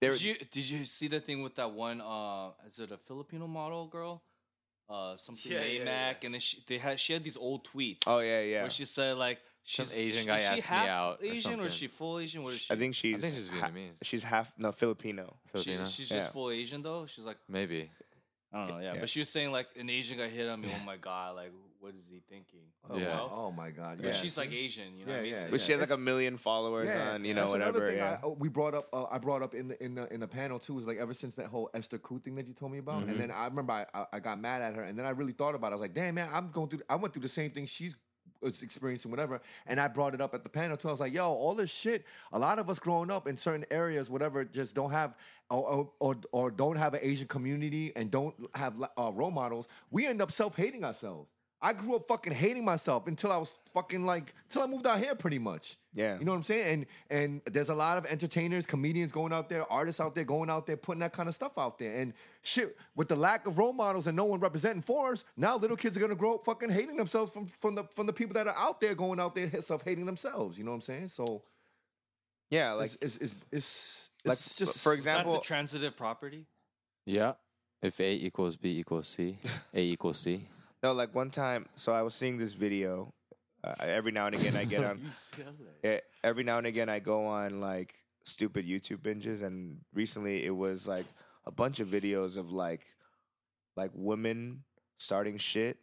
[SPEAKER 1] there.
[SPEAKER 3] Did you did you see the thing with that one? Uh, is it a Filipino model girl? Uh, something
[SPEAKER 2] Yeah, yeah,
[SPEAKER 3] Amac, and then she they had she had these old tweets.
[SPEAKER 1] Oh yeah, yeah.
[SPEAKER 3] Where she said like
[SPEAKER 2] Some
[SPEAKER 3] she's
[SPEAKER 2] Asian
[SPEAKER 3] she-
[SPEAKER 2] guy
[SPEAKER 3] is she
[SPEAKER 2] asked me
[SPEAKER 3] half
[SPEAKER 2] out or
[SPEAKER 3] Asian or,
[SPEAKER 2] something.
[SPEAKER 3] is she full Asian? What is she?
[SPEAKER 1] I think she's
[SPEAKER 2] I think she's
[SPEAKER 1] ha-
[SPEAKER 2] Vietnamese.
[SPEAKER 1] she's half no Filipino.
[SPEAKER 3] she,
[SPEAKER 2] Filipino?
[SPEAKER 3] she's
[SPEAKER 1] Yeah.
[SPEAKER 3] just full Asian though. She's like
[SPEAKER 2] Maybe.
[SPEAKER 3] I don't know. Yeah,
[SPEAKER 1] Yeah.
[SPEAKER 3] but she was saying like an Asian guy hit on me. Oh my god! Like what is he thinking?
[SPEAKER 4] Oh,
[SPEAKER 2] Yeah.
[SPEAKER 4] wow. Oh my god.
[SPEAKER 3] But
[SPEAKER 4] Yeah.
[SPEAKER 3] she's like Asian. You know
[SPEAKER 4] Yeah,
[SPEAKER 3] what I mean?
[SPEAKER 4] yeah,
[SPEAKER 3] So
[SPEAKER 1] But she has like
[SPEAKER 4] It's-
[SPEAKER 1] a million followers on you know
[SPEAKER 4] that's another
[SPEAKER 1] whatever.
[SPEAKER 4] thing
[SPEAKER 1] yeah.
[SPEAKER 4] I, uh, we brought up. Uh, I brought up in the in the in the panel too. Is like ever since that whole Esther Koo thing that you told me about,
[SPEAKER 1] Mm-hmm.
[SPEAKER 4] and then I remember I, I I got mad at her, and then I really thought about. it. I was like, damn man, I'm going through. I went through the same thing she's was experiencing whatever and i brought it up at the panel too i was like yo all this shit a lot of us growing up in certain areas whatever just don't have or or, or, or don't have an asian community and don't have li- uh, role models we end up self-hating ourselves i grew up fucking hating myself until i was fucking like till i moved out here pretty much
[SPEAKER 1] Yeah.
[SPEAKER 4] you know what I'm saying? And and there's a lot of entertainers, comedians going out there, artists out there going out there putting that kind of stuff out there. And shit, with the lack of role models and no one representing for us, now little kids are gonna grow up fucking hating themselves from, from the from the people that are out there going out there self hating themselves. You know what I'm saying? So
[SPEAKER 1] yeah,
[SPEAKER 4] like
[SPEAKER 1] like
[SPEAKER 4] it's it's it's,
[SPEAKER 1] like
[SPEAKER 4] it's
[SPEAKER 1] just
[SPEAKER 4] just
[SPEAKER 1] for
[SPEAKER 3] Is that the
[SPEAKER 1] example,
[SPEAKER 3] transitive property?
[SPEAKER 2] Yeah. If A equals B equals C, A equals C.
[SPEAKER 1] no, like one time. So I was seeing this video. Uh, every now and again, I get on. eh, every now and again, I go on like stupid YouTube binges, and recently it was like a bunch of videos of like like women starting shit,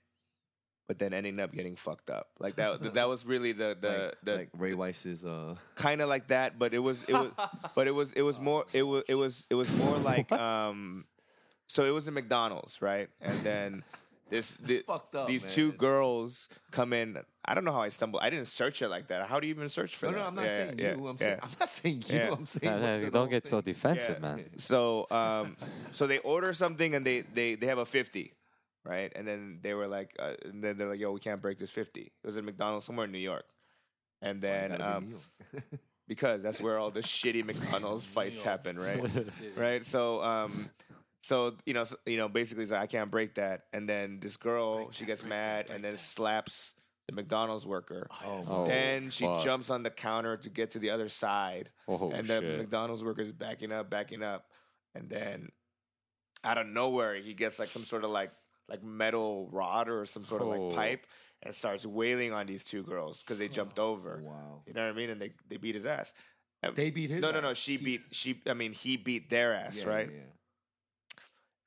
[SPEAKER 1] but then ending up getting fucked up. Like that. that was really the the
[SPEAKER 4] like,
[SPEAKER 1] the
[SPEAKER 4] like Ray Weiss's. Uh,
[SPEAKER 1] kind of like that, but it was it was but it was it was more it was it was it was more like um so it was in McDonald's, right? And then this thi-
[SPEAKER 4] fucked up,
[SPEAKER 1] these
[SPEAKER 4] man.
[SPEAKER 1] two girls come in. I don't know how I stumbled. I didn't search it like that. How do you even search for
[SPEAKER 4] no,
[SPEAKER 1] that?
[SPEAKER 4] no, I'm not
[SPEAKER 1] Yeah,
[SPEAKER 4] saying
[SPEAKER 1] yeah,
[SPEAKER 4] you. I'm
[SPEAKER 1] yeah.
[SPEAKER 4] saying I'm not saying you.
[SPEAKER 1] Yeah.
[SPEAKER 4] I'm saying
[SPEAKER 2] Uh,
[SPEAKER 4] like
[SPEAKER 2] uh,
[SPEAKER 4] the
[SPEAKER 2] don't
[SPEAKER 4] whole
[SPEAKER 2] get so
[SPEAKER 4] thing.
[SPEAKER 2] defensive,
[SPEAKER 1] Yeah.
[SPEAKER 2] man.
[SPEAKER 1] So um so they order something and they they they have a 50, right? And then they were like uh, and then they're like, "Yo, we can't break this 50." It was in McDonald's somewhere in New York. And
[SPEAKER 4] Why you
[SPEAKER 1] then
[SPEAKER 4] gotta be
[SPEAKER 1] um
[SPEAKER 4] New York?
[SPEAKER 1] because that's where all the shitty McDonald's fights
[SPEAKER 3] York.
[SPEAKER 1] happen, right?
[SPEAKER 3] Seriously.
[SPEAKER 1] right? So, um, so you know, so, you know, basically, it's like, I can't break that. And then this girl, she gets mad and then slaps the McDonald's worker.
[SPEAKER 2] Oh,
[SPEAKER 1] then she
[SPEAKER 2] fuck.
[SPEAKER 1] jumps on the counter to get to the other side,
[SPEAKER 2] Oh,
[SPEAKER 1] and the
[SPEAKER 2] shit.
[SPEAKER 1] McDonald's worker is backing up, backing up, and then out of nowhere, he gets like some sort of like like metal rod or some sort of
[SPEAKER 2] Oh.
[SPEAKER 1] like pipe. And starts wailing on these two girls because they
[SPEAKER 2] Oh,
[SPEAKER 1] jumped over.
[SPEAKER 4] wow.
[SPEAKER 1] You know what I mean? And they, they beat his ass. Um,
[SPEAKER 4] They beat his.
[SPEAKER 1] no, no, no.
[SPEAKER 4] ass.
[SPEAKER 1] She beat she. I mean, he beat their ass,
[SPEAKER 4] Yeah,
[SPEAKER 1] right?
[SPEAKER 4] yeah, yeah.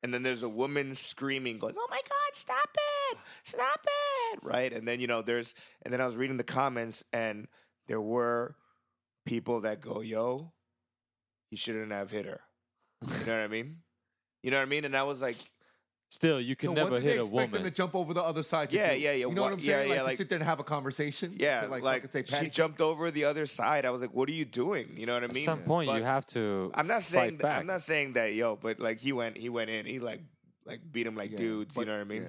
[SPEAKER 1] And then there's a woman screaming, going, "Oh my God, stop it, stop it!" Right? And then you know, there's and then I was reading the comments, and there were people that go, "Yo, he shouldn't have hit her." You know what I mean? You know what I mean? And I was like,
[SPEAKER 2] Still, you can
[SPEAKER 4] so
[SPEAKER 2] never
[SPEAKER 4] what did they
[SPEAKER 2] hit a
[SPEAKER 4] expect Them to
[SPEAKER 2] woman.
[SPEAKER 4] jump over the other side. to
[SPEAKER 1] Yeah,
[SPEAKER 4] do?
[SPEAKER 1] yeah, yeah,
[SPEAKER 4] You know
[SPEAKER 1] wha-
[SPEAKER 4] what I'm
[SPEAKER 1] yeah,
[SPEAKER 4] saying?
[SPEAKER 1] yeah,
[SPEAKER 4] like,
[SPEAKER 1] like-
[SPEAKER 4] to sit there and have a conversation.
[SPEAKER 1] "Yeah,
[SPEAKER 4] To,
[SPEAKER 1] like,
[SPEAKER 4] fucking say patty
[SPEAKER 1] she
[SPEAKER 4] cake?
[SPEAKER 1] jumped over the other side." I was like, "What are you doing?" You know what I
[SPEAKER 2] At
[SPEAKER 1] mean?
[SPEAKER 2] some point,
[SPEAKER 1] But-
[SPEAKER 2] you have to.
[SPEAKER 1] I'm not saying
[SPEAKER 2] fight
[SPEAKER 1] that,
[SPEAKER 2] back.
[SPEAKER 1] I'm not saying that, yo, but like he went he went in, he like like beat him like
[SPEAKER 4] Yeah,
[SPEAKER 1] dudes, you
[SPEAKER 4] but-
[SPEAKER 1] know what I mean?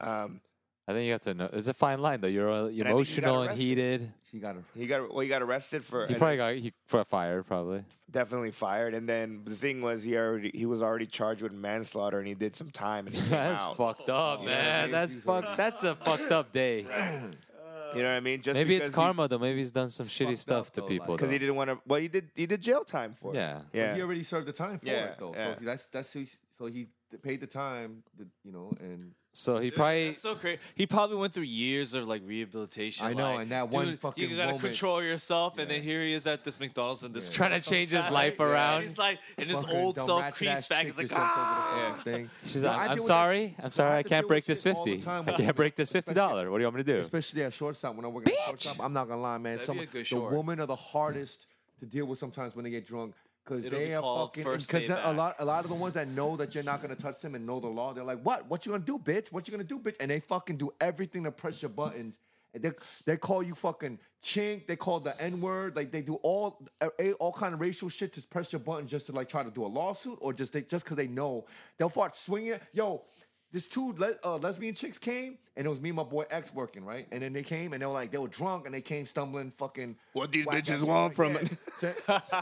[SPEAKER 4] yeah.
[SPEAKER 1] Um,
[SPEAKER 2] I think you have to know. It's a fine line, though. You're uh,
[SPEAKER 1] got
[SPEAKER 2] emotional and
[SPEAKER 1] arrested.
[SPEAKER 2] heated.
[SPEAKER 4] She got her.
[SPEAKER 1] he got well, he got arrested for
[SPEAKER 2] He
[SPEAKER 1] and
[SPEAKER 2] probably got he got fired, probably.
[SPEAKER 1] definitely fired, and then the thing was he already he was already charged with manslaughter and he did some time and he came
[SPEAKER 2] That's
[SPEAKER 1] out.
[SPEAKER 2] fucked up,
[SPEAKER 4] Oh, Yeah,
[SPEAKER 2] man.
[SPEAKER 4] dude,
[SPEAKER 2] That's
[SPEAKER 4] he's
[SPEAKER 2] fucked.
[SPEAKER 4] like-
[SPEAKER 2] That's a fucked up day.
[SPEAKER 1] You know what I mean? Just
[SPEAKER 2] Maybe it's
[SPEAKER 1] because
[SPEAKER 2] karma, though. Maybe he's done some shitty
[SPEAKER 4] fucked
[SPEAKER 2] stuff
[SPEAKER 4] up,
[SPEAKER 2] to
[SPEAKER 4] though,
[SPEAKER 2] people.
[SPEAKER 4] like-
[SPEAKER 1] because he
[SPEAKER 2] though.
[SPEAKER 1] didn't want to. Well, he did he did jail time for it.
[SPEAKER 2] yeah.
[SPEAKER 4] Yeah. He
[SPEAKER 1] yeah.
[SPEAKER 4] already served the time for
[SPEAKER 1] Yeah,
[SPEAKER 4] it though.
[SPEAKER 1] yeah.
[SPEAKER 4] So that's that's who he's- so he paid the time. that- You know, and
[SPEAKER 2] So he probably.
[SPEAKER 3] That's so crazy. He probably went through years of like rehabilitation.
[SPEAKER 4] I know,
[SPEAKER 3] like,
[SPEAKER 4] and that one
[SPEAKER 3] dude,
[SPEAKER 4] fucking
[SPEAKER 3] you gotta
[SPEAKER 4] moment-
[SPEAKER 3] control yourself, and then here he is at this McDonald's and this
[SPEAKER 4] Yeah.
[SPEAKER 2] Trying to change his life around.
[SPEAKER 3] And he's like, and his
[SPEAKER 4] Fucking
[SPEAKER 3] old
[SPEAKER 4] dumb
[SPEAKER 3] self
[SPEAKER 4] ratchet
[SPEAKER 3] creeps
[SPEAKER 4] ass
[SPEAKER 3] back.
[SPEAKER 4] chick
[SPEAKER 3] He's like,
[SPEAKER 4] just jumped over the
[SPEAKER 3] ah.
[SPEAKER 4] fucking thing.
[SPEAKER 2] She's
[SPEAKER 4] No,
[SPEAKER 2] like,
[SPEAKER 4] I
[SPEAKER 2] I'm,
[SPEAKER 4] deal with
[SPEAKER 2] sorry. I'm sorry.
[SPEAKER 4] I
[SPEAKER 2] I
[SPEAKER 4] have to
[SPEAKER 2] can't
[SPEAKER 4] deal
[SPEAKER 2] break this
[SPEAKER 4] with shit all the
[SPEAKER 2] 50. I
[SPEAKER 4] time.
[SPEAKER 2] can't break this $50. What do you want me to do?
[SPEAKER 4] especially at shortstop when I'm working at shortstop. I'm not gonna lie, man.
[SPEAKER 3] That'd
[SPEAKER 4] Some
[SPEAKER 3] be a good
[SPEAKER 4] the
[SPEAKER 3] short.
[SPEAKER 4] women are the hardest to deal with sometimes when they get drunk because
[SPEAKER 3] It'll be
[SPEAKER 4] they are
[SPEAKER 3] called
[SPEAKER 4] fucking
[SPEAKER 3] first
[SPEAKER 4] because
[SPEAKER 3] day
[SPEAKER 4] a
[SPEAKER 3] back.
[SPEAKER 4] lot a lot of the ones that know that you're not gonna touch them and know the law, they're like, what? What you gonna do, bitch? What you gonna do, bitch? And they fucking do everything to press your buttons. And They, they call you fucking chink. They call the n word. Like they do all a- all kind of racial shit to press your buttons just to like try to do a lawsuit or just they just because they know they'll start swinging. it. Yo, this two le- uh, lesbian chicks came, and it was me and my boy X working, right? And then they came, and they were like, they were drunk, and they came stumbling, fucking.
[SPEAKER 1] What these
[SPEAKER 4] whack
[SPEAKER 1] bitches
[SPEAKER 4] ass-
[SPEAKER 1] want from
[SPEAKER 4] Yeah.
[SPEAKER 1] it?
[SPEAKER 4] so,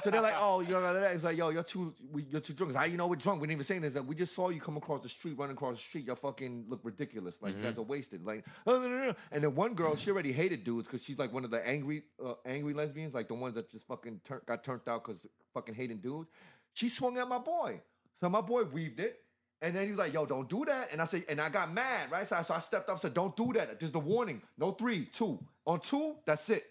[SPEAKER 4] so they're like, oh, you're like, it's like, yo, you're too, we, you're too drunk. It's like, How you know we're drunk? We didn't even say this. Like, we just saw you come across the street, running across the street. Y'all fucking look ridiculous. Like, you guys are wasted. Like, oh, no, no, no. And then one girl, she already hated dudes because she's like one of the angry, uh, angry lesbians, like the ones that just fucking tur- got turned out because fucking hating dudes. She swung at my boy. So my boy weaved it. And then he's like, yo, don't do that. And I said, and I got mad, right? So I, so I stepped up, said, don't do that. There's the warning. No three, two. On two, that's it.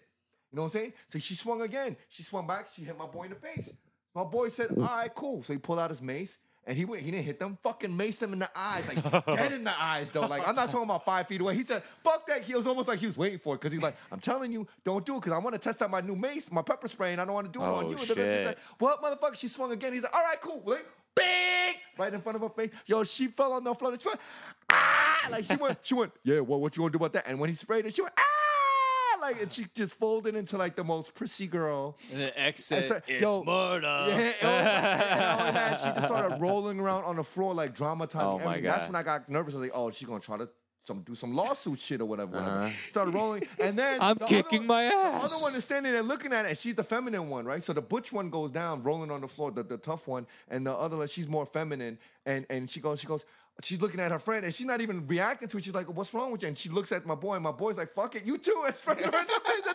[SPEAKER 4] You know what I'm saying? So she swung again. She swung back. She hit my boy in the face. My boy said,
[SPEAKER 2] Mm.
[SPEAKER 4] all right, cool. So he pulled out his mace. And he went, he didn't hit them, fucking maced them in the eyes, like dead in the eyes, though. Like, I'm not talking about five feet away. He said, fuck that. He was almost like he was waiting for it. Cause he's like, I'm telling you, don't do it. Cause I want to test out my new mace, my pepper spray, and I don't want to do it
[SPEAKER 2] Oh,
[SPEAKER 4] on you. And then she's
[SPEAKER 2] shit.
[SPEAKER 4] like, what motherfucker? She swung again. He's like, all right, cool. Like, bang! Right in front of her face. Yo, she fell on the floor. She went, ah! Like she went, she went, yeah, what, what you gonna do about that? And when he sprayed it, she went, ah! Like and she just folded into like the most prissy girl.
[SPEAKER 3] And then X
[SPEAKER 4] I
[SPEAKER 3] said,
[SPEAKER 4] said,
[SPEAKER 3] "It's
[SPEAKER 4] yo,
[SPEAKER 3] murder."
[SPEAKER 4] Yeah, it was like- and all that. She just started rolling around on the floor like dramatizing
[SPEAKER 2] Oh, my
[SPEAKER 4] everything. That's
[SPEAKER 2] God.
[SPEAKER 4] when I got nervous. I was like, oh, she's gonna try to some do some lawsuit shit or whatever. whatever.
[SPEAKER 2] Uh-huh.
[SPEAKER 4] Started rolling, and then
[SPEAKER 2] I'm
[SPEAKER 4] the other
[SPEAKER 2] kicking
[SPEAKER 4] one-
[SPEAKER 2] my
[SPEAKER 4] the
[SPEAKER 2] ass.
[SPEAKER 4] other one is standing there looking at it, and she's the feminine one, right? So the butch one goes down, rolling on the floor, the, the tough one, and the other one, she's more feminine, and and she goes, she goes, she's looking at her friend, and she's not even reacting to it. She's like, "What's wrong with you?" And she looks at my boy, and my boy's like, "Fuck it, you too." And, right in her face.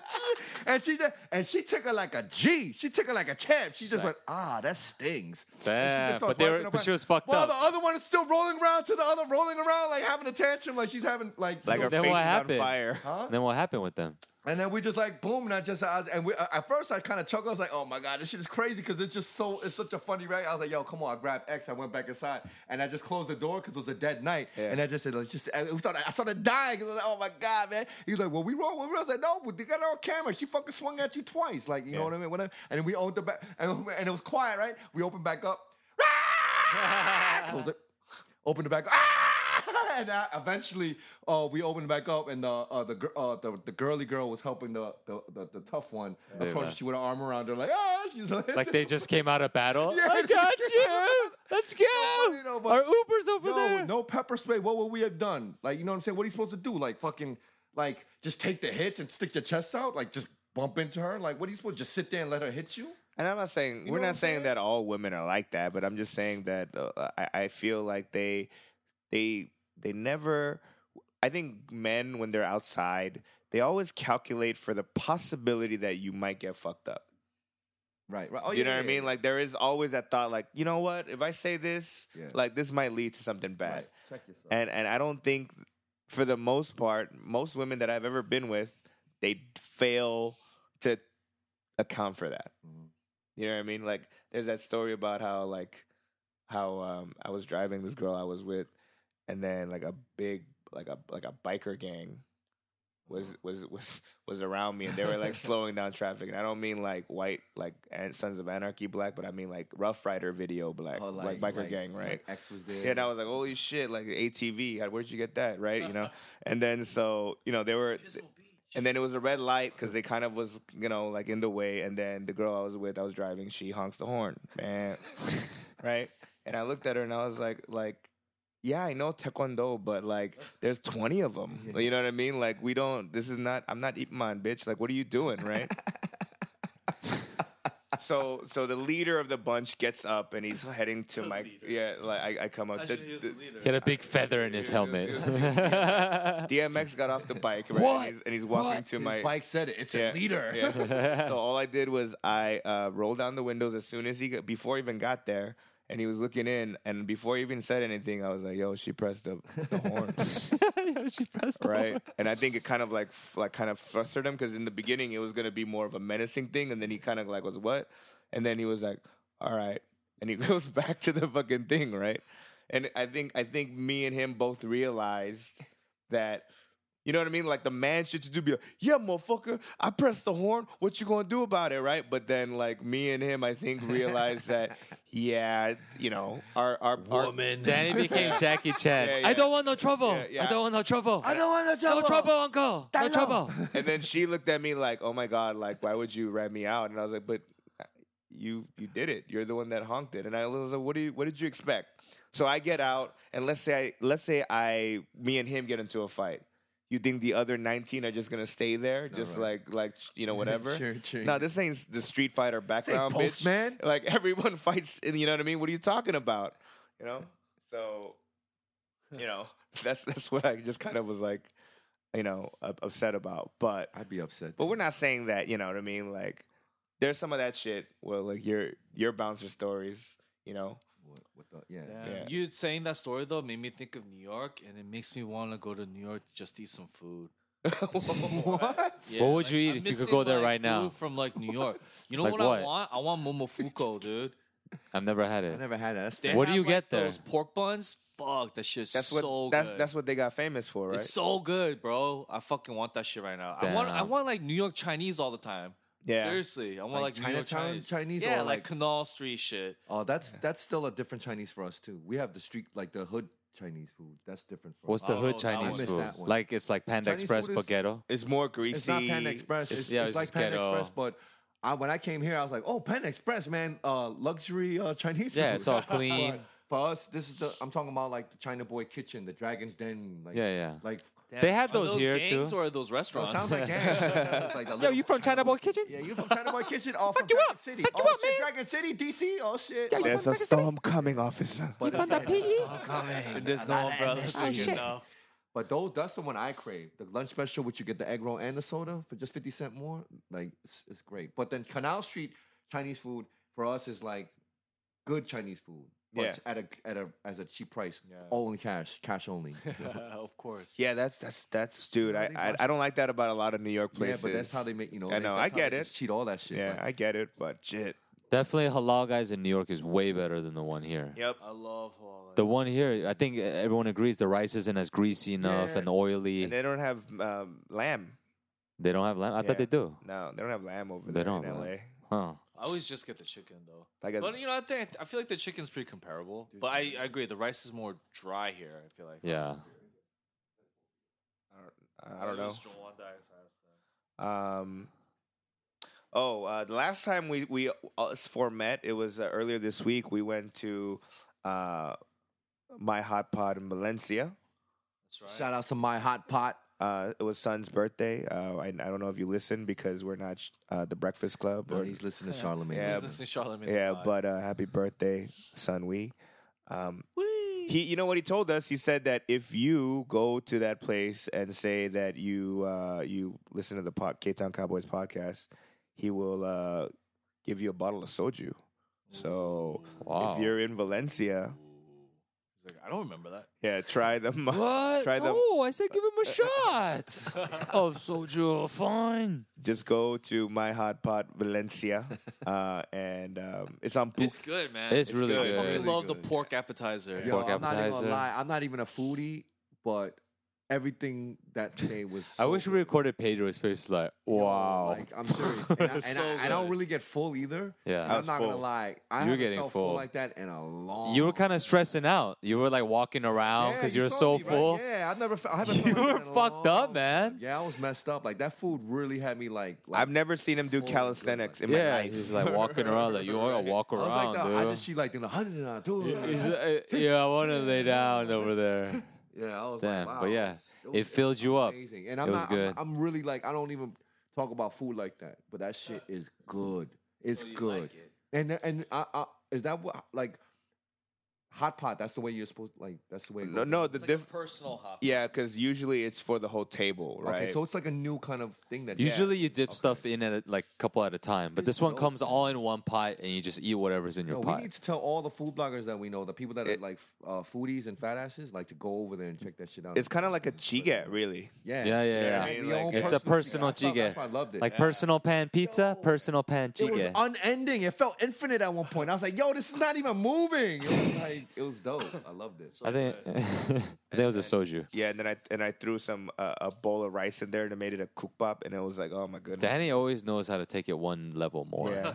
[SPEAKER 4] and she did- and she took her like a G. She took her like a champ. She just
[SPEAKER 2] Like-
[SPEAKER 4] went, "Ah, that stings." And she just
[SPEAKER 2] Damn,
[SPEAKER 4] starts
[SPEAKER 2] but they were-
[SPEAKER 4] wiping her
[SPEAKER 2] but
[SPEAKER 4] butt.
[SPEAKER 2] she was fucked
[SPEAKER 4] Well,
[SPEAKER 2] up.
[SPEAKER 4] the other one is still rolling around to the other, rolling around like having a tantrum, like she's having like
[SPEAKER 1] Like her
[SPEAKER 2] Then
[SPEAKER 1] face
[SPEAKER 2] what
[SPEAKER 1] is on
[SPEAKER 2] happened?
[SPEAKER 1] fire.
[SPEAKER 4] huh?
[SPEAKER 2] Then what happened with them?
[SPEAKER 4] And then we just like boom, and I just I was, and we uh, at first I kind of chuckled. I was like, "Oh my god, this shit is crazy" because it's just so it's such a funny rag. I was like, "Yo, come on!" I grabbed X. I went back inside, and I just closed the door because it was a dead night.
[SPEAKER 1] Yeah.
[SPEAKER 4] And I just said, "Let's just." I started, I started dying. 'cause I was like, "Oh my god, man!" He was like, "Well, we wrong." What we wrong?" I said, "No, they got it on camera. She fucking swung at you twice. Like, you know
[SPEAKER 1] Yeah.
[SPEAKER 4] what I mean?" Whatever. And then we opened the back, and, and it was quiet, right? We opened back up. Close it. Open the back. Ah! And uh, eventually, uh, we opened it back up, and the uh, the, gir- uh, the the girly girl was helping the the, the, the tough one
[SPEAKER 2] Yeah,
[SPEAKER 4] approach.
[SPEAKER 2] man.
[SPEAKER 4] She with her arm around her, like ah, she's like,
[SPEAKER 2] Like they just came out of battle.
[SPEAKER 4] Yeah.
[SPEAKER 2] I got you. Let's go.
[SPEAKER 4] funny though, but-
[SPEAKER 2] Our Uber's over
[SPEAKER 4] no,
[SPEAKER 2] there.
[SPEAKER 4] no pepper spray. What would we have done? Like, you know what I'm saying? What are you supposed to do? Like, fucking, like, just take the hits and stick your chest out? Like, just bump into her? Like, what are you supposed to just sit there and let her hit you?
[SPEAKER 1] And I'm not saying
[SPEAKER 4] You
[SPEAKER 1] we're
[SPEAKER 4] know what I'm
[SPEAKER 1] not saying
[SPEAKER 4] saying?
[SPEAKER 1] that all women are like that, but I'm just saying that uh, I, I feel like they they they never. I think men when they're outside, they always calculate for the possibility that you might get fucked up.
[SPEAKER 4] Right, right. Oh,
[SPEAKER 1] you
[SPEAKER 4] yeah,
[SPEAKER 1] know
[SPEAKER 4] yeah,
[SPEAKER 1] what I mean?
[SPEAKER 4] yeah.
[SPEAKER 1] Like there is always that thought, like you know what? If I say this,
[SPEAKER 4] Yeah.
[SPEAKER 1] like this might lead to something bad.
[SPEAKER 4] Right. Check yourself.
[SPEAKER 1] And and I don't think, for the most part, most women that I've ever been with, they fail to account for that.
[SPEAKER 4] Mhm.
[SPEAKER 1] You know what I mean? Like there's that story about how like how um I was driving this girl I was with and then like a big like a like a biker gang was was was was around me and they were like slowing down traffic and I don't mean like white like and Sons of Anarchy black but I mean like Rough Rider video black
[SPEAKER 4] Oh,
[SPEAKER 1] like, biker gang right
[SPEAKER 4] like X was there.
[SPEAKER 1] yeah, and I was like, holy shit, like ATV, how- where'd you get that, right? You know, and then so you know they were, and then it was a red light because they kind of was you know like in the way, and then the girl I was with, I was driving, she honks the horn, man, right? And I looked at her and I was like, like, yeah, I know taekwondo, but like, there's 20 of them, you know what I mean? Like, we don't, this is not, I'm not Ip Man, bitch. Like, what are you doing, right? So, so the leader of the bunch gets up and he's heading to my yeah. Like I, I come up.
[SPEAKER 3] I
[SPEAKER 1] The-
[SPEAKER 3] should use
[SPEAKER 1] the-
[SPEAKER 3] the leader.
[SPEAKER 2] He had a big feather in his helmet.
[SPEAKER 1] DMX got off the bike, right?
[SPEAKER 2] What?
[SPEAKER 1] And, he's, and he's walking
[SPEAKER 2] What?
[SPEAKER 1] to
[SPEAKER 4] His
[SPEAKER 1] my
[SPEAKER 4] bike said it. It's
[SPEAKER 1] Yeah,
[SPEAKER 4] a leader.
[SPEAKER 1] yeah. so all I did was I uh, rolled down the windows as soon as he got, before he even got there, and he was looking in, and before he even said anything, I was like, "Yo, she pressed the, the horn."
[SPEAKER 2] Yo, she pressed the
[SPEAKER 1] Right, and I think it kind of like f- like kind of flustered him because in the beginning it was gonna be more of a menacing thing, and then he kind of like was what, and then he was like, "All right," and he goes back to the fucking thing, right? And I think I think me and him both realized that you know what I mean? Like the man shit to do be like, yeah, motherfucker, I pressed the horn. What you gonna do about it, right? But then like me and him, I think realized that yeah, you know, our our, our
[SPEAKER 2] Danny became Jackie Chan.
[SPEAKER 1] Yeah, yeah.
[SPEAKER 2] I don't want no trouble.
[SPEAKER 1] Yeah, yeah.
[SPEAKER 2] I don't want no trouble.
[SPEAKER 4] I don't want no trouble.
[SPEAKER 2] No trouble, uncle. No
[SPEAKER 4] Die low.
[SPEAKER 2] trouble.
[SPEAKER 1] and then she looked at me like, oh my god, like why would you rat me out? And I was like, but uh, you you did it. You're the one that honked it. And I was like, what do you what did you expect? So I get out and let's say I, let's say I me and him get into a fight. You think the other 19 are just gonna stay there, just
[SPEAKER 4] right.
[SPEAKER 1] like like you know whatever?
[SPEAKER 4] Sure, sure.
[SPEAKER 1] No, this ain't the Street Fighter background, bitch.
[SPEAKER 4] Postman.
[SPEAKER 1] Like everyone fights, and you know what I mean. What are you talking about? You know, so you know that's that's what I just kind of was like, you know, up- upset about. But
[SPEAKER 4] I'd be upset.
[SPEAKER 1] but
[SPEAKER 4] too.
[SPEAKER 1] we're not saying that, you know what I mean? Like there's some of that shit. Well, like your your bouncer stories, you know.
[SPEAKER 4] What, what the, yeah.
[SPEAKER 3] Damn,
[SPEAKER 1] Yeah.
[SPEAKER 3] You saying that story though made me think of New York, and it makes me want to go to New York to just eat some food.
[SPEAKER 4] What?
[SPEAKER 3] Yeah,
[SPEAKER 2] would you eat
[SPEAKER 3] I'm
[SPEAKER 2] if you could
[SPEAKER 3] missing,
[SPEAKER 2] go there
[SPEAKER 3] like,
[SPEAKER 2] right now?
[SPEAKER 3] food From like New York, you know
[SPEAKER 2] Like
[SPEAKER 3] what,
[SPEAKER 2] what?
[SPEAKER 3] I want? I want momofuku, dude.
[SPEAKER 2] I've never had
[SPEAKER 4] I
[SPEAKER 2] it.
[SPEAKER 4] never had that. That's
[SPEAKER 3] They
[SPEAKER 4] fat.
[SPEAKER 2] What do
[SPEAKER 3] have,
[SPEAKER 2] you
[SPEAKER 3] like,
[SPEAKER 2] get there?
[SPEAKER 3] Those pork buns. Fuck, that shit's
[SPEAKER 1] That's what
[SPEAKER 3] so
[SPEAKER 1] that's
[SPEAKER 3] good.
[SPEAKER 1] that's what they got famous for, right?
[SPEAKER 3] It's so good, bro. I fucking want that shit right now. I want I
[SPEAKER 2] Damn.
[SPEAKER 3] want like New York Chinese all the time.
[SPEAKER 1] Yeah.
[SPEAKER 3] Seriously. I want like,
[SPEAKER 4] Like
[SPEAKER 3] New York
[SPEAKER 4] Chinatown
[SPEAKER 3] Chinese.
[SPEAKER 4] Chinese
[SPEAKER 3] yeah,
[SPEAKER 4] or,
[SPEAKER 3] like
[SPEAKER 4] like-
[SPEAKER 3] Canal Street shit.
[SPEAKER 4] Oh, that's that's still a different Chinese for us too. We have the street like the hood Chinese food. That's different for
[SPEAKER 2] What's
[SPEAKER 4] us.
[SPEAKER 2] the
[SPEAKER 3] Oh,
[SPEAKER 2] hood
[SPEAKER 3] that
[SPEAKER 2] Chinese
[SPEAKER 4] one. I missed
[SPEAKER 2] food?
[SPEAKER 4] that one.
[SPEAKER 2] Like it's like Panda
[SPEAKER 4] Chinese
[SPEAKER 2] Express
[SPEAKER 4] food is-
[SPEAKER 2] spaghetto.
[SPEAKER 1] it's more greasy.
[SPEAKER 4] It's not Panda Express.
[SPEAKER 2] it's-
[SPEAKER 4] It's,
[SPEAKER 2] yeah,
[SPEAKER 4] it's
[SPEAKER 2] it's
[SPEAKER 4] like
[SPEAKER 2] just
[SPEAKER 4] Panda
[SPEAKER 2] ghetto.
[SPEAKER 4] Express, but I, when I came here, I was like, oh, Panda Express, man, uh, luxury uh, Chinese.
[SPEAKER 2] Yeah,
[SPEAKER 4] food.
[SPEAKER 2] it's all
[SPEAKER 4] But
[SPEAKER 2] clean.
[SPEAKER 4] for us, this is the I'm talking about like the China Boy Kitchen, the Dragon's Den. Like,
[SPEAKER 2] Yeah, yeah.
[SPEAKER 4] Like,
[SPEAKER 2] They have
[SPEAKER 3] Are
[SPEAKER 2] those here,
[SPEAKER 3] gangs
[SPEAKER 2] too.
[SPEAKER 3] Or are those
[SPEAKER 4] bro, it
[SPEAKER 3] restaurants?
[SPEAKER 4] sounds like gang. It's like the
[SPEAKER 2] Yo,
[SPEAKER 4] little
[SPEAKER 2] you from China Boy Kitchen?
[SPEAKER 4] Yeah, you from China Boy Kitchen? Oh, from
[SPEAKER 2] you
[SPEAKER 4] Dragon
[SPEAKER 2] up.
[SPEAKER 4] City.
[SPEAKER 2] Fuck you
[SPEAKER 4] oh,
[SPEAKER 2] up,
[SPEAKER 4] shit,
[SPEAKER 2] man.
[SPEAKER 4] Dragon City, DC. Oh shit. Oh,
[SPEAKER 2] Yeah, you
[SPEAKER 1] There's a storm coming, officer.
[SPEAKER 4] But
[SPEAKER 2] From the
[SPEAKER 4] it's-
[SPEAKER 2] PE?
[SPEAKER 3] There's no umbrellas.
[SPEAKER 2] Oh,
[SPEAKER 3] you
[SPEAKER 2] shit.
[SPEAKER 3] know?
[SPEAKER 4] But those that's the one I crave. The lunch special, which you get the egg roll and the soda for just fifty cent more. Like it's, it's great. But then Canal Street Chinese food for us is like good Chinese food. but
[SPEAKER 1] Yeah.
[SPEAKER 4] at a at a as a cheap price,
[SPEAKER 3] Yeah.
[SPEAKER 4] only cash, cash only.
[SPEAKER 3] of course.
[SPEAKER 1] Yeah, that's that's that's dude.
[SPEAKER 4] How
[SPEAKER 1] I,
[SPEAKER 4] they
[SPEAKER 1] I
[SPEAKER 4] bust
[SPEAKER 1] I don't like that about a lot of New York places.
[SPEAKER 4] Yeah, but that's how they make you know.
[SPEAKER 1] I
[SPEAKER 4] like,
[SPEAKER 1] know,
[SPEAKER 4] that's
[SPEAKER 1] I
[SPEAKER 4] how
[SPEAKER 1] get
[SPEAKER 4] they
[SPEAKER 1] it.
[SPEAKER 4] just Cheat all that shit.
[SPEAKER 1] Yeah,
[SPEAKER 4] like-
[SPEAKER 1] I get it, but shit.
[SPEAKER 2] Definitely halal guys in New York is way better than the one here.
[SPEAKER 1] Yep.
[SPEAKER 3] I love halal.
[SPEAKER 2] The one here, I think e-, everyone agrees the rice isn't as greasy enough
[SPEAKER 4] Yeah.
[SPEAKER 2] and oily.
[SPEAKER 1] And they don't have um, lamb.
[SPEAKER 2] they don't have lamb. I
[SPEAKER 1] Yeah.
[SPEAKER 2] thought they do.
[SPEAKER 1] No, they don't have lamb over
[SPEAKER 2] They
[SPEAKER 1] there
[SPEAKER 2] don't
[SPEAKER 1] in
[SPEAKER 2] have
[SPEAKER 1] LA.
[SPEAKER 2] lamb. Huh.
[SPEAKER 3] I always just get the chicken though.
[SPEAKER 1] Like a,
[SPEAKER 3] But you know, I think I feel like the chicken's pretty comparable.
[SPEAKER 4] Dude,
[SPEAKER 3] But I,
[SPEAKER 4] yeah.
[SPEAKER 3] I agree, the rice is more dry here. I feel like.
[SPEAKER 2] Yeah.
[SPEAKER 1] uh, I don't know. Um, oh, uh, the last time we we us four met, it was uh, earlier this week. We went to uh, my hot pod in Valencia.
[SPEAKER 3] That's right.
[SPEAKER 4] Shout out to my hot pot.
[SPEAKER 1] Uh, it was son's birthday. Uh, I, I don't know if you listened because we're not sh- uh, the Breakfast Club.
[SPEAKER 4] No,
[SPEAKER 1] or-
[SPEAKER 4] he's listening to Charlemagne.
[SPEAKER 1] Yeah,
[SPEAKER 3] Business in Charlemagne the
[SPEAKER 1] yeah,
[SPEAKER 3] God.
[SPEAKER 1] but uh, happy birthday, son. We. Um, He, you know what he told us? He said that if you go to that place and say that you uh, you listen to the pod, K Town Cowboys podcast, he will uh, give you a bottle of soju. So
[SPEAKER 2] Wow.
[SPEAKER 1] if you're in Valencia,
[SPEAKER 3] He's like, I don't remember that.
[SPEAKER 1] yeah, try the mu-
[SPEAKER 2] what?
[SPEAKER 1] try the
[SPEAKER 2] Oh, I said give him a shot. oh, soju, fine.
[SPEAKER 1] just go to my hot pot Valencia, uh, and um, it's on Buc-
[SPEAKER 3] It's good, man.
[SPEAKER 2] It's, really
[SPEAKER 1] good.
[SPEAKER 2] good.
[SPEAKER 3] I fucking
[SPEAKER 4] Really
[SPEAKER 3] love
[SPEAKER 4] good.
[SPEAKER 3] the pork appetizer.
[SPEAKER 4] Yo,
[SPEAKER 2] Pork
[SPEAKER 4] I'm not even
[SPEAKER 2] appetizer.
[SPEAKER 4] gonna lie. I'm not even a foodie, but everything that day was.
[SPEAKER 2] I
[SPEAKER 4] so
[SPEAKER 2] wish we
[SPEAKER 4] good.
[SPEAKER 2] recorded Pedro's face like, oh,
[SPEAKER 4] Yo,
[SPEAKER 2] wow.
[SPEAKER 4] Like I'm serious, and, I, and,
[SPEAKER 3] So
[SPEAKER 4] I, and I don't
[SPEAKER 3] good.
[SPEAKER 4] really get full either.
[SPEAKER 2] Yeah.
[SPEAKER 4] And
[SPEAKER 1] I
[SPEAKER 4] I'm
[SPEAKER 1] was
[SPEAKER 4] not
[SPEAKER 1] full.
[SPEAKER 4] gonna lie. I
[SPEAKER 2] You were
[SPEAKER 4] haven't
[SPEAKER 2] getting
[SPEAKER 4] felt
[SPEAKER 2] full.
[SPEAKER 4] like that in a long.
[SPEAKER 2] you were kind of stressing out. You were like walking around because
[SPEAKER 4] you
[SPEAKER 2] you were so
[SPEAKER 4] saw me, right?
[SPEAKER 2] full.
[SPEAKER 4] Yeah, I've never. fe- I haven't. felt
[SPEAKER 2] You
[SPEAKER 4] like that
[SPEAKER 2] were
[SPEAKER 4] in a
[SPEAKER 2] fucked up,
[SPEAKER 4] long-
[SPEAKER 2] man.
[SPEAKER 4] Yeah, I was messed up. Like that food really had me like. like
[SPEAKER 1] I've never seen him do
[SPEAKER 4] Oh, good
[SPEAKER 1] calisthenics in my
[SPEAKER 2] Yeah,
[SPEAKER 1] life.
[SPEAKER 2] he's like walking around. Like you want to walk
[SPEAKER 4] I
[SPEAKER 2] around,
[SPEAKER 4] was like, the,
[SPEAKER 2] dude.
[SPEAKER 4] I just she like, like hundred and
[SPEAKER 2] He's,
[SPEAKER 4] two.
[SPEAKER 2] uh, yeah, I want to lay down over there.
[SPEAKER 4] Yeah, I was
[SPEAKER 2] Damn,
[SPEAKER 4] like, wow.
[SPEAKER 2] but yeah,
[SPEAKER 4] it's-
[SPEAKER 2] it filled you up.
[SPEAKER 4] Amazing. And I'm
[SPEAKER 2] It was
[SPEAKER 4] not, I'm-
[SPEAKER 2] good.
[SPEAKER 4] I'm, really like, I don't even talk about food like that, but that shit is good. It's
[SPEAKER 3] So you
[SPEAKER 4] good.
[SPEAKER 3] like it.
[SPEAKER 4] And and I, I, is that what like hot pot? That's the way you're supposed like. That's the way. it
[SPEAKER 1] No,
[SPEAKER 4] goes.
[SPEAKER 1] no, the
[SPEAKER 3] It's like a
[SPEAKER 1] diff-
[SPEAKER 3] personal hop.
[SPEAKER 1] yeah, because usually it's for the whole table, right?
[SPEAKER 4] Okay, so it's like a new kind of thing that
[SPEAKER 2] Usually you dip stuff in at a, like couple at a time, but
[SPEAKER 4] It's
[SPEAKER 2] this one
[SPEAKER 4] dope.
[SPEAKER 2] comes all in one pot, and you just eat whatever's in your
[SPEAKER 4] No,
[SPEAKER 2] pot.
[SPEAKER 4] we need to tell all the food bloggers that we know, the people that are
[SPEAKER 1] It-
[SPEAKER 4] like f- uh, foodies and fat asses, like to go over there and check that shit out.
[SPEAKER 1] it's kind of like a chiga, really.
[SPEAKER 4] yeah,
[SPEAKER 2] Yeah, yeah, yeah.
[SPEAKER 4] And
[SPEAKER 1] Like,
[SPEAKER 4] your own
[SPEAKER 2] it's a personal
[SPEAKER 4] That's why-
[SPEAKER 2] jjigae.
[SPEAKER 4] That's why I loved it.
[SPEAKER 2] like personal pan pizza, personal pan
[SPEAKER 4] It was
[SPEAKER 2] jjigae.
[SPEAKER 4] unending. It felt infinite at one point. I was like, "Yo, this is not even moving." It was like it was dope. I loved it.
[SPEAKER 2] I think I think it was a soju.
[SPEAKER 1] Yeah, and then I and I threw some uh, a bowl of rice in there and it made it a kukbap, and it was like, oh my goodness.
[SPEAKER 2] Danny always knows how to take it one level more.
[SPEAKER 1] Yeah.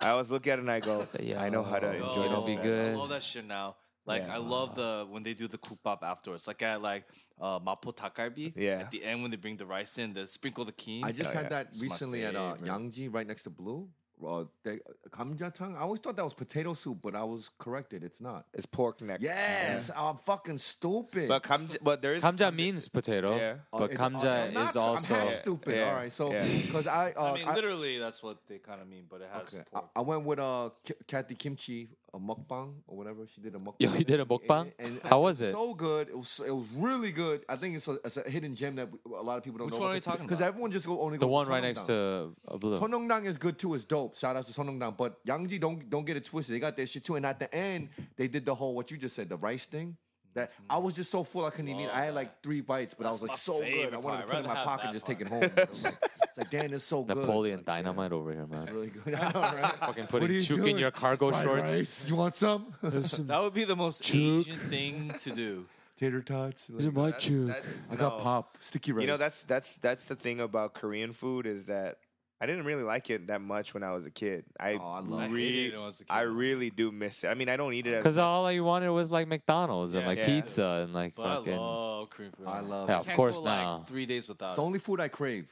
[SPEAKER 1] I always look at it and I go,
[SPEAKER 2] yo,
[SPEAKER 1] I know how to
[SPEAKER 2] yo,
[SPEAKER 3] Oh,
[SPEAKER 1] enjoy
[SPEAKER 2] it'll
[SPEAKER 1] this.
[SPEAKER 2] be
[SPEAKER 1] now."
[SPEAKER 2] good.
[SPEAKER 3] I love that shit now. Like
[SPEAKER 1] Yeah.
[SPEAKER 3] I love the when they do the kukbap afterwards. Like at like uh, Mapo Takarbi.
[SPEAKER 1] Yeah.
[SPEAKER 3] At the end when they bring the rice in, they sprinkle the king.
[SPEAKER 4] I just
[SPEAKER 1] Oh,
[SPEAKER 4] had
[SPEAKER 1] yeah.
[SPEAKER 4] that
[SPEAKER 3] It's my
[SPEAKER 4] recently at uh,
[SPEAKER 3] favorite.
[SPEAKER 4] Yangji, right next to Blue. Uh, they, kamjatang. I always thought that was potato soup, but I was corrected. It's not.
[SPEAKER 1] It's pork neck.
[SPEAKER 4] Yes, I'm fucking stupid.
[SPEAKER 1] But come, but there is
[SPEAKER 2] Kamja means potato,
[SPEAKER 1] Yeah.
[SPEAKER 4] Uh,
[SPEAKER 2] but
[SPEAKER 4] it-
[SPEAKER 2] kamja
[SPEAKER 4] I'm not
[SPEAKER 2] is
[SPEAKER 4] stu-
[SPEAKER 2] also
[SPEAKER 4] I'm half stupid.
[SPEAKER 1] Yeah.
[SPEAKER 4] All right, so
[SPEAKER 1] Yeah.
[SPEAKER 4] because I, uh,
[SPEAKER 3] I mean,
[SPEAKER 4] I-
[SPEAKER 3] literally, that's what they kind of mean, but it has
[SPEAKER 4] okay, I,
[SPEAKER 3] pork.
[SPEAKER 4] I went with uh K- Kathy Kimchi a mukbang or whatever. She did a mukbang.
[SPEAKER 2] Yo, you did a mukbang? How was it?
[SPEAKER 4] So good. It was it was really good. I think it's a, it's a hidden gem that we, a lot of people don't
[SPEAKER 3] Which
[SPEAKER 4] know.
[SPEAKER 3] one are you talking
[SPEAKER 4] Because
[SPEAKER 3] about?
[SPEAKER 4] everyone just go only
[SPEAKER 2] the
[SPEAKER 4] goes
[SPEAKER 2] one right next
[SPEAKER 4] Sonyeongdang.
[SPEAKER 2] to uh, blue.
[SPEAKER 4] Sonyeongdang is good too. It's dope. Shout out to Sonyeongdang. But Yangji, don't don't get it twisted. They got their shit too. And at the end, they did the whole what you just said, the rice thing. That I was just so full I couldn't even eat.
[SPEAKER 3] Mm-hmm. Love
[SPEAKER 4] I had
[SPEAKER 3] that.
[SPEAKER 4] like three bites, but
[SPEAKER 3] That's
[SPEAKER 4] I was like
[SPEAKER 3] my
[SPEAKER 4] so good. I
[SPEAKER 3] favorite
[SPEAKER 4] wanted
[SPEAKER 3] part.
[SPEAKER 4] to put it in
[SPEAKER 3] I'd
[SPEAKER 4] my
[SPEAKER 3] rather
[SPEAKER 4] pocket
[SPEAKER 3] have
[SPEAKER 4] and just
[SPEAKER 3] that
[SPEAKER 4] take it home. It was like, it's like damn, it's so good.
[SPEAKER 2] Napoleon
[SPEAKER 4] Like, yeah,
[SPEAKER 2] Dynamite over here, man.
[SPEAKER 4] it's really good. I know, right?
[SPEAKER 2] Fucking
[SPEAKER 4] What are
[SPEAKER 2] putting
[SPEAKER 4] you
[SPEAKER 2] chook in
[SPEAKER 4] doing?
[SPEAKER 2] your cargo
[SPEAKER 4] Fried
[SPEAKER 2] shorts.
[SPEAKER 4] rice? You want some?
[SPEAKER 2] Uh,
[SPEAKER 3] That would be the most
[SPEAKER 2] Chook.
[SPEAKER 3] Asian thing to do.
[SPEAKER 4] Tater tots. like-
[SPEAKER 2] my
[SPEAKER 1] That's, that's-
[SPEAKER 4] I got
[SPEAKER 1] no.
[SPEAKER 4] pop, sticky rice.
[SPEAKER 1] You know, that's that's that's the thing about Korean food is that I didn't really like it that much when I was a kid. I,
[SPEAKER 4] Oh, I love it. I hated
[SPEAKER 1] really,
[SPEAKER 3] it when I was a kid.
[SPEAKER 1] I really do miss it. I mean, I don't eat it as
[SPEAKER 2] Because all I wanted was like McDonald's and
[SPEAKER 3] Yeah,
[SPEAKER 2] like
[SPEAKER 1] yeah.
[SPEAKER 2] pizza and like
[SPEAKER 3] But I
[SPEAKER 2] fucking.
[SPEAKER 3] love Korean food.
[SPEAKER 4] I love.
[SPEAKER 2] Yeah,
[SPEAKER 4] it.
[SPEAKER 2] of
[SPEAKER 3] Can't
[SPEAKER 2] course
[SPEAKER 3] go,
[SPEAKER 2] now.
[SPEAKER 3] Like, three days without.
[SPEAKER 4] It's
[SPEAKER 3] it.
[SPEAKER 4] the only food I crave.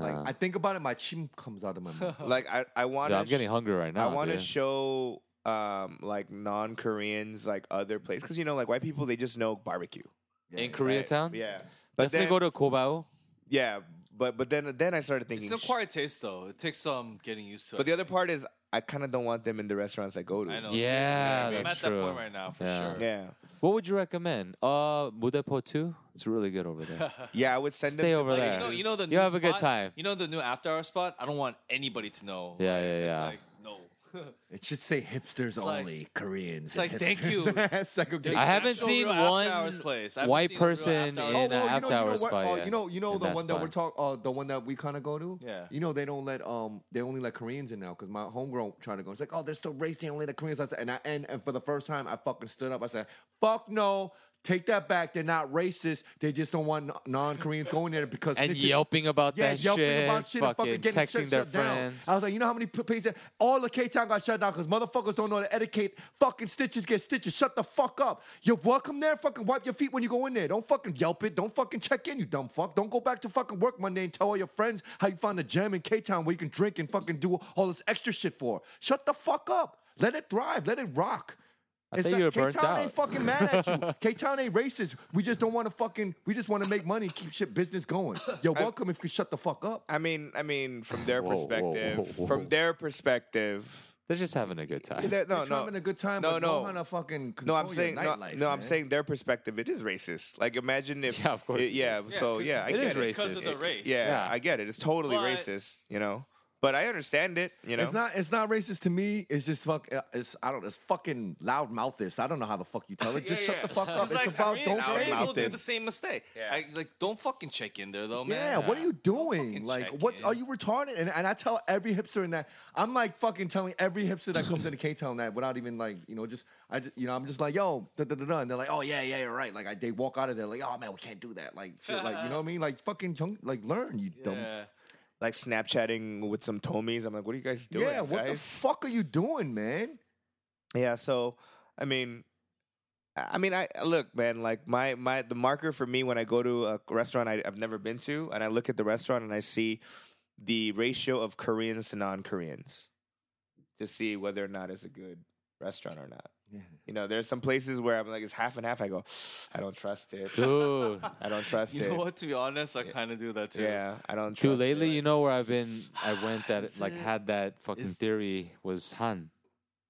[SPEAKER 4] Like
[SPEAKER 2] Uh.
[SPEAKER 4] I think about it, my chin comes out of my mouth.
[SPEAKER 1] like I I want.
[SPEAKER 2] Dude, I'm getting hungry right
[SPEAKER 1] I
[SPEAKER 2] now.
[SPEAKER 1] want to
[SPEAKER 2] dude.
[SPEAKER 1] show um like non Koreans like other places because you know like white people they just know barbecue.
[SPEAKER 4] Yeah,
[SPEAKER 2] in
[SPEAKER 4] yeah.
[SPEAKER 2] Koreatown.
[SPEAKER 1] Yeah, but
[SPEAKER 2] but definitely
[SPEAKER 1] then
[SPEAKER 2] go to Kobao.
[SPEAKER 1] yeah, but but then then I started thinking.
[SPEAKER 3] It's an
[SPEAKER 1] "Sh-
[SPEAKER 3] acquired taste, though. It takes some getting used to.
[SPEAKER 1] But
[SPEAKER 3] I
[SPEAKER 1] the other part is I kind of don't want them in the restaurants I go to.
[SPEAKER 3] I know.
[SPEAKER 2] Yeah,
[SPEAKER 3] seriously. I'm
[SPEAKER 2] that's
[SPEAKER 3] at that
[SPEAKER 2] true.
[SPEAKER 3] point right now for
[SPEAKER 2] Yeah.
[SPEAKER 3] sure.
[SPEAKER 1] Yeah,
[SPEAKER 2] What would you recommend? Uh, Budapo too. It's really good over there.
[SPEAKER 1] yeah, I would send
[SPEAKER 2] Stay
[SPEAKER 1] them to
[SPEAKER 2] over
[SPEAKER 1] places-
[SPEAKER 2] there.
[SPEAKER 3] You know, you know the
[SPEAKER 2] You
[SPEAKER 3] new
[SPEAKER 2] have a good
[SPEAKER 3] spot?
[SPEAKER 2] time.
[SPEAKER 3] You know the new after hour spot. I don't want anybody to know.
[SPEAKER 2] Yeah,
[SPEAKER 3] Like,
[SPEAKER 2] yeah, yeah.
[SPEAKER 3] It's like no.
[SPEAKER 4] It should say hipsters
[SPEAKER 3] like-
[SPEAKER 4] only, Koreans.
[SPEAKER 3] it's
[SPEAKER 4] and
[SPEAKER 3] like, thank
[SPEAKER 4] hipsters."
[SPEAKER 3] you.
[SPEAKER 4] Segregation.
[SPEAKER 2] I haven't
[SPEAKER 3] Actual
[SPEAKER 2] seen
[SPEAKER 3] real after
[SPEAKER 2] one
[SPEAKER 3] hours place. I haven't
[SPEAKER 2] white
[SPEAKER 3] seen a real after
[SPEAKER 2] person
[SPEAKER 3] hours.
[SPEAKER 2] in
[SPEAKER 3] Oh,
[SPEAKER 2] an
[SPEAKER 4] well,
[SPEAKER 2] after hours
[SPEAKER 4] what-
[SPEAKER 2] spot.
[SPEAKER 4] oh,
[SPEAKER 2] yet
[SPEAKER 4] you know, you know
[SPEAKER 2] in
[SPEAKER 4] the one that we're
[SPEAKER 2] spot.
[SPEAKER 4] talking, uh, the one that we kind of go to.
[SPEAKER 3] Yeah.
[SPEAKER 4] You know they don't let um they only let Koreans in now because my homegrown tried to go. It's like oh they're so racist they only let Koreans. I said and I and, and for the first time I fucking stood up. I said fuck no. Take that back. They're not racist. They just don't want non Koreans going there because
[SPEAKER 2] and
[SPEAKER 4] snitches-
[SPEAKER 2] yelping about
[SPEAKER 4] yeah,
[SPEAKER 2] that
[SPEAKER 4] yelping
[SPEAKER 2] shit,
[SPEAKER 4] about shit
[SPEAKER 2] fucking
[SPEAKER 4] and fucking getting
[SPEAKER 2] texting
[SPEAKER 4] shut,
[SPEAKER 2] their
[SPEAKER 4] shut
[SPEAKER 2] friends.
[SPEAKER 4] Down. I was like, you know how many p- places that- all of K Town got shut down because motherfuckers don't know the etiquette. Fucking stitches get stitches. Shut the fuck up. You're welcome there. Fucking wipe your feet when you go in there. Don't fucking yelp it. Don't fucking check in. You dumb fuck. Don't go back to fucking work Monday and tell all your friends how you found a gym in K Town where you can drink and fucking do all this extra shit for. Shut the fuck up. Let it thrive. Let it rock.
[SPEAKER 2] I thought you were burnt
[SPEAKER 4] K-Town
[SPEAKER 2] out.
[SPEAKER 4] ain't fucking mad at you. K-Town ain't racist. We just don't want to fucking. We just want to make money, keep shit business going. You're welcome if you shut the fuck up.
[SPEAKER 1] I mean, I mean, from their
[SPEAKER 2] Whoa, whoa,
[SPEAKER 1] perspective,
[SPEAKER 2] whoa, whoa.
[SPEAKER 1] from their perspective,
[SPEAKER 2] They're just having a good time.
[SPEAKER 1] they're- no,
[SPEAKER 4] You're
[SPEAKER 1] no,
[SPEAKER 4] having a good time.
[SPEAKER 1] No,
[SPEAKER 4] but
[SPEAKER 1] no.
[SPEAKER 4] know how to fucking.
[SPEAKER 1] no. I'm
[SPEAKER 4] control your
[SPEAKER 1] saying, no,
[SPEAKER 4] nightlife,
[SPEAKER 1] no, I'm
[SPEAKER 4] man.
[SPEAKER 1] saying their perspective. It is racist. Like, imagine if,
[SPEAKER 2] Yeah, of course
[SPEAKER 1] it-
[SPEAKER 2] it
[SPEAKER 1] yeah. So yeah, I
[SPEAKER 2] it
[SPEAKER 1] get
[SPEAKER 2] is
[SPEAKER 1] it.
[SPEAKER 3] because of
[SPEAKER 2] racist.
[SPEAKER 3] the race.
[SPEAKER 1] Yeah,
[SPEAKER 2] Yeah.
[SPEAKER 1] I get it. It's totally
[SPEAKER 3] But-
[SPEAKER 1] racist, you know. But I understand it, you know.
[SPEAKER 4] It's not. It's not racist to me. It's just fuck. uh, It's I don't. It's fucking loud mouth. This I don't know how the fuck you tell it. Just
[SPEAKER 3] Yeah,
[SPEAKER 4] shut
[SPEAKER 3] yeah.
[SPEAKER 4] the fuck up.
[SPEAKER 3] Because,
[SPEAKER 4] It's
[SPEAKER 3] like,
[SPEAKER 4] about
[SPEAKER 3] Korean-
[SPEAKER 4] don't
[SPEAKER 1] Koreans
[SPEAKER 4] say
[SPEAKER 3] Koreans will do
[SPEAKER 1] nothing.
[SPEAKER 3] the same mistake.
[SPEAKER 1] Yeah.
[SPEAKER 3] I, like, don't fucking check in there though,
[SPEAKER 4] Yeah,
[SPEAKER 3] man. uh,
[SPEAKER 4] what are you doing?
[SPEAKER 3] fucking
[SPEAKER 4] Like,
[SPEAKER 3] check
[SPEAKER 4] what
[SPEAKER 3] in.
[SPEAKER 4] are you retarded? And, and I tell every hipster in that I'm like fucking telling every hipster that comes into K Town that without even like you know just I just, you know I'm just like yo da da da da and they're like oh yeah yeah you're right like I, they walk out of there like oh man we can't do that like shit, like you know what I mean like fucking junk like learn you dumb
[SPEAKER 3] Yeah.
[SPEAKER 1] like Snapchatting with some Tomies. I'm like, what are you guys doing?
[SPEAKER 4] yeah what the
[SPEAKER 1] guys?
[SPEAKER 4] fuck are you doing man
[SPEAKER 1] Yeah, so I mean I I mean I look, man, like my my the marker for me when I go to a restaurant I, I've never been to and I look at the restaurant and I see the ratio of Koreans to non-Koreans to see whether or not it's a good restaurant or not.
[SPEAKER 4] yeah.
[SPEAKER 1] You know, there's some places where I'm like it's half and half. I go, I don't trust it.
[SPEAKER 2] Dude,
[SPEAKER 1] I don't trust
[SPEAKER 3] You
[SPEAKER 1] it.
[SPEAKER 3] know what? To be honest, I kind of do that too.
[SPEAKER 1] Yeah, I don't trust
[SPEAKER 2] dude, lately,
[SPEAKER 1] it.
[SPEAKER 2] you know where I've been? I went that
[SPEAKER 3] Is
[SPEAKER 2] like
[SPEAKER 3] it-
[SPEAKER 2] had that fucking
[SPEAKER 3] is-
[SPEAKER 2] theory was Han.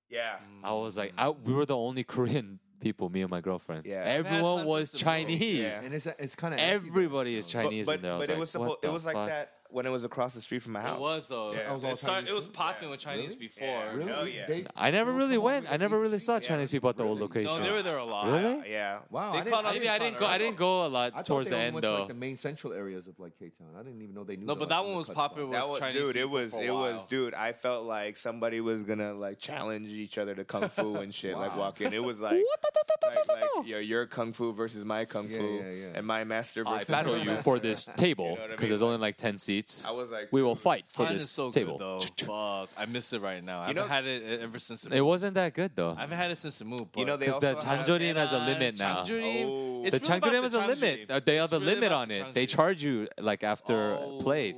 [SPEAKER 1] Yeah.
[SPEAKER 3] Mm.
[SPEAKER 2] I was like, I, we were the only Korean people, me and my girlfriend.
[SPEAKER 1] Yeah.
[SPEAKER 2] everyone
[SPEAKER 3] That's
[SPEAKER 2] was
[SPEAKER 3] unacceptable.
[SPEAKER 2] Chinese.
[SPEAKER 1] Yeah.
[SPEAKER 4] and it's it's kind of
[SPEAKER 2] Everybody is
[SPEAKER 1] But,
[SPEAKER 2] Chinese
[SPEAKER 1] but,
[SPEAKER 2] in there. I was
[SPEAKER 1] but it
[SPEAKER 2] like,
[SPEAKER 1] was
[SPEAKER 2] what
[SPEAKER 1] supposed it
[SPEAKER 2] the
[SPEAKER 1] was like
[SPEAKER 2] fuck?
[SPEAKER 1] that when it was across the street from my house.
[SPEAKER 3] It was though.
[SPEAKER 1] Yeah.
[SPEAKER 4] That was all
[SPEAKER 3] it, started,
[SPEAKER 4] Chinese
[SPEAKER 3] it was
[SPEAKER 4] food?
[SPEAKER 3] popular with Chinese
[SPEAKER 4] Really?
[SPEAKER 3] before.
[SPEAKER 1] Really? Hell yeah.
[SPEAKER 2] I never really went. I never really saw
[SPEAKER 1] Yeah.
[SPEAKER 2] Chinese people at the old
[SPEAKER 4] Really?
[SPEAKER 2] location.
[SPEAKER 3] No, they were there a lot.
[SPEAKER 2] Really?
[SPEAKER 1] Yeah.
[SPEAKER 4] Wow,
[SPEAKER 3] They
[SPEAKER 4] I didn't-
[SPEAKER 3] caught
[SPEAKER 4] I
[SPEAKER 3] on
[SPEAKER 4] didn't-
[SPEAKER 2] Maybe I didn't go. I didn't go a
[SPEAKER 4] I
[SPEAKER 2] lot
[SPEAKER 4] thought
[SPEAKER 2] towards the
[SPEAKER 4] they only
[SPEAKER 2] end
[SPEAKER 4] went to,
[SPEAKER 2] though.
[SPEAKER 4] like the main central areas of like K Town. I didn't even know they knew.
[SPEAKER 3] No,
[SPEAKER 4] the,
[SPEAKER 3] but
[SPEAKER 4] like,
[SPEAKER 3] that one was
[SPEAKER 4] undercut spot.
[SPEAKER 3] popular with
[SPEAKER 1] That was,
[SPEAKER 3] Chinese
[SPEAKER 1] dude. It
[SPEAKER 3] people
[SPEAKER 1] was,
[SPEAKER 3] for a
[SPEAKER 1] it was,
[SPEAKER 3] while.
[SPEAKER 1] dude. I felt like somebody was gonna like challenge each other to kung fu and shit. Like walk in, it was like, like, like yeah, your kung fu versus my kung
[SPEAKER 4] Yeah,
[SPEAKER 1] fu,
[SPEAKER 4] yeah, yeah.
[SPEAKER 1] and my master
[SPEAKER 2] I
[SPEAKER 1] versus.
[SPEAKER 2] battle
[SPEAKER 1] your
[SPEAKER 2] you
[SPEAKER 1] master.
[SPEAKER 2] for this
[SPEAKER 1] what
[SPEAKER 2] table
[SPEAKER 1] I
[SPEAKER 2] because
[SPEAKER 1] mean?
[SPEAKER 2] there's only like ten seats.
[SPEAKER 1] I was like,
[SPEAKER 2] we will
[SPEAKER 1] dude,
[SPEAKER 2] fight for
[SPEAKER 3] Mine
[SPEAKER 2] this
[SPEAKER 3] is so
[SPEAKER 2] table.
[SPEAKER 3] good though. Fuck, I miss it right now. I
[SPEAKER 1] You know-
[SPEAKER 3] haven't had it e- ever since. It
[SPEAKER 2] It wasn't that good though.
[SPEAKER 3] I haven't had it since the move. But
[SPEAKER 1] You know, they
[SPEAKER 2] Because
[SPEAKER 1] also
[SPEAKER 2] the
[SPEAKER 1] have-
[SPEAKER 2] Chanjorin has a limit now.
[SPEAKER 1] Oh.
[SPEAKER 3] Chanjurin,
[SPEAKER 1] The
[SPEAKER 2] the
[SPEAKER 3] it's really about
[SPEAKER 2] Changjurem has a
[SPEAKER 3] the
[SPEAKER 2] limit.
[SPEAKER 3] Chanjurin.
[SPEAKER 2] Uh, They have
[SPEAKER 3] It's
[SPEAKER 2] a
[SPEAKER 3] really
[SPEAKER 2] limit
[SPEAKER 3] about
[SPEAKER 2] on
[SPEAKER 3] the
[SPEAKER 2] it. They
[SPEAKER 3] Chanjurin.
[SPEAKER 2] charge you like after
[SPEAKER 3] Oh.
[SPEAKER 2] plate.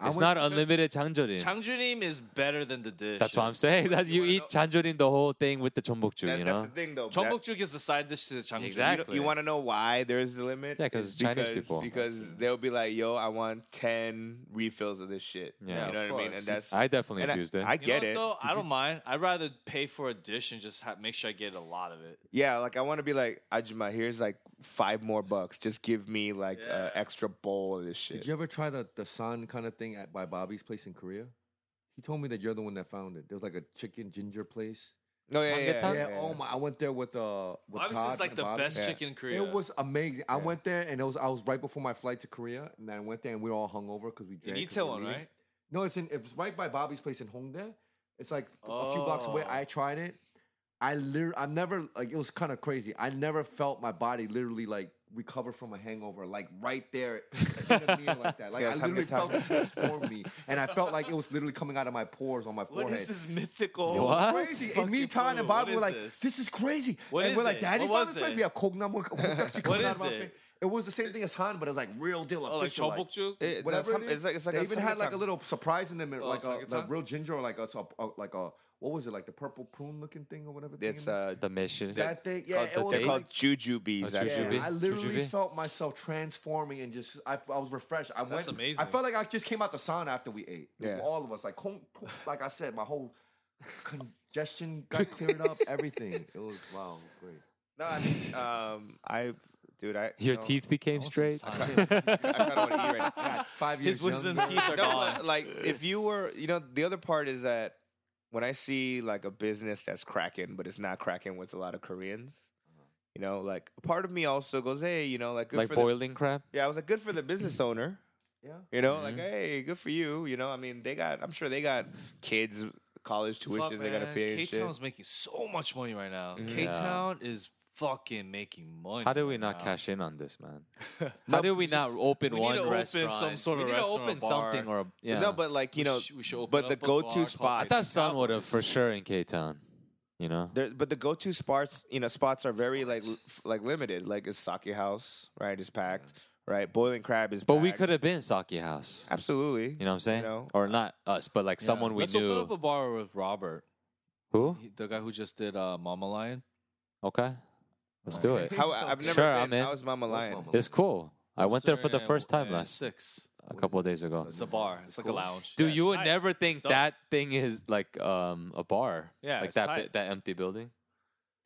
[SPEAKER 2] It's
[SPEAKER 4] went
[SPEAKER 2] not
[SPEAKER 4] to-
[SPEAKER 2] unlimited Chanjorin.
[SPEAKER 3] Chanjurin is better than the dish.
[SPEAKER 2] That's what I'm saying. That you
[SPEAKER 1] wanna
[SPEAKER 2] eat
[SPEAKER 1] know-
[SPEAKER 2] Chanjorin the whole thing with the chombokju,
[SPEAKER 1] That,
[SPEAKER 2] you
[SPEAKER 1] that's
[SPEAKER 2] know.
[SPEAKER 1] the thing, though. That-
[SPEAKER 3] Chongbokjuk is the side dish to the Chanjurin.
[SPEAKER 2] Exactly.
[SPEAKER 1] you want to know why there's a limit?
[SPEAKER 2] Yeah, 'cause
[SPEAKER 1] It's
[SPEAKER 2] Chinese
[SPEAKER 1] because-
[SPEAKER 2] people.
[SPEAKER 1] Because they'll be like, "Yo, I want ten refills of this shit."
[SPEAKER 2] Yeah.
[SPEAKER 1] you know
[SPEAKER 3] Of
[SPEAKER 1] what I mean.
[SPEAKER 3] course.
[SPEAKER 1] And that's
[SPEAKER 2] I definitely
[SPEAKER 1] and I,
[SPEAKER 2] abused it.
[SPEAKER 1] I
[SPEAKER 3] You
[SPEAKER 1] get
[SPEAKER 3] know
[SPEAKER 1] it.
[SPEAKER 3] what, Though I don't mind. I'd rather pay for a dish and just ha- make sure I get a lot of it.
[SPEAKER 1] Yeah, like I want to be like Ajima. Here's like five more bucks. Just give me like an
[SPEAKER 3] Yeah.
[SPEAKER 1] extra bowl of this shit.
[SPEAKER 4] Did you ever try the the san kind of thing at by Bobby's place in Korea? He told me that you're the one that found it. There was like a chicken ginger place.
[SPEAKER 1] no, yeah,
[SPEAKER 2] Samgyetang?
[SPEAKER 4] Yeah, oh my! I went there with uh with
[SPEAKER 3] Obviously,
[SPEAKER 4] Todd
[SPEAKER 3] it's like
[SPEAKER 4] and
[SPEAKER 3] the
[SPEAKER 4] Bobby.
[SPEAKER 3] best
[SPEAKER 1] Yeah.
[SPEAKER 3] chicken in Korea.
[SPEAKER 4] It was amazing. I
[SPEAKER 1] Yeah.
[SPEAKER 4] went there and it was I was right before my flight to Korea, and I went there and we were all hungover because we
[SPEAKER 3] in
[SPEAKER 4] drank. 'cause we were
[SPEAKER 3] Itaewon,
[SPEAKER 4] leaving.
[SPEAKER 3] right?
[SPEAKER 4] No, it's in it's right by Bobby's place in Hongdae. It's like a few blocks away.
[SPEAKER 3] Oh.
[SPEAKER 4] I tried it. I literally, I've never like it was kind of crazy. I never felt my body literally like recover from a hangover, like right there in a mirror like that. Like
[SPEAKER 1] Yeah,
[SPEAKER 4] I
[SPEAKER 1] it's happening
[SPEAKER 4] literally felt it
[SPEAKER 1] time.
[SPEAKER 4] transform me, and I felt like it was literally coming out of my pores on my
[SPEAKER 3] What
[SPEAKER 4] forehead.
[SPEAKER 3] is this mythical?
[SPEAKER 2] What?
[SPEAKER 4] Crazy. And me,
[SPEAKER 3] Fucking
[SPEAKER 4] Todd,
[SPEAKER 3] food.
[SPEAKER 4] and Bobby
[SPEAKER 3] What
[SPEAKER 4] were
[SPEAKER 3] is
[SPEAKER 4] like,
[SPEAKER 3] this?
[SPEAKER 4] "This, is crazy."
[SPEAKER 3] What
[SPEAKER 4] and
[SPEAKER 3] is
[SPEAKER 4] we're like,
[SPEAKER 3] it?
[SPEAKER 4] "Daddy,
[SPEAKER 3] What
[SPEAKER 4] found
[SPEAKER 3] was
[SPEAKER 4] this place."
[SPEAKER 3] it?
[SPEAKER 4] We have Kognam. Kognam-
[SPEAKER 3] What
[SPEAKER 4] Kognam-
[SPEAKER 3] is it?
[SPEAKER 4] It was the same thing as Han, but it was like real deal.
[SPEAKER 3] Oh, like
[SPEAKER 4] official, like
[SPEAKER 3] Jeonbokju?
[SPEAKER 1] It- no,
[SPEAKER 4] whatever
[SPEAKER 1] some-
[SPEAKER 4] it is.
[SPEAKER 1] it's like- it's like
[SPEAKER 4] they
[SPEAKER 1] a
[SPEAKER 4] even had like a
[SPEAKER 1] samgyetang.
[SPEAKER 4] little surprise in them,
[SPEAKER 3] Oh,
[SPEAKER 4] like a, like
[SPEAKER 3] samgyetang?
[SPEAKER 4] real ginger or like a, a like a what was it like the purple prune looking thing or whatever. thing
[SPEAKER 1] It's
[SPEAKER 4] in there?
[SPEAKER 1] uh,
[SPEAKER 2] the mission.
[SPEAKER 4] that thing. Yeah,
[SPEAKER 2] called
[SPEAKER 4] it
[SPEAKER 2] the
[SPEAKER 4] was
[SPEAKER 1] they're
[SPEAKER 2] date?
[SPEAKER 4] like
[SPEAKER 1] called juju bees.
[SPEAKER 2] Oh,
[SPEAKER 1] actually.
[SPEAKER 2] jujube.
[SPEAKER 4] yeah, I literally
[SPEAKER 2] Jujube?
[SPEAKER 4] felt myself transforming and just I, I was refreshed. I went. I
[SPEAKER 3] amazing.
[SPEAKER 4] felt like I just came out the sauna after we ate.
[SPEAKER 1] Yeah.
[SPEAKER 4] all of us. Like home, like I said, my whole congestion got cleared up. Everything. It was wow, great.
[SPEAKER 1] No, I mean, um, I, dude, I.
[SPEAKER 2] Your
[SPEAKER 1] no,
[SPEAKER 2] teeth became straight.
[SPEAKER 1] I kind of want to eat right now.
[SPEAKER 4] Five years.
[SPEAKER 3] His wisdom
[SPEAKER 4] younger.
[SPEAKER 3] teeth are
[SPEAKER 1] No,
[SPEAKER 3] gone.
[SPEAKER 1] but, like if you were, you know, the other part is that when I see like a business that's cracking, but it's not cracking with a lot of Koreans, you know, like part of me also goes, hey, you know, like good
[SPEAKER 2] like
[SPEAKER 1] for
[SPEAKER 2] boiling crab.
[SPEAKER 1] the, yeah, I was like good for the business owner,
[SPEAKER 4] Yeah.
[SPEAKER 1] you know, like
[SPEAKER 2] Mhm.
[SPEAKER 1] hey, good for you, you know. I mean, they got, I'm sure they got kids, college
[SPEAKER 3] Fuck,
[SPEAKER 1] tuition, they gotta
[SPEAKER 3] man.
[SPEAKER 1] pay and shit.
[SPEAKER 3] K-Town's making so much money right now.
[SPEAKER 1] Mhm.
[SPEAKER 3] K Town is fucking making money.
[SPEAKER 2] How did we
[SPEAKER 3] right
[SPEAKER 2] not
[SPEAKER 3] now.
[SPEAKER 2] cash in on this, man? How did we not open
[SPEAKER 3] we need
[SPEAKER 2] one
[SPEAKER 3] to open
[SPEAKER 2] restaurant?
[SPEAKER 3] some sort
[SPEAKER 2] we
[SPEAKER 3] of
[SPEAKER 2] need to
[SPEAKER 3] restaurant
[SPEAKER 2] open
[SPEAKER 3] or bar.
[SPEAKER 2] something or a, yeah.
[SPEAKER 1] No, but like you
[SPEAKER 3] We
[SPEAKER 1] know,
[SPEAKER 3] sh- we should open
[SPEAKER 1] but the
[SPEAKER 3] up a bar
[SPEAKER 1] go-to
[SPEAKER 3] called
[SPEAKER 1] spots.
[SPEAKER 2] I thought Sun would have
[SPEAKER 3] Starbucks.
[SPEAKER 2] for sure in K Town. You know,
[SPEAKER 1] there, but the go-to spots, you know, spots are very like l- f- like limited. Like it's Sake House, right? It's packed, right? Boiling Crab is.
[SPEAKER 2] but we
[SPEAKER 1] packed.
[SPEAKER 2] could have been Saki House.
[SPEAKER 1] absolutely.
[SPEAKER 2] You know what I'm saying?
[SPEAKER 1] know?
[SPEAKER 2] Or not us, but like
[SPEAKER 3] Yeah.
[SPEAKER 2] someone we
[SPEAKER 3] Let's
[SPEAKER 2] knew.
[SPEAKER 3] open up a bar with Robert,
[SPEAKER 2] Who?
[SPEAKER 3] he- the guy who just did uh, Mama Lion.
[SPEAKER 2] Okay, let's do it.
[SPEAKER 1] How I've never
[SPEAKER 2] Sure, I'm
[SPEAKER 1] been.
[SPEAKER 2] in.
[SPEAKER 1] I was Mama Lion.
[SPEAKER 4] Mama
[SPEAKER 2] It's cool. I went there for the
[SPEAKER 3] Seven
[SPEAKER 2] first time
[SPEAKER 3] and
[SPEAKER 2] last
[SPEAKER 3] six.
[SPEAKER 2] a couple of days ago.
[SPEAKER 3] It's a bar. It's like a lounge.
[SPEAKER 2] Dude,
[SPEAKER 3] Yeah,
[SPEAKER 2] you
[SPEAKER 3] it's
[SPEAKER 2] would
[SPEAKER 3] tight.
[SPEAKER 2] never think
[SPEAKER 3] It's dope.
[SPEAKER 2] that thing is like um a bar.
[SPEAKER 3] Yeah,
[SPEAKER 2] like
[SPEAKER 3] it's
[SPEAKER 2] that
[SPEAKER 3] tight.
[SPEAKER 2] bit- that empty building.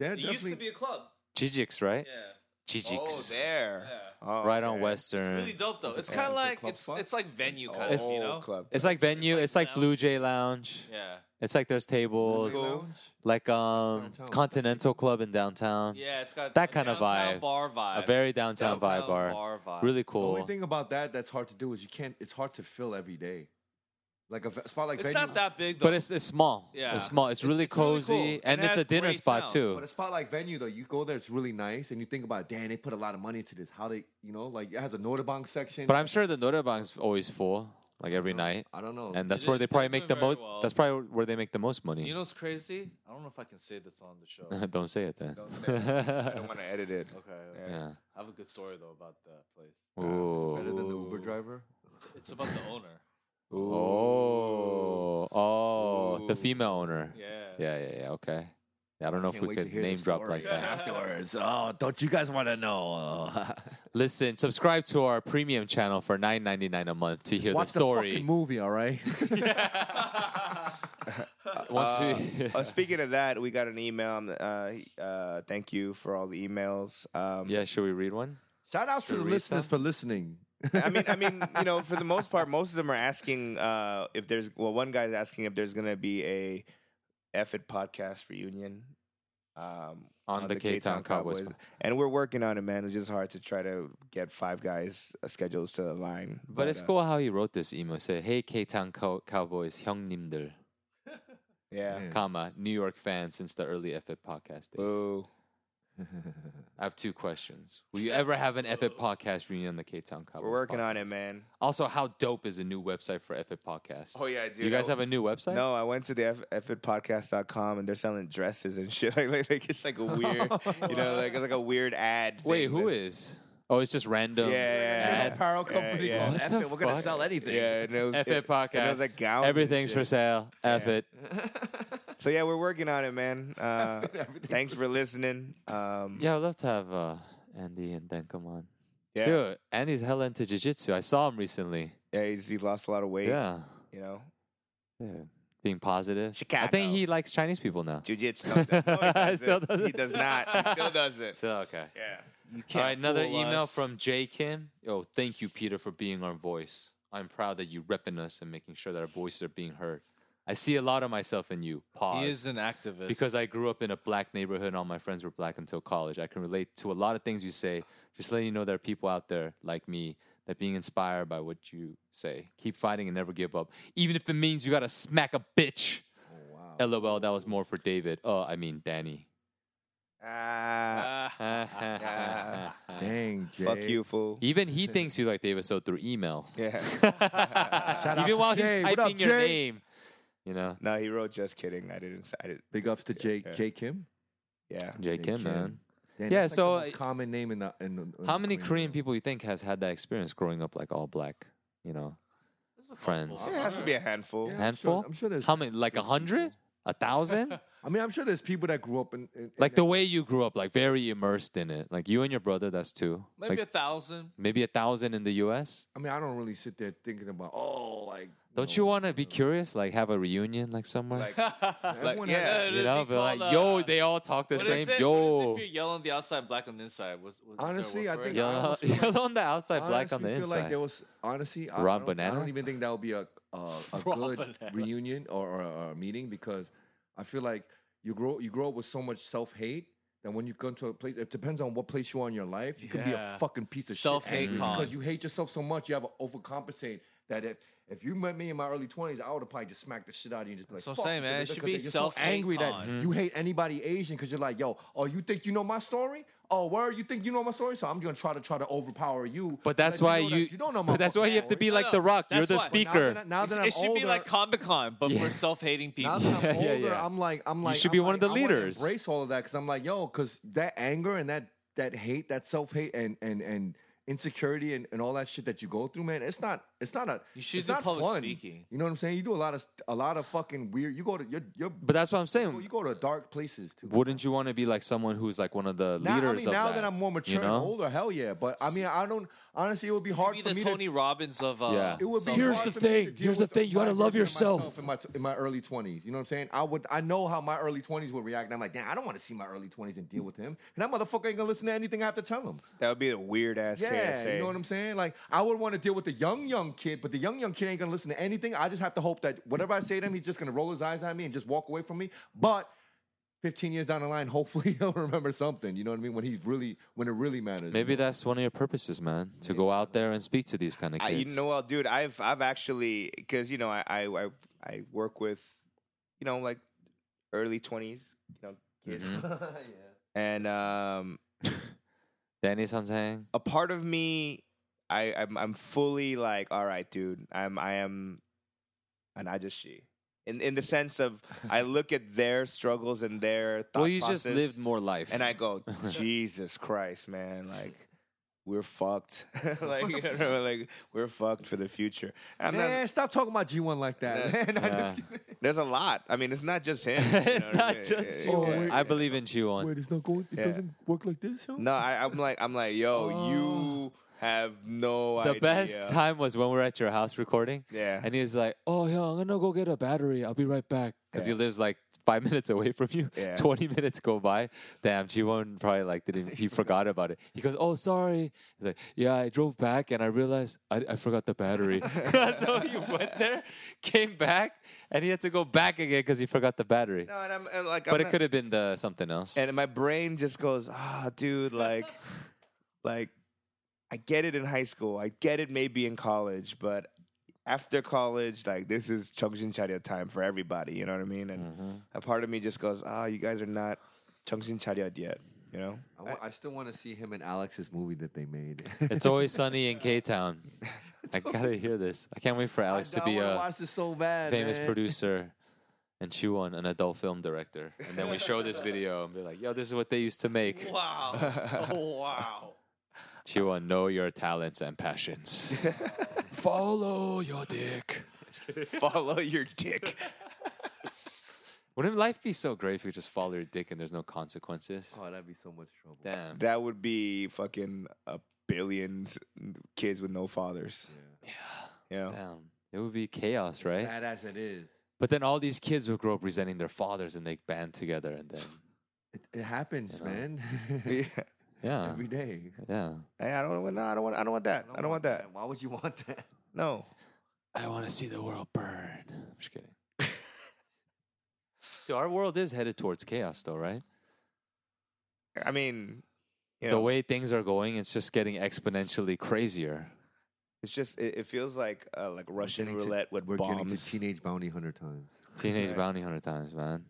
[SPEAKER 4] They're
[SPEAKER 3] It used to
[SPEAKER 4] definitely-
[SPEAKER 3] be a club.
[SPEAKER 2] Gijix, right?
[SPEAKER 3] Yeah,
[SPEAKER 1] Oh,
[SPEAKER 2] Gijix.
[SPEAKER 1] there.
[SPEAKER 3] yeah.
[SPEAKER 1] Oh,
[SPEAKER 2] right on
[SPEAKER 1] okay.
[SPEAKER 3] It's
[SPEAKER 2] Western.
[SPEAKER 3] really dope though.
[SPEAKER 4] Is it
[SPEAKER 3] It's
[SPEAKER 4] a-
[SPEAKER 3] kind
[SPEAKER 4] is
[SPEAKER 3] of
[SPEAKER 4] it
[SPEAKER 3] like
[SPEAKER 4] club
[SPEAKER 3] it's
[SPEAKER 4] spot?
[SPEAKER 3] it's like venue
[SPEAKER 1] Oh,
[SPEAKER 3] kind of, you know.
[SPEAKER 1] club.
[SPEAKER 2] it's like venue.
[SPEAKER 3] like
[SPEAKER 2] It's like,
[SPEAKER 3] lounge.
[SPEAKER 2] Blue Jay Lounge.
[SPEAKER 3] Yeah,
[SPEAKER 2] It's like there's tables.
[SPEAKER 1] cool.
[SPEAKER 2] Like um
[SPEAKER 4] downtown.
[SPEAKER 2] Continental Club in downtown.
[SPEAKER 3] yeah. It's got
[SPEAKER 2] That
[SPEAKER 3] a
[SPEAKER 2] kinda
[SPEAKER 3] downtown
[SPEAKER 2] vibe.
[SPEAKER 3] bar vibe,
[SPEAKER 2] A very downtown, vibe bar.
[SPEAKER 3] vibe.
[SPEAKER 2] Really
[SPEAKER 4] The
[SPEAKER 2] cool.
[SPEAKER 4] only thing about that that's hard to do is you can't. It's hard to fill every day. Like a ve- spot like
[SPEAKER 3] it's
[SPEAKER 4] venue,
[SPEAKER 3] not that big though.
[SPEAKER 2] but it's it's small.
[SPEAKER 3] Yeah.
[SPEAKER 2] It's small. It's
[SPEAKER 3] It's-
[SPEAKER 2] really
[SPEAKER 3] it's really
[SPEAKER 2] cozy
[SPEAKER 3] cool.
[SPEAKER 2] and
[SPEAKER 3] It
[SPEAKER 2] it's a
[SPEAKER 3] has
[SPEAKER 2] dinner
[SPEAKER 3] great
[SPEAKER 2] spot
[SPEAKER 3] sound.
[SPEAKER 2] too.
[SPEAKER 4] But a spot like venue though, you go there, it's really nice, and you think about, damn, they put a lot of money into this. How they, you know, like it has a Notabang section.
[SPEAKER 2] But I'm sure the Norebang's always full, like every night.
[SPEAKER 4] I don't know.
[SPEAKER 2] And that's
[SPEAKER 3] It
[SPEAKER 2] where
[SPEAKER 3] is.
[SPEAKER 2] they
[SPEAKER 3] They're
[SPEAKER 2] probably make
[SPEAKER 3] doing
[SPEAKER 2] the
[SPEAKER 3] very
[SPEAKER 2] most.
[SPEAKER 3] well.
[SPEAKER 2] That's probably where they make the most money.
[SPEAKER 3] you know what's crazy? I don't know if I can say this on the show.
[SPEAKER 2] Don't say it then.
[SPEAKER 1] Don't say I don't want to edit it.
[SPEAKER 3] okay,
[SPEAKER 1] Yeah.
[SPEAKER 2] yeah.
[SPEAKER 3] I have a good story though about that place.
[SPEAKER 2] Ooh.
[SPEAKER 4] better than the Uber driver.
[SPEAKER 3] It's, it's about the owner.
[SPEAKER 2] Oh, oh, the
[SPEAKER 1] Ooh.
[SPEAKER 2] female owner.
[SPEAKER 3] Yeah.
[SPEAKER 2] Yeah, yeah, yeah. Okay. Yeah, I don't know if
[SPEAKER 4] Can't
[SPEAKER 2] we
[SPEAKER 4] wait to
[SPEAKER 2] could
[SPEAKER 4] hear the
[SPEAKER 2] name drop
[SPEAKER 4] story
[SPEAKER 2] like that.
[SPEAKER 4] afterwards. Oh, don't you guys want to know?
[SPEAKER 2] Listen, subscribe to our premium channel for nine ninety nine a month to hear the
[SPEAKER 4] Watch the
[SPEAKER 2] story.
[SPEAKER 4] fucking movie, all right?
[SPEAKER 2] Once
[SPEAKER 1] Uh,
[SPEAKER 2] we,
[SPEAKER 1] uh, speaking of that, we got an email. um, Uh, uh, thank you for all the emails. Um,
[SPEAKER 2] yeah, should we read one?
[SPEAKER 4] Shout out to the
[SPEAKER 2] Teresa?
[SPEAKER 4] listeners for listening.
[SPEAKER 1] I mean, I mean, you know, for the most part, most of them are asking uh, if there's. Well, one guy's asking if there's gonna be a F it podcast reunion um,
[SPEAKER 2] On the K-Town Cowboys.
[SPEAKER 1] and we're working on it, man. It's just hard to try to get five guys' uh, schedules to align.
[SPEAKER 2] But it's
[SPEAKER 1] uh,
[SPEAKER 2] cool how he wrote this email. Say, "Hey, K Town Cow- Cowboys, 형님들,
[SPEAKER 1] Yeah.
[SPEAKER 4] Yeah.
[SPEAKER 2] comma New York fans since the early FF podcast days."
[SPEAKER 1] Boo.
[SPEAKER 2] I have two questions. Will you ever have an FF podcast reunion on the K Town Cowboys?
[SPEAKER 1] We're working on it, man.
[SPEAKER 2] podcast? Also, how dope is a new website for FF podcast?
[SPEAKER 1] Oh yeah, dude.
[SPEAKER 2] Do you guys have a new website?
[SPEAKER 1] No, I went to the F- fitpodcast.com and they're selling dresses and shit. Like, like, like it's like a weird,
[SPEAKER 4] Oh,
[SPEAKER 1] you know, like like a weird ad.
[SPEAKER 2] Wait,
[SPEAKER 1] thing
[SPEAKER 2] who
[SPEAKER 1] that's-
[SPEAKER 2] is? Oh, it's just random.
[SPEAKER 1] Yeah, yeah,
[SPEAKER 2] ad.
[SPEAKER 1] yeah.
[SPEAKER 4] Apparel company
[SPEAKER 1] yeah.
[SPEAKER 4] called
[SPEAKER 2] What
[SPEAKER 4] F
[SPEAKER 2] the
[SPEAKER 4] it. We're gonna
[SPEAKER 2] fuck?
[SPEAKER 4] sell anything.
[SPEAKER 1] Yeah, and it was
[SPEAKER 2] F it podcast.
[SPEAKER 1] And it was like gowns. and
[SPEAKER 2] Everything's for
[SPEAKER 1] shit.
[SPEAKER 2] sale. F it.
[SPEAKER 1] So yeah, we're working on it, man. Uh,
[SPEAKER 4] Everything's
[SPEAKER 1] thanks for listening. Um,
[SPEAKER 2] Yeah, I'd love to have uh, Andy and then come on.
[SPEAKER 1] yeah,
[SPEAKER 2] Dude, Andy's hella into jiu-jitsu. I saw him recently.
[SPEAKER 1] yeah. He's, he lost a lot of weight.
[SPEAKER 2] Yeah.
[SPEAKER 1] you know,
[SPEAKER 2] Dude, being positive. I
[SPEAKER 1] Chicago.
[SPEAKER 2] think he likes Chinese people now.
[SPEAKER 1] jujitsu. No, no, he doesn't.
[SPEAKER 2] Still doesn't.
[SPEAKER 1] He does not. He still doesn't.
[SPEAKER 2] So, okay.
[SPEAKER 1] Yeah.
[SPEAKER 2] All right, another email from J. Kim. Yo, thank you, Peter, for being our voice. I'm proud that you repping us and making sure that our voices are being heard. I see a lot of myself in you. Pause.
[SPEAKER 3] He is an activist.
[SPEAKER 2] because I grew up in a black neighborhood and all my friends were black until college. I can relate to a lot of things you say. Just letting you know there are people out there like me that being inspired by what you say. Keep fighting and never give up, even if it means you gotta smack a bitch.
[SPEAKER 4] Oh,
[SPEAKER 2] LOL, that was more for David. Oh, I mean Danny.
[SPEAKER 1] Ah,
[SPEAKER 4] Dang, Jay.
[SPEAKER 1] fuck you, fool.
[SPEAKER 2] even he thinks you like David, so through email.
[SPEAKER 1] Yeah.
[SPEAKER 4] Shout out
[SPEAKER 2] even
[SPEAKER 4] to
[SPEAKER 2] while
[SPEAKER 4] Jay.
[SPEAKER 2] he's
[SPEAKER 4] What up,
[SPEAKER 2] typing your
[SPEAKER 4] Jay?
[SPEAKER 2] name, you know,
[SPEAKER 1] No, he wrote just kidding. I didn't. s- I did.
[SPEAKER 4] Big ups to Jay,
[SPEAKER 1] Yeah.
[SPEAKER 4] Jay Kim.
[SPEAKER 1] Yeah.
[SPEAKER 2] J.
[SPEAKER 4] Jay
[SPEAKER 2] Kim,
[SPEAKER 4] Kim.
[SPEAKER 2] man.
[SPEAKER 4] Damn,
[SPEAKER 2] Yeah,
[SPEAKER 4] that's like the
[SPEAKER 2] so,
[SPEAKER 4] most
[SPEAKER 2] uh,
[SPEAKER 4] common name in the in the. in
[SPEAKER 2] How
[SPEAKER 4] the
[SPEAKER 2] many Korean
[SPEAKER 4] world.
[SPEAKER 2] people you think has had that experience growing up like all black? You know, friends.
[SPEAKER 1] There has to be a handful.
[SPEAKER 4] Yeah, I'm sure-
[SPEAKER 2] handful.
[SPEAKER 4] I'm sure there's
[SPEAKER 2] how many? Like a hundred, a thousand.
[SPEAKER 4] I mean, I'm sure there's people that grew up in, in in
[SPEAKER 2] like the way you grew up, like very immersed in it. Like you and your brother, that's two.
[SPEAKER 3] maybe
[SPEAKER 2] like
[SPEAKER 3] a thousand.
[SPEAKER 2] maybe a thousand in the U.S.
[SPEAKER 4] I mean, I don't really sit there thinking about oh, like
[SPEAKER 2] Don't you want to be curious? Like have a reunion like somewhere?
[SPEAKER 1] Like,
[SPEAKER 4] Everyone
[SPEAKER 1] yeah.
[SPEAKER 4] has-
[SPEAKER 2] you know, be like, yo, they all talk the
[SPEAKER 3] uh, What is
[SPEAKER 2] same.
[SPEAKER 3] it? What is it
[SPEAKER 2] yo,
[SPEAKER 3] if you're yellow on the outside, black on the inside? What's, what's
[SPEAKER 4] Honestly, I think-
[SPEAKER 2] Yellow-
[SPEAKER 4] I almost feel like-
[SPEAKER 2] yellow on the outside,
[SPEAKER 4] I
[SPEAKER 2] black on the
[SPEAKER 4] honestly
[SPEAKER 2] inside.
[SPEAKER 4] feel like there was honestly, I, I
[SPEAKER 2] Ron
[SPEAKER 4] don't, I
[SPEAKER 2] Banana?
[SPEAKER 4] don't even think that would be a a, a
[SPEAKER 3] Ron
[SPEAKER 4] good
[SPEAKER 3] Banana.
[SPEAKER 4] reunion or, or, or a meeting because I feel like you grow you grow up with so much self hate that when you come to a place, it depends on what place you are in your life. You could be a
[SPEAKER 3] Yeah.
[SPEAKER 4] fucking piece of shit
[SPEAKER 3] Self-hate
[SPEAKER 4] angry
[SPEAKER 3] con.
[SPEAKER 4] because you hate yourself so much. You have to overcompensate that if. If you met me in my early twenties, I would have probably just smacked the shit out of you and just be like,
[SPEAKER 3] That's what I'm saying,
[SPEAKER 4] "Fuck you,"
[SPEAKER 3] man. It
[SPEAKER 4] because
[SPEAKER 3] should be
[SPEAKER 4] you're so
[SPEAKER 3] self-hate
[SPEAKER 4] angry that
[SPEAKER 3] con.
[SPEAKER 4] you hate anybody Asian because you're like, "Yo, oh, you think you know my story? Oh, where you think you know my story? So I'm gonna try to try to overpower you."
[SPEAKER 2] but that's
[SPEAKER 4] let
[SPEAKER 2] why
[SPEAKER 4] know that
[SPEAKER 2] you.
[SPEAKER 4] you don't know my
[SPEAKER 2] but that's why you have to
[SPEAKER 4] fucking
[SPEAKER 2] be
[SPEAKER 3] No,
[SPEAKER 2] like
[SPEAKER 3] no,
[SPEAKER 2] the Rock. You're
[SPEAKER 3] that's
[SPEAKER 2] the
[SPEAKER 3] why. But
[SPEAKER 4] Now that,
[SPEAKER 2] speaker.
[SPEAKER 4] I- now that I'm
[SPEAKER 3] it should
[SPEAKER 4] older,
[SPEAKER 3] be like Comic Con, but
[SPEAKER 2] Yeah.
[SPEAKER 3] for self-hating people.
[SPEAKER 4] now that
[SPEAKER 2] Yeah,
[SPEAKER 4] I'm
[SPEAKER 2] yeah,
[SPEAKER 4] older,
[SPEAKER 2] yeah.
[SPEAKER 4] I'm like, I'm like,
[SPEAKER 2] should
[SPEAKER 4] I'm
[SPEAKER 2] be one
[SPEAKER 4] like,
[SPEAKER 2] of the
[SPEAKER 4] I wanna
[SPEAKER 2] leaders.
[SPEAKER 4] Embrace all of that because I'm like, yo, because that anger and that that hate, that self hate, and and and insecurity and, and all that shit that you go through, man. It's not, it's not a,
[SPEAKER 3] You should
[SPEAKER 4] it's
[SPEAKER 3] do
[SPEAKER 4] not
[SPEAKER 3] public
[SPEAKER 4] fun.
[SPEAKER 3] speaking.
[SPEAKER 4] You know what I'm saying? You do a lot of a lot of fucking weird. You go to your your.
[SPEAKER 2] But that's what I'm saying.
[SPEAKER 4] You go to dark places too.
[SPEAKER 2] Wouldn't you want to be like someone who's like one of the
[SPEAKER 4] Now,
[SPEAKER 2] leaders
[SPEAKER 4] I mean,
[SPEAKER 2] of
[SPEAKER 4] now
[SPEAKER 2] that?
[SPEAKER 4] that, I'm more mature
[SPEAKER 2] you know?
[SPEAKER 4] and older, hell yeah. But I mean, I don't honestly. It would be hard
[SPEAKER 3] be
[SPEAKER 4] for
[SPEAKER 3] the
[SPEAKER 4] me to
[SPEAKER 3] Tony Robbins of uh,
[SPEAKER 2] Yeah.
[SPEAKER 4] it would be
[SPEAKER 2] Here's
[SPEAKER 4] hard
[SPEAKER 2] the
[SPEAKER 4] for me to
[SPEAKER 2] thing.
[SPEAKER 4] deal
[SPEAKER 2] Here's the
[SPEAKER 4] with
[SPEAKER 2] thing. You gotta
[SPEAKER 4] my
[SPEAKER 2] love
[SPEAKER 4] version of
[SPEAKER 2] yourself.
[SPEAKER 4] myself in my, in my early 20s you know what i'm saying i would i know how my early 20s would react and i'm like damn i don't want to see my early 20s and deal with him and that motherfucker ain't gonna listen to anything i have to tell him
[SPEAKER 1] That would be a weird ass
[SPEAKER 4] yeah
[SPEAKER 1] KSA.
[SPEAKER 4] you know what i'm saying like i would want to deal with the young young kid but the young young kid ain't gonna listen to anything i just have to hope that whatever i say to him he's just gonna roll his eyes at me and just walk away from me but 15 years down the line hopefully he'll remember something you know what i mean when he's really when it really matters
[SPEAKER 2] Maybe that's one of your purposes, man, to go out there and speak to these kind of
[SPEAKER 1] I,
[SPEAKER 2] kids.
[SPEAKER 1] you know what, dude? I've I've actually because you know I, I I I work with you know like early twenties, you know, kids,
[SPEAKER 2] Mm-hmm.
[SPEAKER 1] and um,
[SPEAKER 2] Danny Sansang.
[SPEAKER 1] a part of me, I I'm, I'm fully like, all right, dude, I'm I am an ajashi. In, in the sense of I look at their struggles and their thought
[SPEAKER 2] Well, you just
[SPEAKER 1] process,
[SPEAKER 2] lived more life.
[SPEAKER 1] and I go, Jesus Christ, man, like we're fucked, like you know, like we're fucked for the future. And I'm not-
[SPEAKER 4] Man, stop talking about G1 like that.
[SPEAKER 1] Yeah.
[SPEAKER 4] man. I just-
[SPEAKER 1] There's a lot. I mean, it's not just him. you know
[SPEAKER 2] it's
[SPEAKER 1] what I
[SPEAKER 2] not
[SPEAKER 1] mean?
[SPEAKER 2] just
[SPEAKER 1] Yeah,
[SPEAKER 2] you.
[SPEAKER 1] yeah,
[SPEAKER 4] wait.
[SPEAKER 1] yeah.
[SPEAKER 2] I believe in you on.
[SPEAKER 4] Wait, it's not going. It
[SPEAKER 1] Yeah.
[SPEAKER 4] doesn't work like this. Huh?
[SPEAKER 1] No, I, I'm like, I'm like, yo, you have no
[SPEAKER 2] Oh. The
[SPEAKER 1] idea.
[SPEAKER 2] best time was when we were at your house recording.
[SPEAKER 1] Yeah.
[SPEAKER 2] And he was like, "Oh, yeah, I'm gonna go get a battery. I'll be right back." Because
[SPEAKER 1] Yeah.
[SPEAKER 2] he lives like five minutes away from you.
[SPEAKER 1] Yeah.
[SPEAKER 2] Twenty minutes go by. Damn, Jiwon probably like didn't. He forgot about it. He goes, "Oh, sorry." He's like, "Yeah, I drove back and I realized I, I forgot the battery." so he went there, came back, and he had to go back again because he forgot the battery.
[SPEAKER 1] No, and I'm and like,
[SPEAKER 2] but
[SPEAKER 1] I'm
[SPEAKER 2] it
[SPEAKER 1] not-
[SPEAKER 2] could have been the something else.
[SPEAKER 1] And my brain just goes, ah, dude, like, like, I get it in high school. I get it maybe in college, but after college, like, this is Chungjin Charya time for everybody. You know what I mean? And a part of me just goes, ah, you guys are not Chungjin Charya yet. You know?
[SPEAKER 4] I, wa- I still want to see him in Alex's movie that they made.
[SPEAKER 2] It's always sunny in K Town. I gotta hear this. I can't wait for Alex to be uh,
[SPEAKER 4] wanna
[SPEAKER 2] a
[SPEAKER 4] watch this so bad.
[SPEAKER 2] famous
[SPEAKER 4] man.
[SPEAKER 2] producer and Chuan an adult film director. And then we show this video and be like, yo, this is what they used to make.
[SPEAKER 3] Wow. Oh, wow.
[SPEAKER 2] Chuan, know your talents and passions. Follow your dick.
[SPEAKER 1] Follow your dick.
[SPEAKER 2] Wouldn't life be so great if you just follow your dick and there's no consequences?
[SPEAKER 4] Oh, that'd be so much trouble.
[SPEAKER 2] Damn.
[SPEAKER 1] That would be fucking a billion s- kids with no fathers. Yeah. Yeah.
[SPEAKER 2] Damn. It would be chaos, right?
[SPEAKER 4] Bad as it is,
[SPEAKER 2] But then all these kids would grow up resenting their fathers and they band together and then,
[SPEAKER 4] it, it happens,
[SPEAKER 2] know. uh,
[SPEAKER 4] man.
[SPEAKER 1] Yeah.
[SPEAKER 2] yeah.
[SPEAKER 4] Every day.
[SPEAKER 2] Yeah.
[SPEAKER 1] Hey, I don't want. No, I don't want. I don't want that. I don't want that.
[SPEAKER 4] Why would you want that?
[SPEAKER 1] No.
[SPEAKER 2] I want to see the world burn. I'm just kidding. Dude, our world is headed towards chaos, though, right?
[SPEAKER 1] I mean, you know,
[SPEAKER 2] The way things are going, it's just getting exponentially crazier.
[SPEAKER 1] it's just it, it feels like uh, like Russian
[SPEAKER 4] getting to-
[SPEAKER 1] roulette with
[SPEAKER 4] We're getting to
[SPEAKER 1] bombs.
[SPEAKER 4] teenage bounty hunter times.
[SPEAKER 2] Teenage
[SPEAKER 1] Right.
[SPEAKER 2] Bounty Hunter times, man.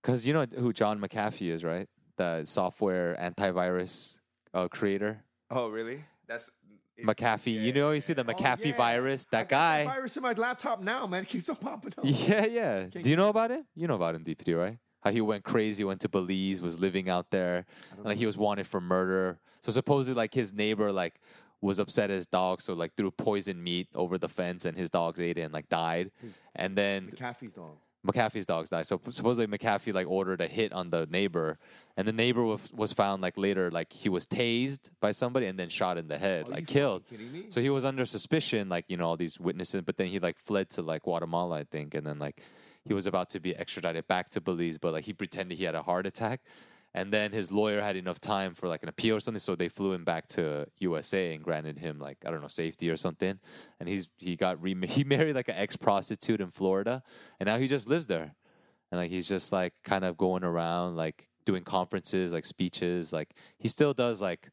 [SPEAKER 2] Because you know who John McAfee is, right? The software antivirus uh, creator.
[SPEAKER 1] oh, really? That's it-
[SPEAKER 2] McAfee.
[SPEAKER 1] yeah, Oh,
[SPEAKER 2] you know, you see the McAfee
[SPEAKER 4] yeah.
[SPEAKER 2] virus,
[SPEAKER 4] I
[SPEAKER 2] that
[SPEAKER 4] got that
[SPEAKER 2] guy.
[SPEAKER 4] virus in my laptop now, man. It keeps on popping up.
[SPEAKER 2] Yeah, yeah.
[SPEAKER 4] Can't
[SPEAKER 2] Do you
[SPEAKER 4] get-
[SPEAKER 2] know about it? You know about him, DPD, right? How he went crazy, went to Belize, was living out there, and, like he was wanted for murder. So supposedly, like his neighbor, like was upset at his dog, so like threw poisoned meat over the fence, and his dogs ate it and like died. And then
[SPEAKER 4] McAfee's dog.
[SPEAKER 2] McAfee's dogs died. So supposedly McAfee like ordered a hit on the neighbor, And the neighbor was, was found like later, like he was tased by somebody and then shot in the head,
[SPEAKER 4] Are you
[SPEAKER 2] like
[SPEAKER 4] fucking
[SPEAKER 2] killed.
[SPEAKER 4] Kidding me?
[SPEAKER 2] So he was under suspicion, like you know all these witnesses. But then he like fled to like Guatemala, I think, and then like he was about to be extradited back to Belize, but like he pretended he had a heart attack, and then his lawyer had enough time for like an appeal or something, so they flew him back to USA and granted him like I don't know safety or something, and he's he got re- he married like an ex prostitute in Florida, and now he just lives there, and like he's just like kind of going around like doing conferences, like speeches, like he still does like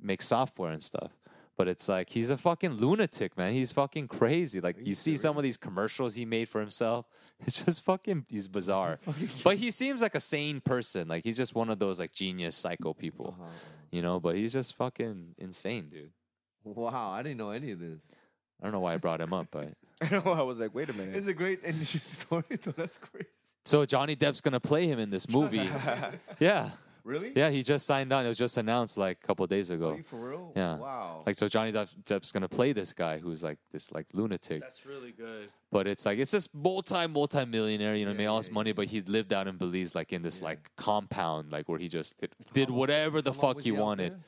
[SPEAKER 2] make software and stuff. But it's like he's a fucking lunatic, man. He's fucking crazy. Like
[SPEAKER 4] Are
[SPEAKER 2] you,
[SPEAKER 4] you
[SPEAKER 2] see some of these commercials he made for himself. It's just fucking he's bizarre. but he seems like a sane person. Like he's just one of those like genius psycho people.
[SPEAKER 4] Uh-huh.
[SPEAKER 2] You know, but he's just fucking insane, dude.
[SPEAKER 4] Wow, I didn't know any of this.
[SPEAKER 2] I don't know why I brought him up, but
[SPEAKER 1] I know. I was like, wait a minute.
[SPEAKER 4] It's a great industry story, though. That's crazy.
[SPEAKER 2] so Johnny Depp's gonna play him in this movie. yeah.
[SPEAKER 4] Really?
[SPEAKER 2] Yeah, he just signed on. It was just announced like a couple days
[SPEAKER 4] Are
[SPEAKER 2] ago.
[SPEAKER 4] you for real?
[SPEAKER 2] Yeah.
[SPEAKER 4] Wow.
[SPEAKER 2] Like so Johnny Depp, Depp's gonna play this guy who's like this like lunatic.
[SPEAKER 3] That's really good.
[SPEAKER 2] But it's like it's this multi multi millionaire, you know,
[SPEAKER 4] Yeah,
[SPEAKER 2] made all this
[SPEAKER 4] yeah,
[SPEAKER 2] money, but he lived out in Belize, like in this
[SPEAKER 4] Yeah.
[SPEAKER 2] like compound, like where he just did, did
[SPEAKER 4] long-
[SPEAKER 2] whatever the
[SPEAKER 4] How long
[SPEAKER 2] fuck
[SPEAKER 4] was
[SPEAKER 2] he
[SPEAKER 4] out
[SPEAKER 2] wanted
[SPEAKER 4] there?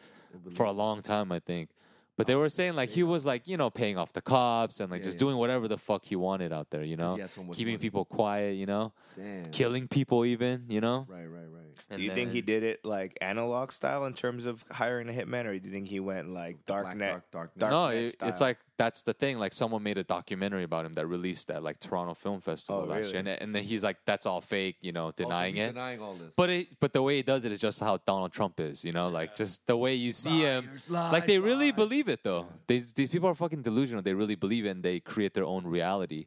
[SPEAKER 4] In
[SPEAKER 2] for a
[SPEAKER 4] Belize?
[SPEAKER 2] long time, I think. But they were saying like he was like you know paying off the cops and like
[SPEAKER 4] Yeah,
[SPEAKER 2] just
[SPEAKER 4] yeah.
[SPEAKER 2] doing whatever the fuck he wanted out there, you know,
[SPEAKER 4] he had so much
[SPEAKER 2] keeping
[SPEAKER 4] money.
[SPEAKER 2] people quiet, you know,
[SPEAKER 4] Damn.
[SPEAKER 2] killing people even, you know.
[SPEAKER 4] Right, right, right.
[SPEAKER 1] Do you think he did it like analog style in terms of hiring a hitman, or do you think he went like dark
[SPEAKER 4] Black
[SPEAKER 1] net?
[SPEAKER 4] Dark, dark,
[SPEAKER 1] dark-
[SPEAKER 4] net.
[SPEAKER 2] no,
[SPEAKER 1] Net
[SPEAKER 2] it, it's
[SPEAKER 1] style.
[SPEAKER 2] like that's the thing. Like someone made a documentary about him that released at like Toronto Film Festival
[SPEAKER 1] Oh,
[SPEAKER 2] last year, and,
[SPEAKER 1] really?
[SPEAKER 2] and then he's like, "That's all fake," you know,
[SPEAKER 4] Also,
[SPEAKER 2] denying
[SPEAKER 4] he's
[SPEAKER 2] it.
[SPEAKER 4] Denying all this.
[SPEAKER 2] But it, but the way he does it is just how Donald Trump is, you know, like just the way you see him.
[SPEAKER 4] Liars, lies,
[SPEAKER 2] Like they really
[SPEAKER 4] lies.
[SPEAKER 2] believe it though. These these people are fucking delusional. They really believe it and they create their own reality.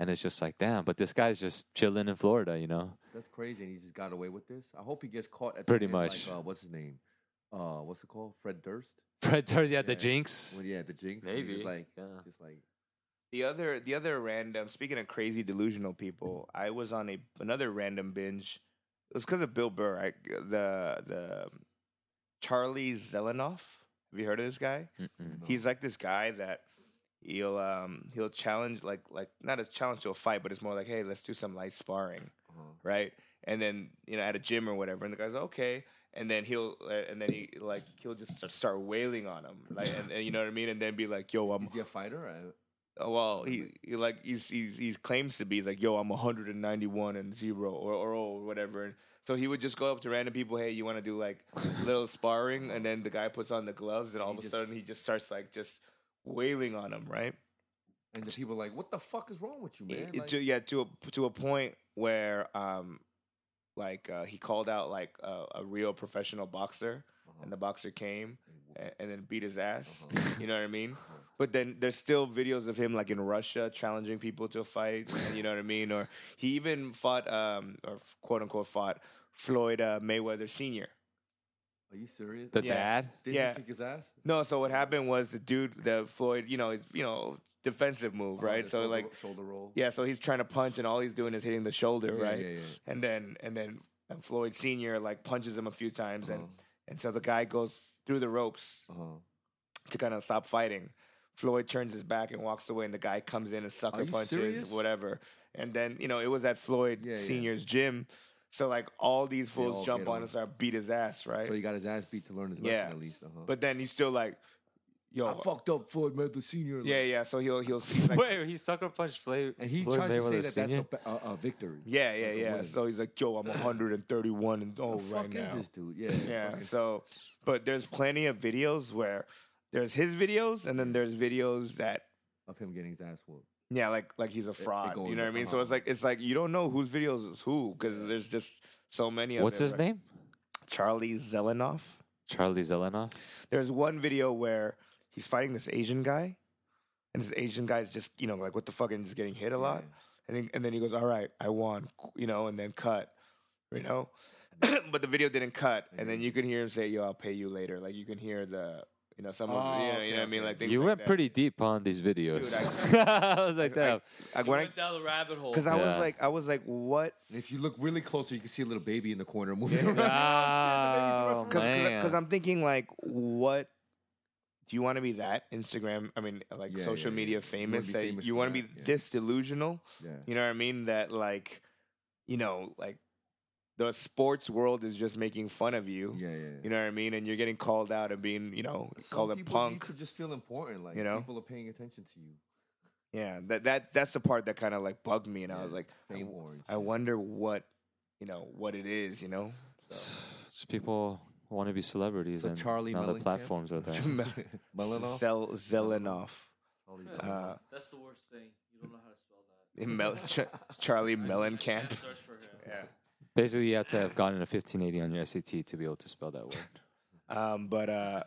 [SPEAKER 2] And it's just like, damn, but this guy's just chilling in Florida, you know?
[SPEAKER 4] That's crazy, and he just got away with this. I hope he gets caught at the
[SPEAKER 2] Pretty
[SPEAKER 4] end, like,
[SPEAKER 2] much.
[SPEAKER 4] uh, what's his name? Uh, what's it called? Fred Durst.
[SPEAKER 2] Fred Durst, yeah, the
[SPEAKER 4] Yeah.
[SPEAKER 2] jinx.
[SPEAKER 4] Well, yeah, the Jinx. when he
[SPEAKER 2] Maybe,
[SPEAKER 4] Just like,
[SPEAKER 2] yeah.
[SPEAKER 4] just like.
[SPEAKER 1] The other, the other random. Speaking of crazy delusional people, I was on a another random binge. It was because of Bill Burr. I, the the um, Charlie Zelenoff. Have you heard of this guy?
[SPEAKER 2] Mm-mm.
[SPEAKER 4] No.
[SPEAKER 1] Mm. He's like this guy that he'll um he'll challenge like like not a challenge to a fight, but it's more like hey, let's do some light sparring,
[SPEAKER 4] uh-huh.
[SPEAKER 1] right? And then you know at a gym or whatever, and the guy's like, okay. And then he'll uh, and then he like he'll just start- start wailing on him, like and, and you know what I mean, and then be like, yo, I'm
[SPEAKER 4] Is he a fighter? I-
[SPEAKER 1] Oh, well, he, he like he's, he's he claims to be. He's like, yo, I'm 191 and zero or or, or whatever. And so he would just go up to random people, hey, you want to do like little sparring? And then the guy puts on the gloves, and all
[SPEAKER 4] He
[SPEAKER 1] of a
[SPEAKER 4] just-
[SPEAKER 1] sudden he just starts like just wailing on him, right?
[SPEAKER 4] And the people are like, what the fuck is wrong with you, man?
[SPEAKER 1] It- it
[SPEAKER 4] Like,
[SPEAKER 1] to, yeah, to a to a point where um like uh, he called out like a a real professional boxer,
[SPEAKER 4] uh-huh.
[SPEAKER 1] and the eh. boxer came and, and then beat his ass.
[SPEAKER 4] Uh-huh.
[SPEAKER 1] You know what I mean? But then there's still videos of him like in Russia challenging people to a fight. and you know what I mean? Or he even fought, um, or quote unquote fought Floyd uh, Mayweather Senior.
[SPEAKER 4] Are you serious?
[SPEAKER 2] The
[SPEAKER 1] Yeah.
[SPEAKER 2] dad?
[SPEAKER 4] Did
[SPEAKER 1] yeah.
[SPEAKER 4] he kick his ass?
[SPEAKER 1] No, so what happened was the dude, the Floyd, you know, it's, you know, defensive move,
[SPEAKER 4] Uh-huh,
[SPEAKER 1] right?
[SPEAKER 4] the
[SPEAKER 1] So
[SPEAKER 4] shoulder
[SPEAKER 1] like,
[SPEAKER 4] ro- shoulder roll.
[SPEAKER 1] yeah, so he's trying to punch, and all he's doing is hitting the shoulder,
[SPEAKER 4] Yeah,
[SPEAKER 1] right?
[SPEAKER 4] yeah, yeah.
[SPEAKER 1] And then and then and Floyd Senior like punches him a few times, and
[SPEAKER 4] Uh-huh.
[SPEAKER 1] and so the guy goes through the ropes,
[SPEAKER 4] Uh-huh.
[SPEAKER 1] to kind of stop fighting. Floyd turns his back and walks away, and the guy comes in and sucker
[SPEAKER 4] Are you
[SPEAKER 1] punches,
[SPEAKER 4] serious?
[SPEAKER 1] whatever. And then you know it was at Floyd
[SPEAKER 4] Yeah, yeah.
[SPEAKER 1] Senior's gym, so like all these fools
[SPEAKER 4] all
[SPEAKER 1] jump
[SPEAKER 4] get
[SPEAKER 1] on
[SPEAKER 4] on.
[SPEAKER 1] and start beat his ass, right?
[SPEAKER 4] So he got his ass beat to learn his lesson
[SPEAKER 1] Yeah.
[SPEAKER 4] at least. Uh-huh.
[SPEAKER 1] but then he's still like, yo,
[SPEAKER 4] I fucked up Floyd Mayweather Senior.
[SPEAKER 1] yeah, yeah. So he'll he'll see like,
[SPEAKER 2] Wait, he sucker punched Floyd.
[SPEAKER 4] And he tries to say that that's a, a, a victory.
[SPEAKER 1] yeah, yeah,
[SPEAKER 4] Like a
[SPEAKER 1] yeah.
[SPEAKER 4] win.
[SPEAKER 1] So he's like, yo, I'm 131 and
[SPEAKER 4] the
[SPEAKER 1] oh
[SPEAKER 4] fuck
[SPEAKER 1] right
[SPEAKER 4] is
[SPEAKER 1] now.
[SPEAKER 4] this dude? Yeah.
[SPEAKER 1] Yeah.
[SPEAKER 4] fucking-
[SPEAKER 1] So, but there's plenty of videos where there's his videos, and then there's videos that
[SPEAKER 4] of him getting his ass whooped.
[SPEAKER 1] Yeah, like like he's a fraud.
[SPEAKER 4] going
[SPEAKER 1] you know what I mean? So it's
[SPEAKER 4] on.
[SPEAKER 1] like it's like you don't know whose videos is who because there's just so many of
[SPEAKER 2] What's
[SPEAKER 1] it,
[SPEAKER 2] his
[SPEAKER 1] right?
[SPEAKER 2] name?
[SPEAKER 1] Charlie Zelenoff.
[SPEAKER 2] Charlie Zelenoff.
[SPEAKER 1] There's one video where he's fighting this Asian guy, and this Asian guy's just you know like what the fuck and just getting hit a lot, and then, and then he goes, "All right, I won," you know, and then cut, you know. but the video didn't cut, and then you can hear him say, "Yo, I'll pay you later." Like you can hear the you know some of
[SPEAKER 4] Oh,
[SPEAKER 1] you know,
[SPEAKER 4] okay,
[SPEAKER 1] you know what I mean
[SPEAKER 4] okay.
[SPEAKER 1] like things
[SPEAKER 2] You
[SPEAKER 1] like
[SPEAKER 2] went
[SPEAKER 1] that.
[SPEAKER 2] pretty deep on these videos.
[SPEAKER 1] Dude,
[SPEAKER 2] I, was like,
[SPEAKER 1] I-
[SPEAKER 2] damn.
[SPEAKER 1] like
[SPEAKER 3] You
[SPEAKER 1] when I
[SPEAKER 3] went down the rabbit hole.
[SPEAKER 1] because I
[SPEAKER 2] Yeah.
[SPEAKER 1] was like I was like what
[SPEAKER 4] And if you look really close, you can see a little baby in the corner moving
[SPEAKER 1] Oh,
[SPEAKER 4] around.
[SPEAKER 2] Wow,
[SPEAKER 4] Oh, shit, the baby's the referee.
[SPEAKER 2] man.
[SPEAKER 1] because I'm thinking like, what do you want to be that Instagram? I mean, like
[SPEAKER 4] Yeah,
[SPEAKER 1] social
[SPEAKER 4] yeah,
[SPEAKER 1] media
[SPEAKER 4] yeah. You wanna
[SPEAKER 1] famous
[SPEAKER 4] be
[SPEAKER 1] that
[SPEAKER 4] famous
[SPEAKER 1] you
[SPEAKER 4] for
[SPEAKER 1] want to be
[SPEAKER 4] that, yeah.
[SPEAKER 1] this delusional.
[SPEAKER 4] Yeah.
[SPEAKER 1] You know what I mean? That like, you know, like the sports world is just making fun of you.
[SPEAKER 4] Yeah, yeah. yeah.
[SPEAKER 1] You know what I mean? And you're getting called out and being, you know,
[SPEAKER 4] Some
[SPEAKER 1] called a
[SPEAKER 4] people Need
[SPEAKER 1] punk.
[SPEAKER 4] to just feel important. Like
[SPEAKER 1] you know?
[SPEAKER 4] people are paying attention to you.
[SPEAKER 1] Yeah, that that that's the part that kind of like bugged me, and I
[SPEAKER 4] Yeah,
[SPEAKER 1] was like, I,
[SPEAKER 4] fame
[SPEAKER 1] w-
[SPEAKER 4] orange,
[SPEAKER 1] I wonder what, you know, what it is, you know.
[SPEAKER 2] Just people want to be celebrities
[SPEAKER 4] So
[SPEAKER 2] and
[SPEAKER 4] Charlie
[SPEAKER 2] now the
[SPEAKER 4] Mellencamp?
[SPEAKER 2] platforms are there.
[SPEAKER 4] Melanoff.
[SPEAKER 1] Zel- Zelenoff,
[SPEAKER 4] All these-
[SPEAKER 1] uh,
[SPEAKER 3] That's the worst thing. You don't know how to spell that.
[SPEAKER 1] Mel- Ch- Charlie Mellencamp.
[SPEAKER 3] Search for him.
[SPEAKER 1] Yeah.
[SPEAKER 2] Basically, you have to have gotten a 1580 on your SAT to be able to spell that word.
[SPEAKER 1] Um, but uh,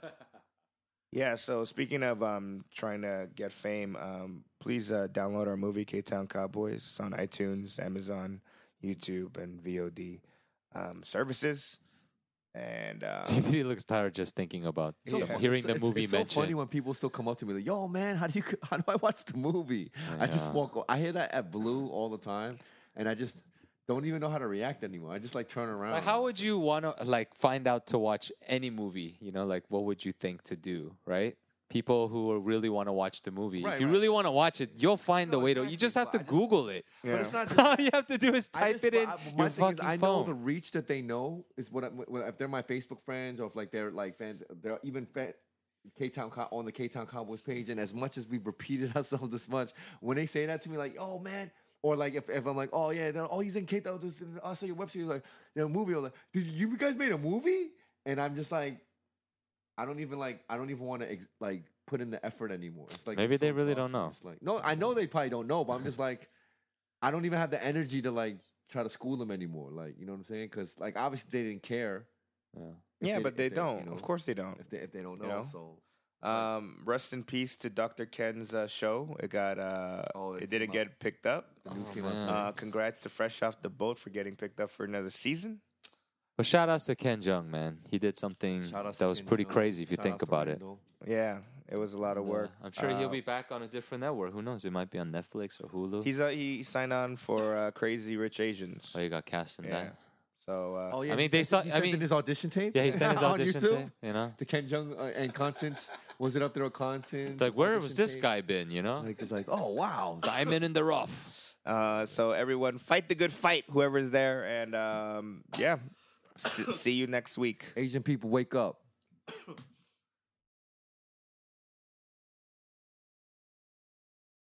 [SPEAKER 1] yeah, so speaking of um, trying to get fame, um, please uh, download our movie K Town Cowboys. It's on iTunes, Amazon, YouTube, and VOD um, services. And uh,
[SPEAKER 2] TBD looks tired just thinking about
[SPEAKER 1] So
[SPEAKER 2] the-
[SPEAKER 1] fun-
[SPEAKER 2] hearing
[SPEAKER 4] it's-
[SPEAKER 2] the
[SPEAKER 4] it's-
[SPEAKER 2] movie
[SPEAKER 4] it's so
[SPEAKER 2] mentioned.
[SPEAKER 4] funny when people still come up to me like, "Yo, man, how do you how do I watch the movie?" I just
[SPEAKER 2] Yeah.
[SPEAKER 4] walk. o- I hear that at Blue all the time, and I just don't even know how to react anymore. I just like turn around.
[SPEAKER 2] Like, how would you want to like find out to watch any movie? You know, like what would you think to do, right? People who really want to watch the movie.
[SPEAKER 4] Right,
[SPEAKER 2] if you
[SPEAKER 4] right.
[SPEAKER 2] really want to watch it, you'll find
[SPEAKER 4] No,
[SPEAKER 2] a way to. You
[SPEAKER 4] exactly,
[SPEAKER 2] just have
[SPEAKER 4] but
[SPEAKER 2] to
[SPEAKER 4] I just-
[SPEAKER 2] Google it.
[SPEAKER 4] But it's not. Just,
[SPEAKER 2] All you have to do is
[SPEAKER 4] I
[SPEAKER 2] type
[SPEAKER 4] just-
[SPEAKER 2] it in.
[SPEAKER 4] I- my
[SPEAKER 2] your
[SPEAKER 4] thing is,
[SPEAKER 2] fucking
[SPEAKER 4] I know
[SPEAKER 2] phone.
[SPEAKER 4] the reach that they know is what. I, what- if they're my Facebook friends or if like they're like fans, they're even fan, K Town Cow- on the K Town Cowboys page. And as much as we've repeated ourselves this much, when they say that to me, like, "Oh man," or like if, if I'm like, "Oh yeah," they're, "Oh he's in K Town." I saw your website. Like, "The movie." I'm like, "Did you you guys made a movie?" And I'm just like, I don't even like. I don't even want to ex- like put in the effort anymore. It's like
[SPEAKER 2] Maybe
[SPEAKER 4] it's
[SPEAKER 2] they
[SPEAKER 4] so
[SPEAKER 2] really
[SPEAKER 4] far
[SPEAKER 2] don't
[SPEAKER 4] from-
[SPEAKER 2] know.
[SPEAKER 4] It's like, no, I know they probably don't know, but I'm just like, I don't even have the energy to like try to school them anymore. Like, you know what I'm saying? Because like obviously they didn't care
[SPEAKER 2] Yeah.
[SPEAKER 4] if
[SPEAKER 1] yeah,
[SPEAKER 4] they-
[SPEAKER 1] but
[SPEAKER 4] if
[SPEAKER 1] they
[SPEAKER 4] they- you
[SPEAKER 1] don't.
[SPEAKER 4] know, uh,
[SPEAKER 1] of course, they don't.
[SPEAKER 4] if they if they don't know.
[SPEAKER 1] You know?
[SPEAKER 4] So it's like-
[SPEAKER 1] Um, rest in peace to Dr. Ken's uh, show. It got uh,
[SPEAKER 4] Oh, it
[SPEAKER 1] it didn't
[SPEAKER 4] came
[SPEAKER 1] get picked up.
[SPEAKER 4] the news
[SPEAKER 2] oh,
[SPEAKER 4] came out
[SPEAKER 2] man.
[SPEAKER 4] today.
[SPEAKER 1] Uh, congrats to Fresh Off the Boat for getting picked up for another season.
[SPEAKER 2] But shout outs to Ken Jung, man. He did something
[SPEAKER 4] Shout outs
[SPEAKER 2] that
[SPEAKER 4] to
[SPEAKER 2] was
[SPEAKER 4] Ken
[SPEAKER 2] pretty
[SPEAKER 4] Jeong.
[SPEAKER 2] crazy if you
[SPEAKER 4] Shout
[SPEAKER 2] think
[SPEAKER 4] outs to
[SPEAKER 2] about it.
[SPEAKER 4] Randall.
[SPEAKER 1] Yeah, it was a lot of
[SPEAKER 2] Yeah.
[SPEAKER 1] work.
[SPEAKER 2] I'm sure
[SPEAKER 1] Uh,
[SPEAKER 2] he'll be back on a different network. Who knows? It might be on Netflix or Hulu.
[SPEAKER 1] He's uh, he signed on for uh, Crazy Rich Asians.
[SPEAKER 2] oh, you got cast in
[SPEAKER 1] Yeah.
[SPEAKER 2] that.
[SPEAKER 1] So uh,
[SPEAKER 4] Oh yeah,
[SPEAKER 2] I mean,
[SPEAKER 4] he
[SPEAKER 2] they
[SPEAKER 4] sent-
[SPEAKER 2] saw-
[SPEAKER 4] He
[SPEAKER 2] I
[SPEAKER 4] sent in
[SPEAKER 2] mean-
[SPEAKER 4] his audition tape.
[SPEAKER 2] Yeah, he sent his
[SPEAKER 4] on
[SPEAKER 2] audition
[SPEAKER 4] YouTube?
[SPEAKER 2] tape. You know,
[SPEAKER 4] To Ken Jung uh, and Constance, was it up there with Constance?
[SPEAKER 2] like where was
[SPEAKER 4] audition
[SPEAKER 2] this
[SPEAKER 4] tape?
[SPEAKER 2] guy been? You know,
[SPEAKER 4] Like it's like, oh wow,
[SPEAKER 2] diamond in the rough.
[SPEAKER 1] uh, so everyone fight the good fight, whoever's there, and um, yeah, S- see you next week.
[SPEAKER 4] Asian people wake up.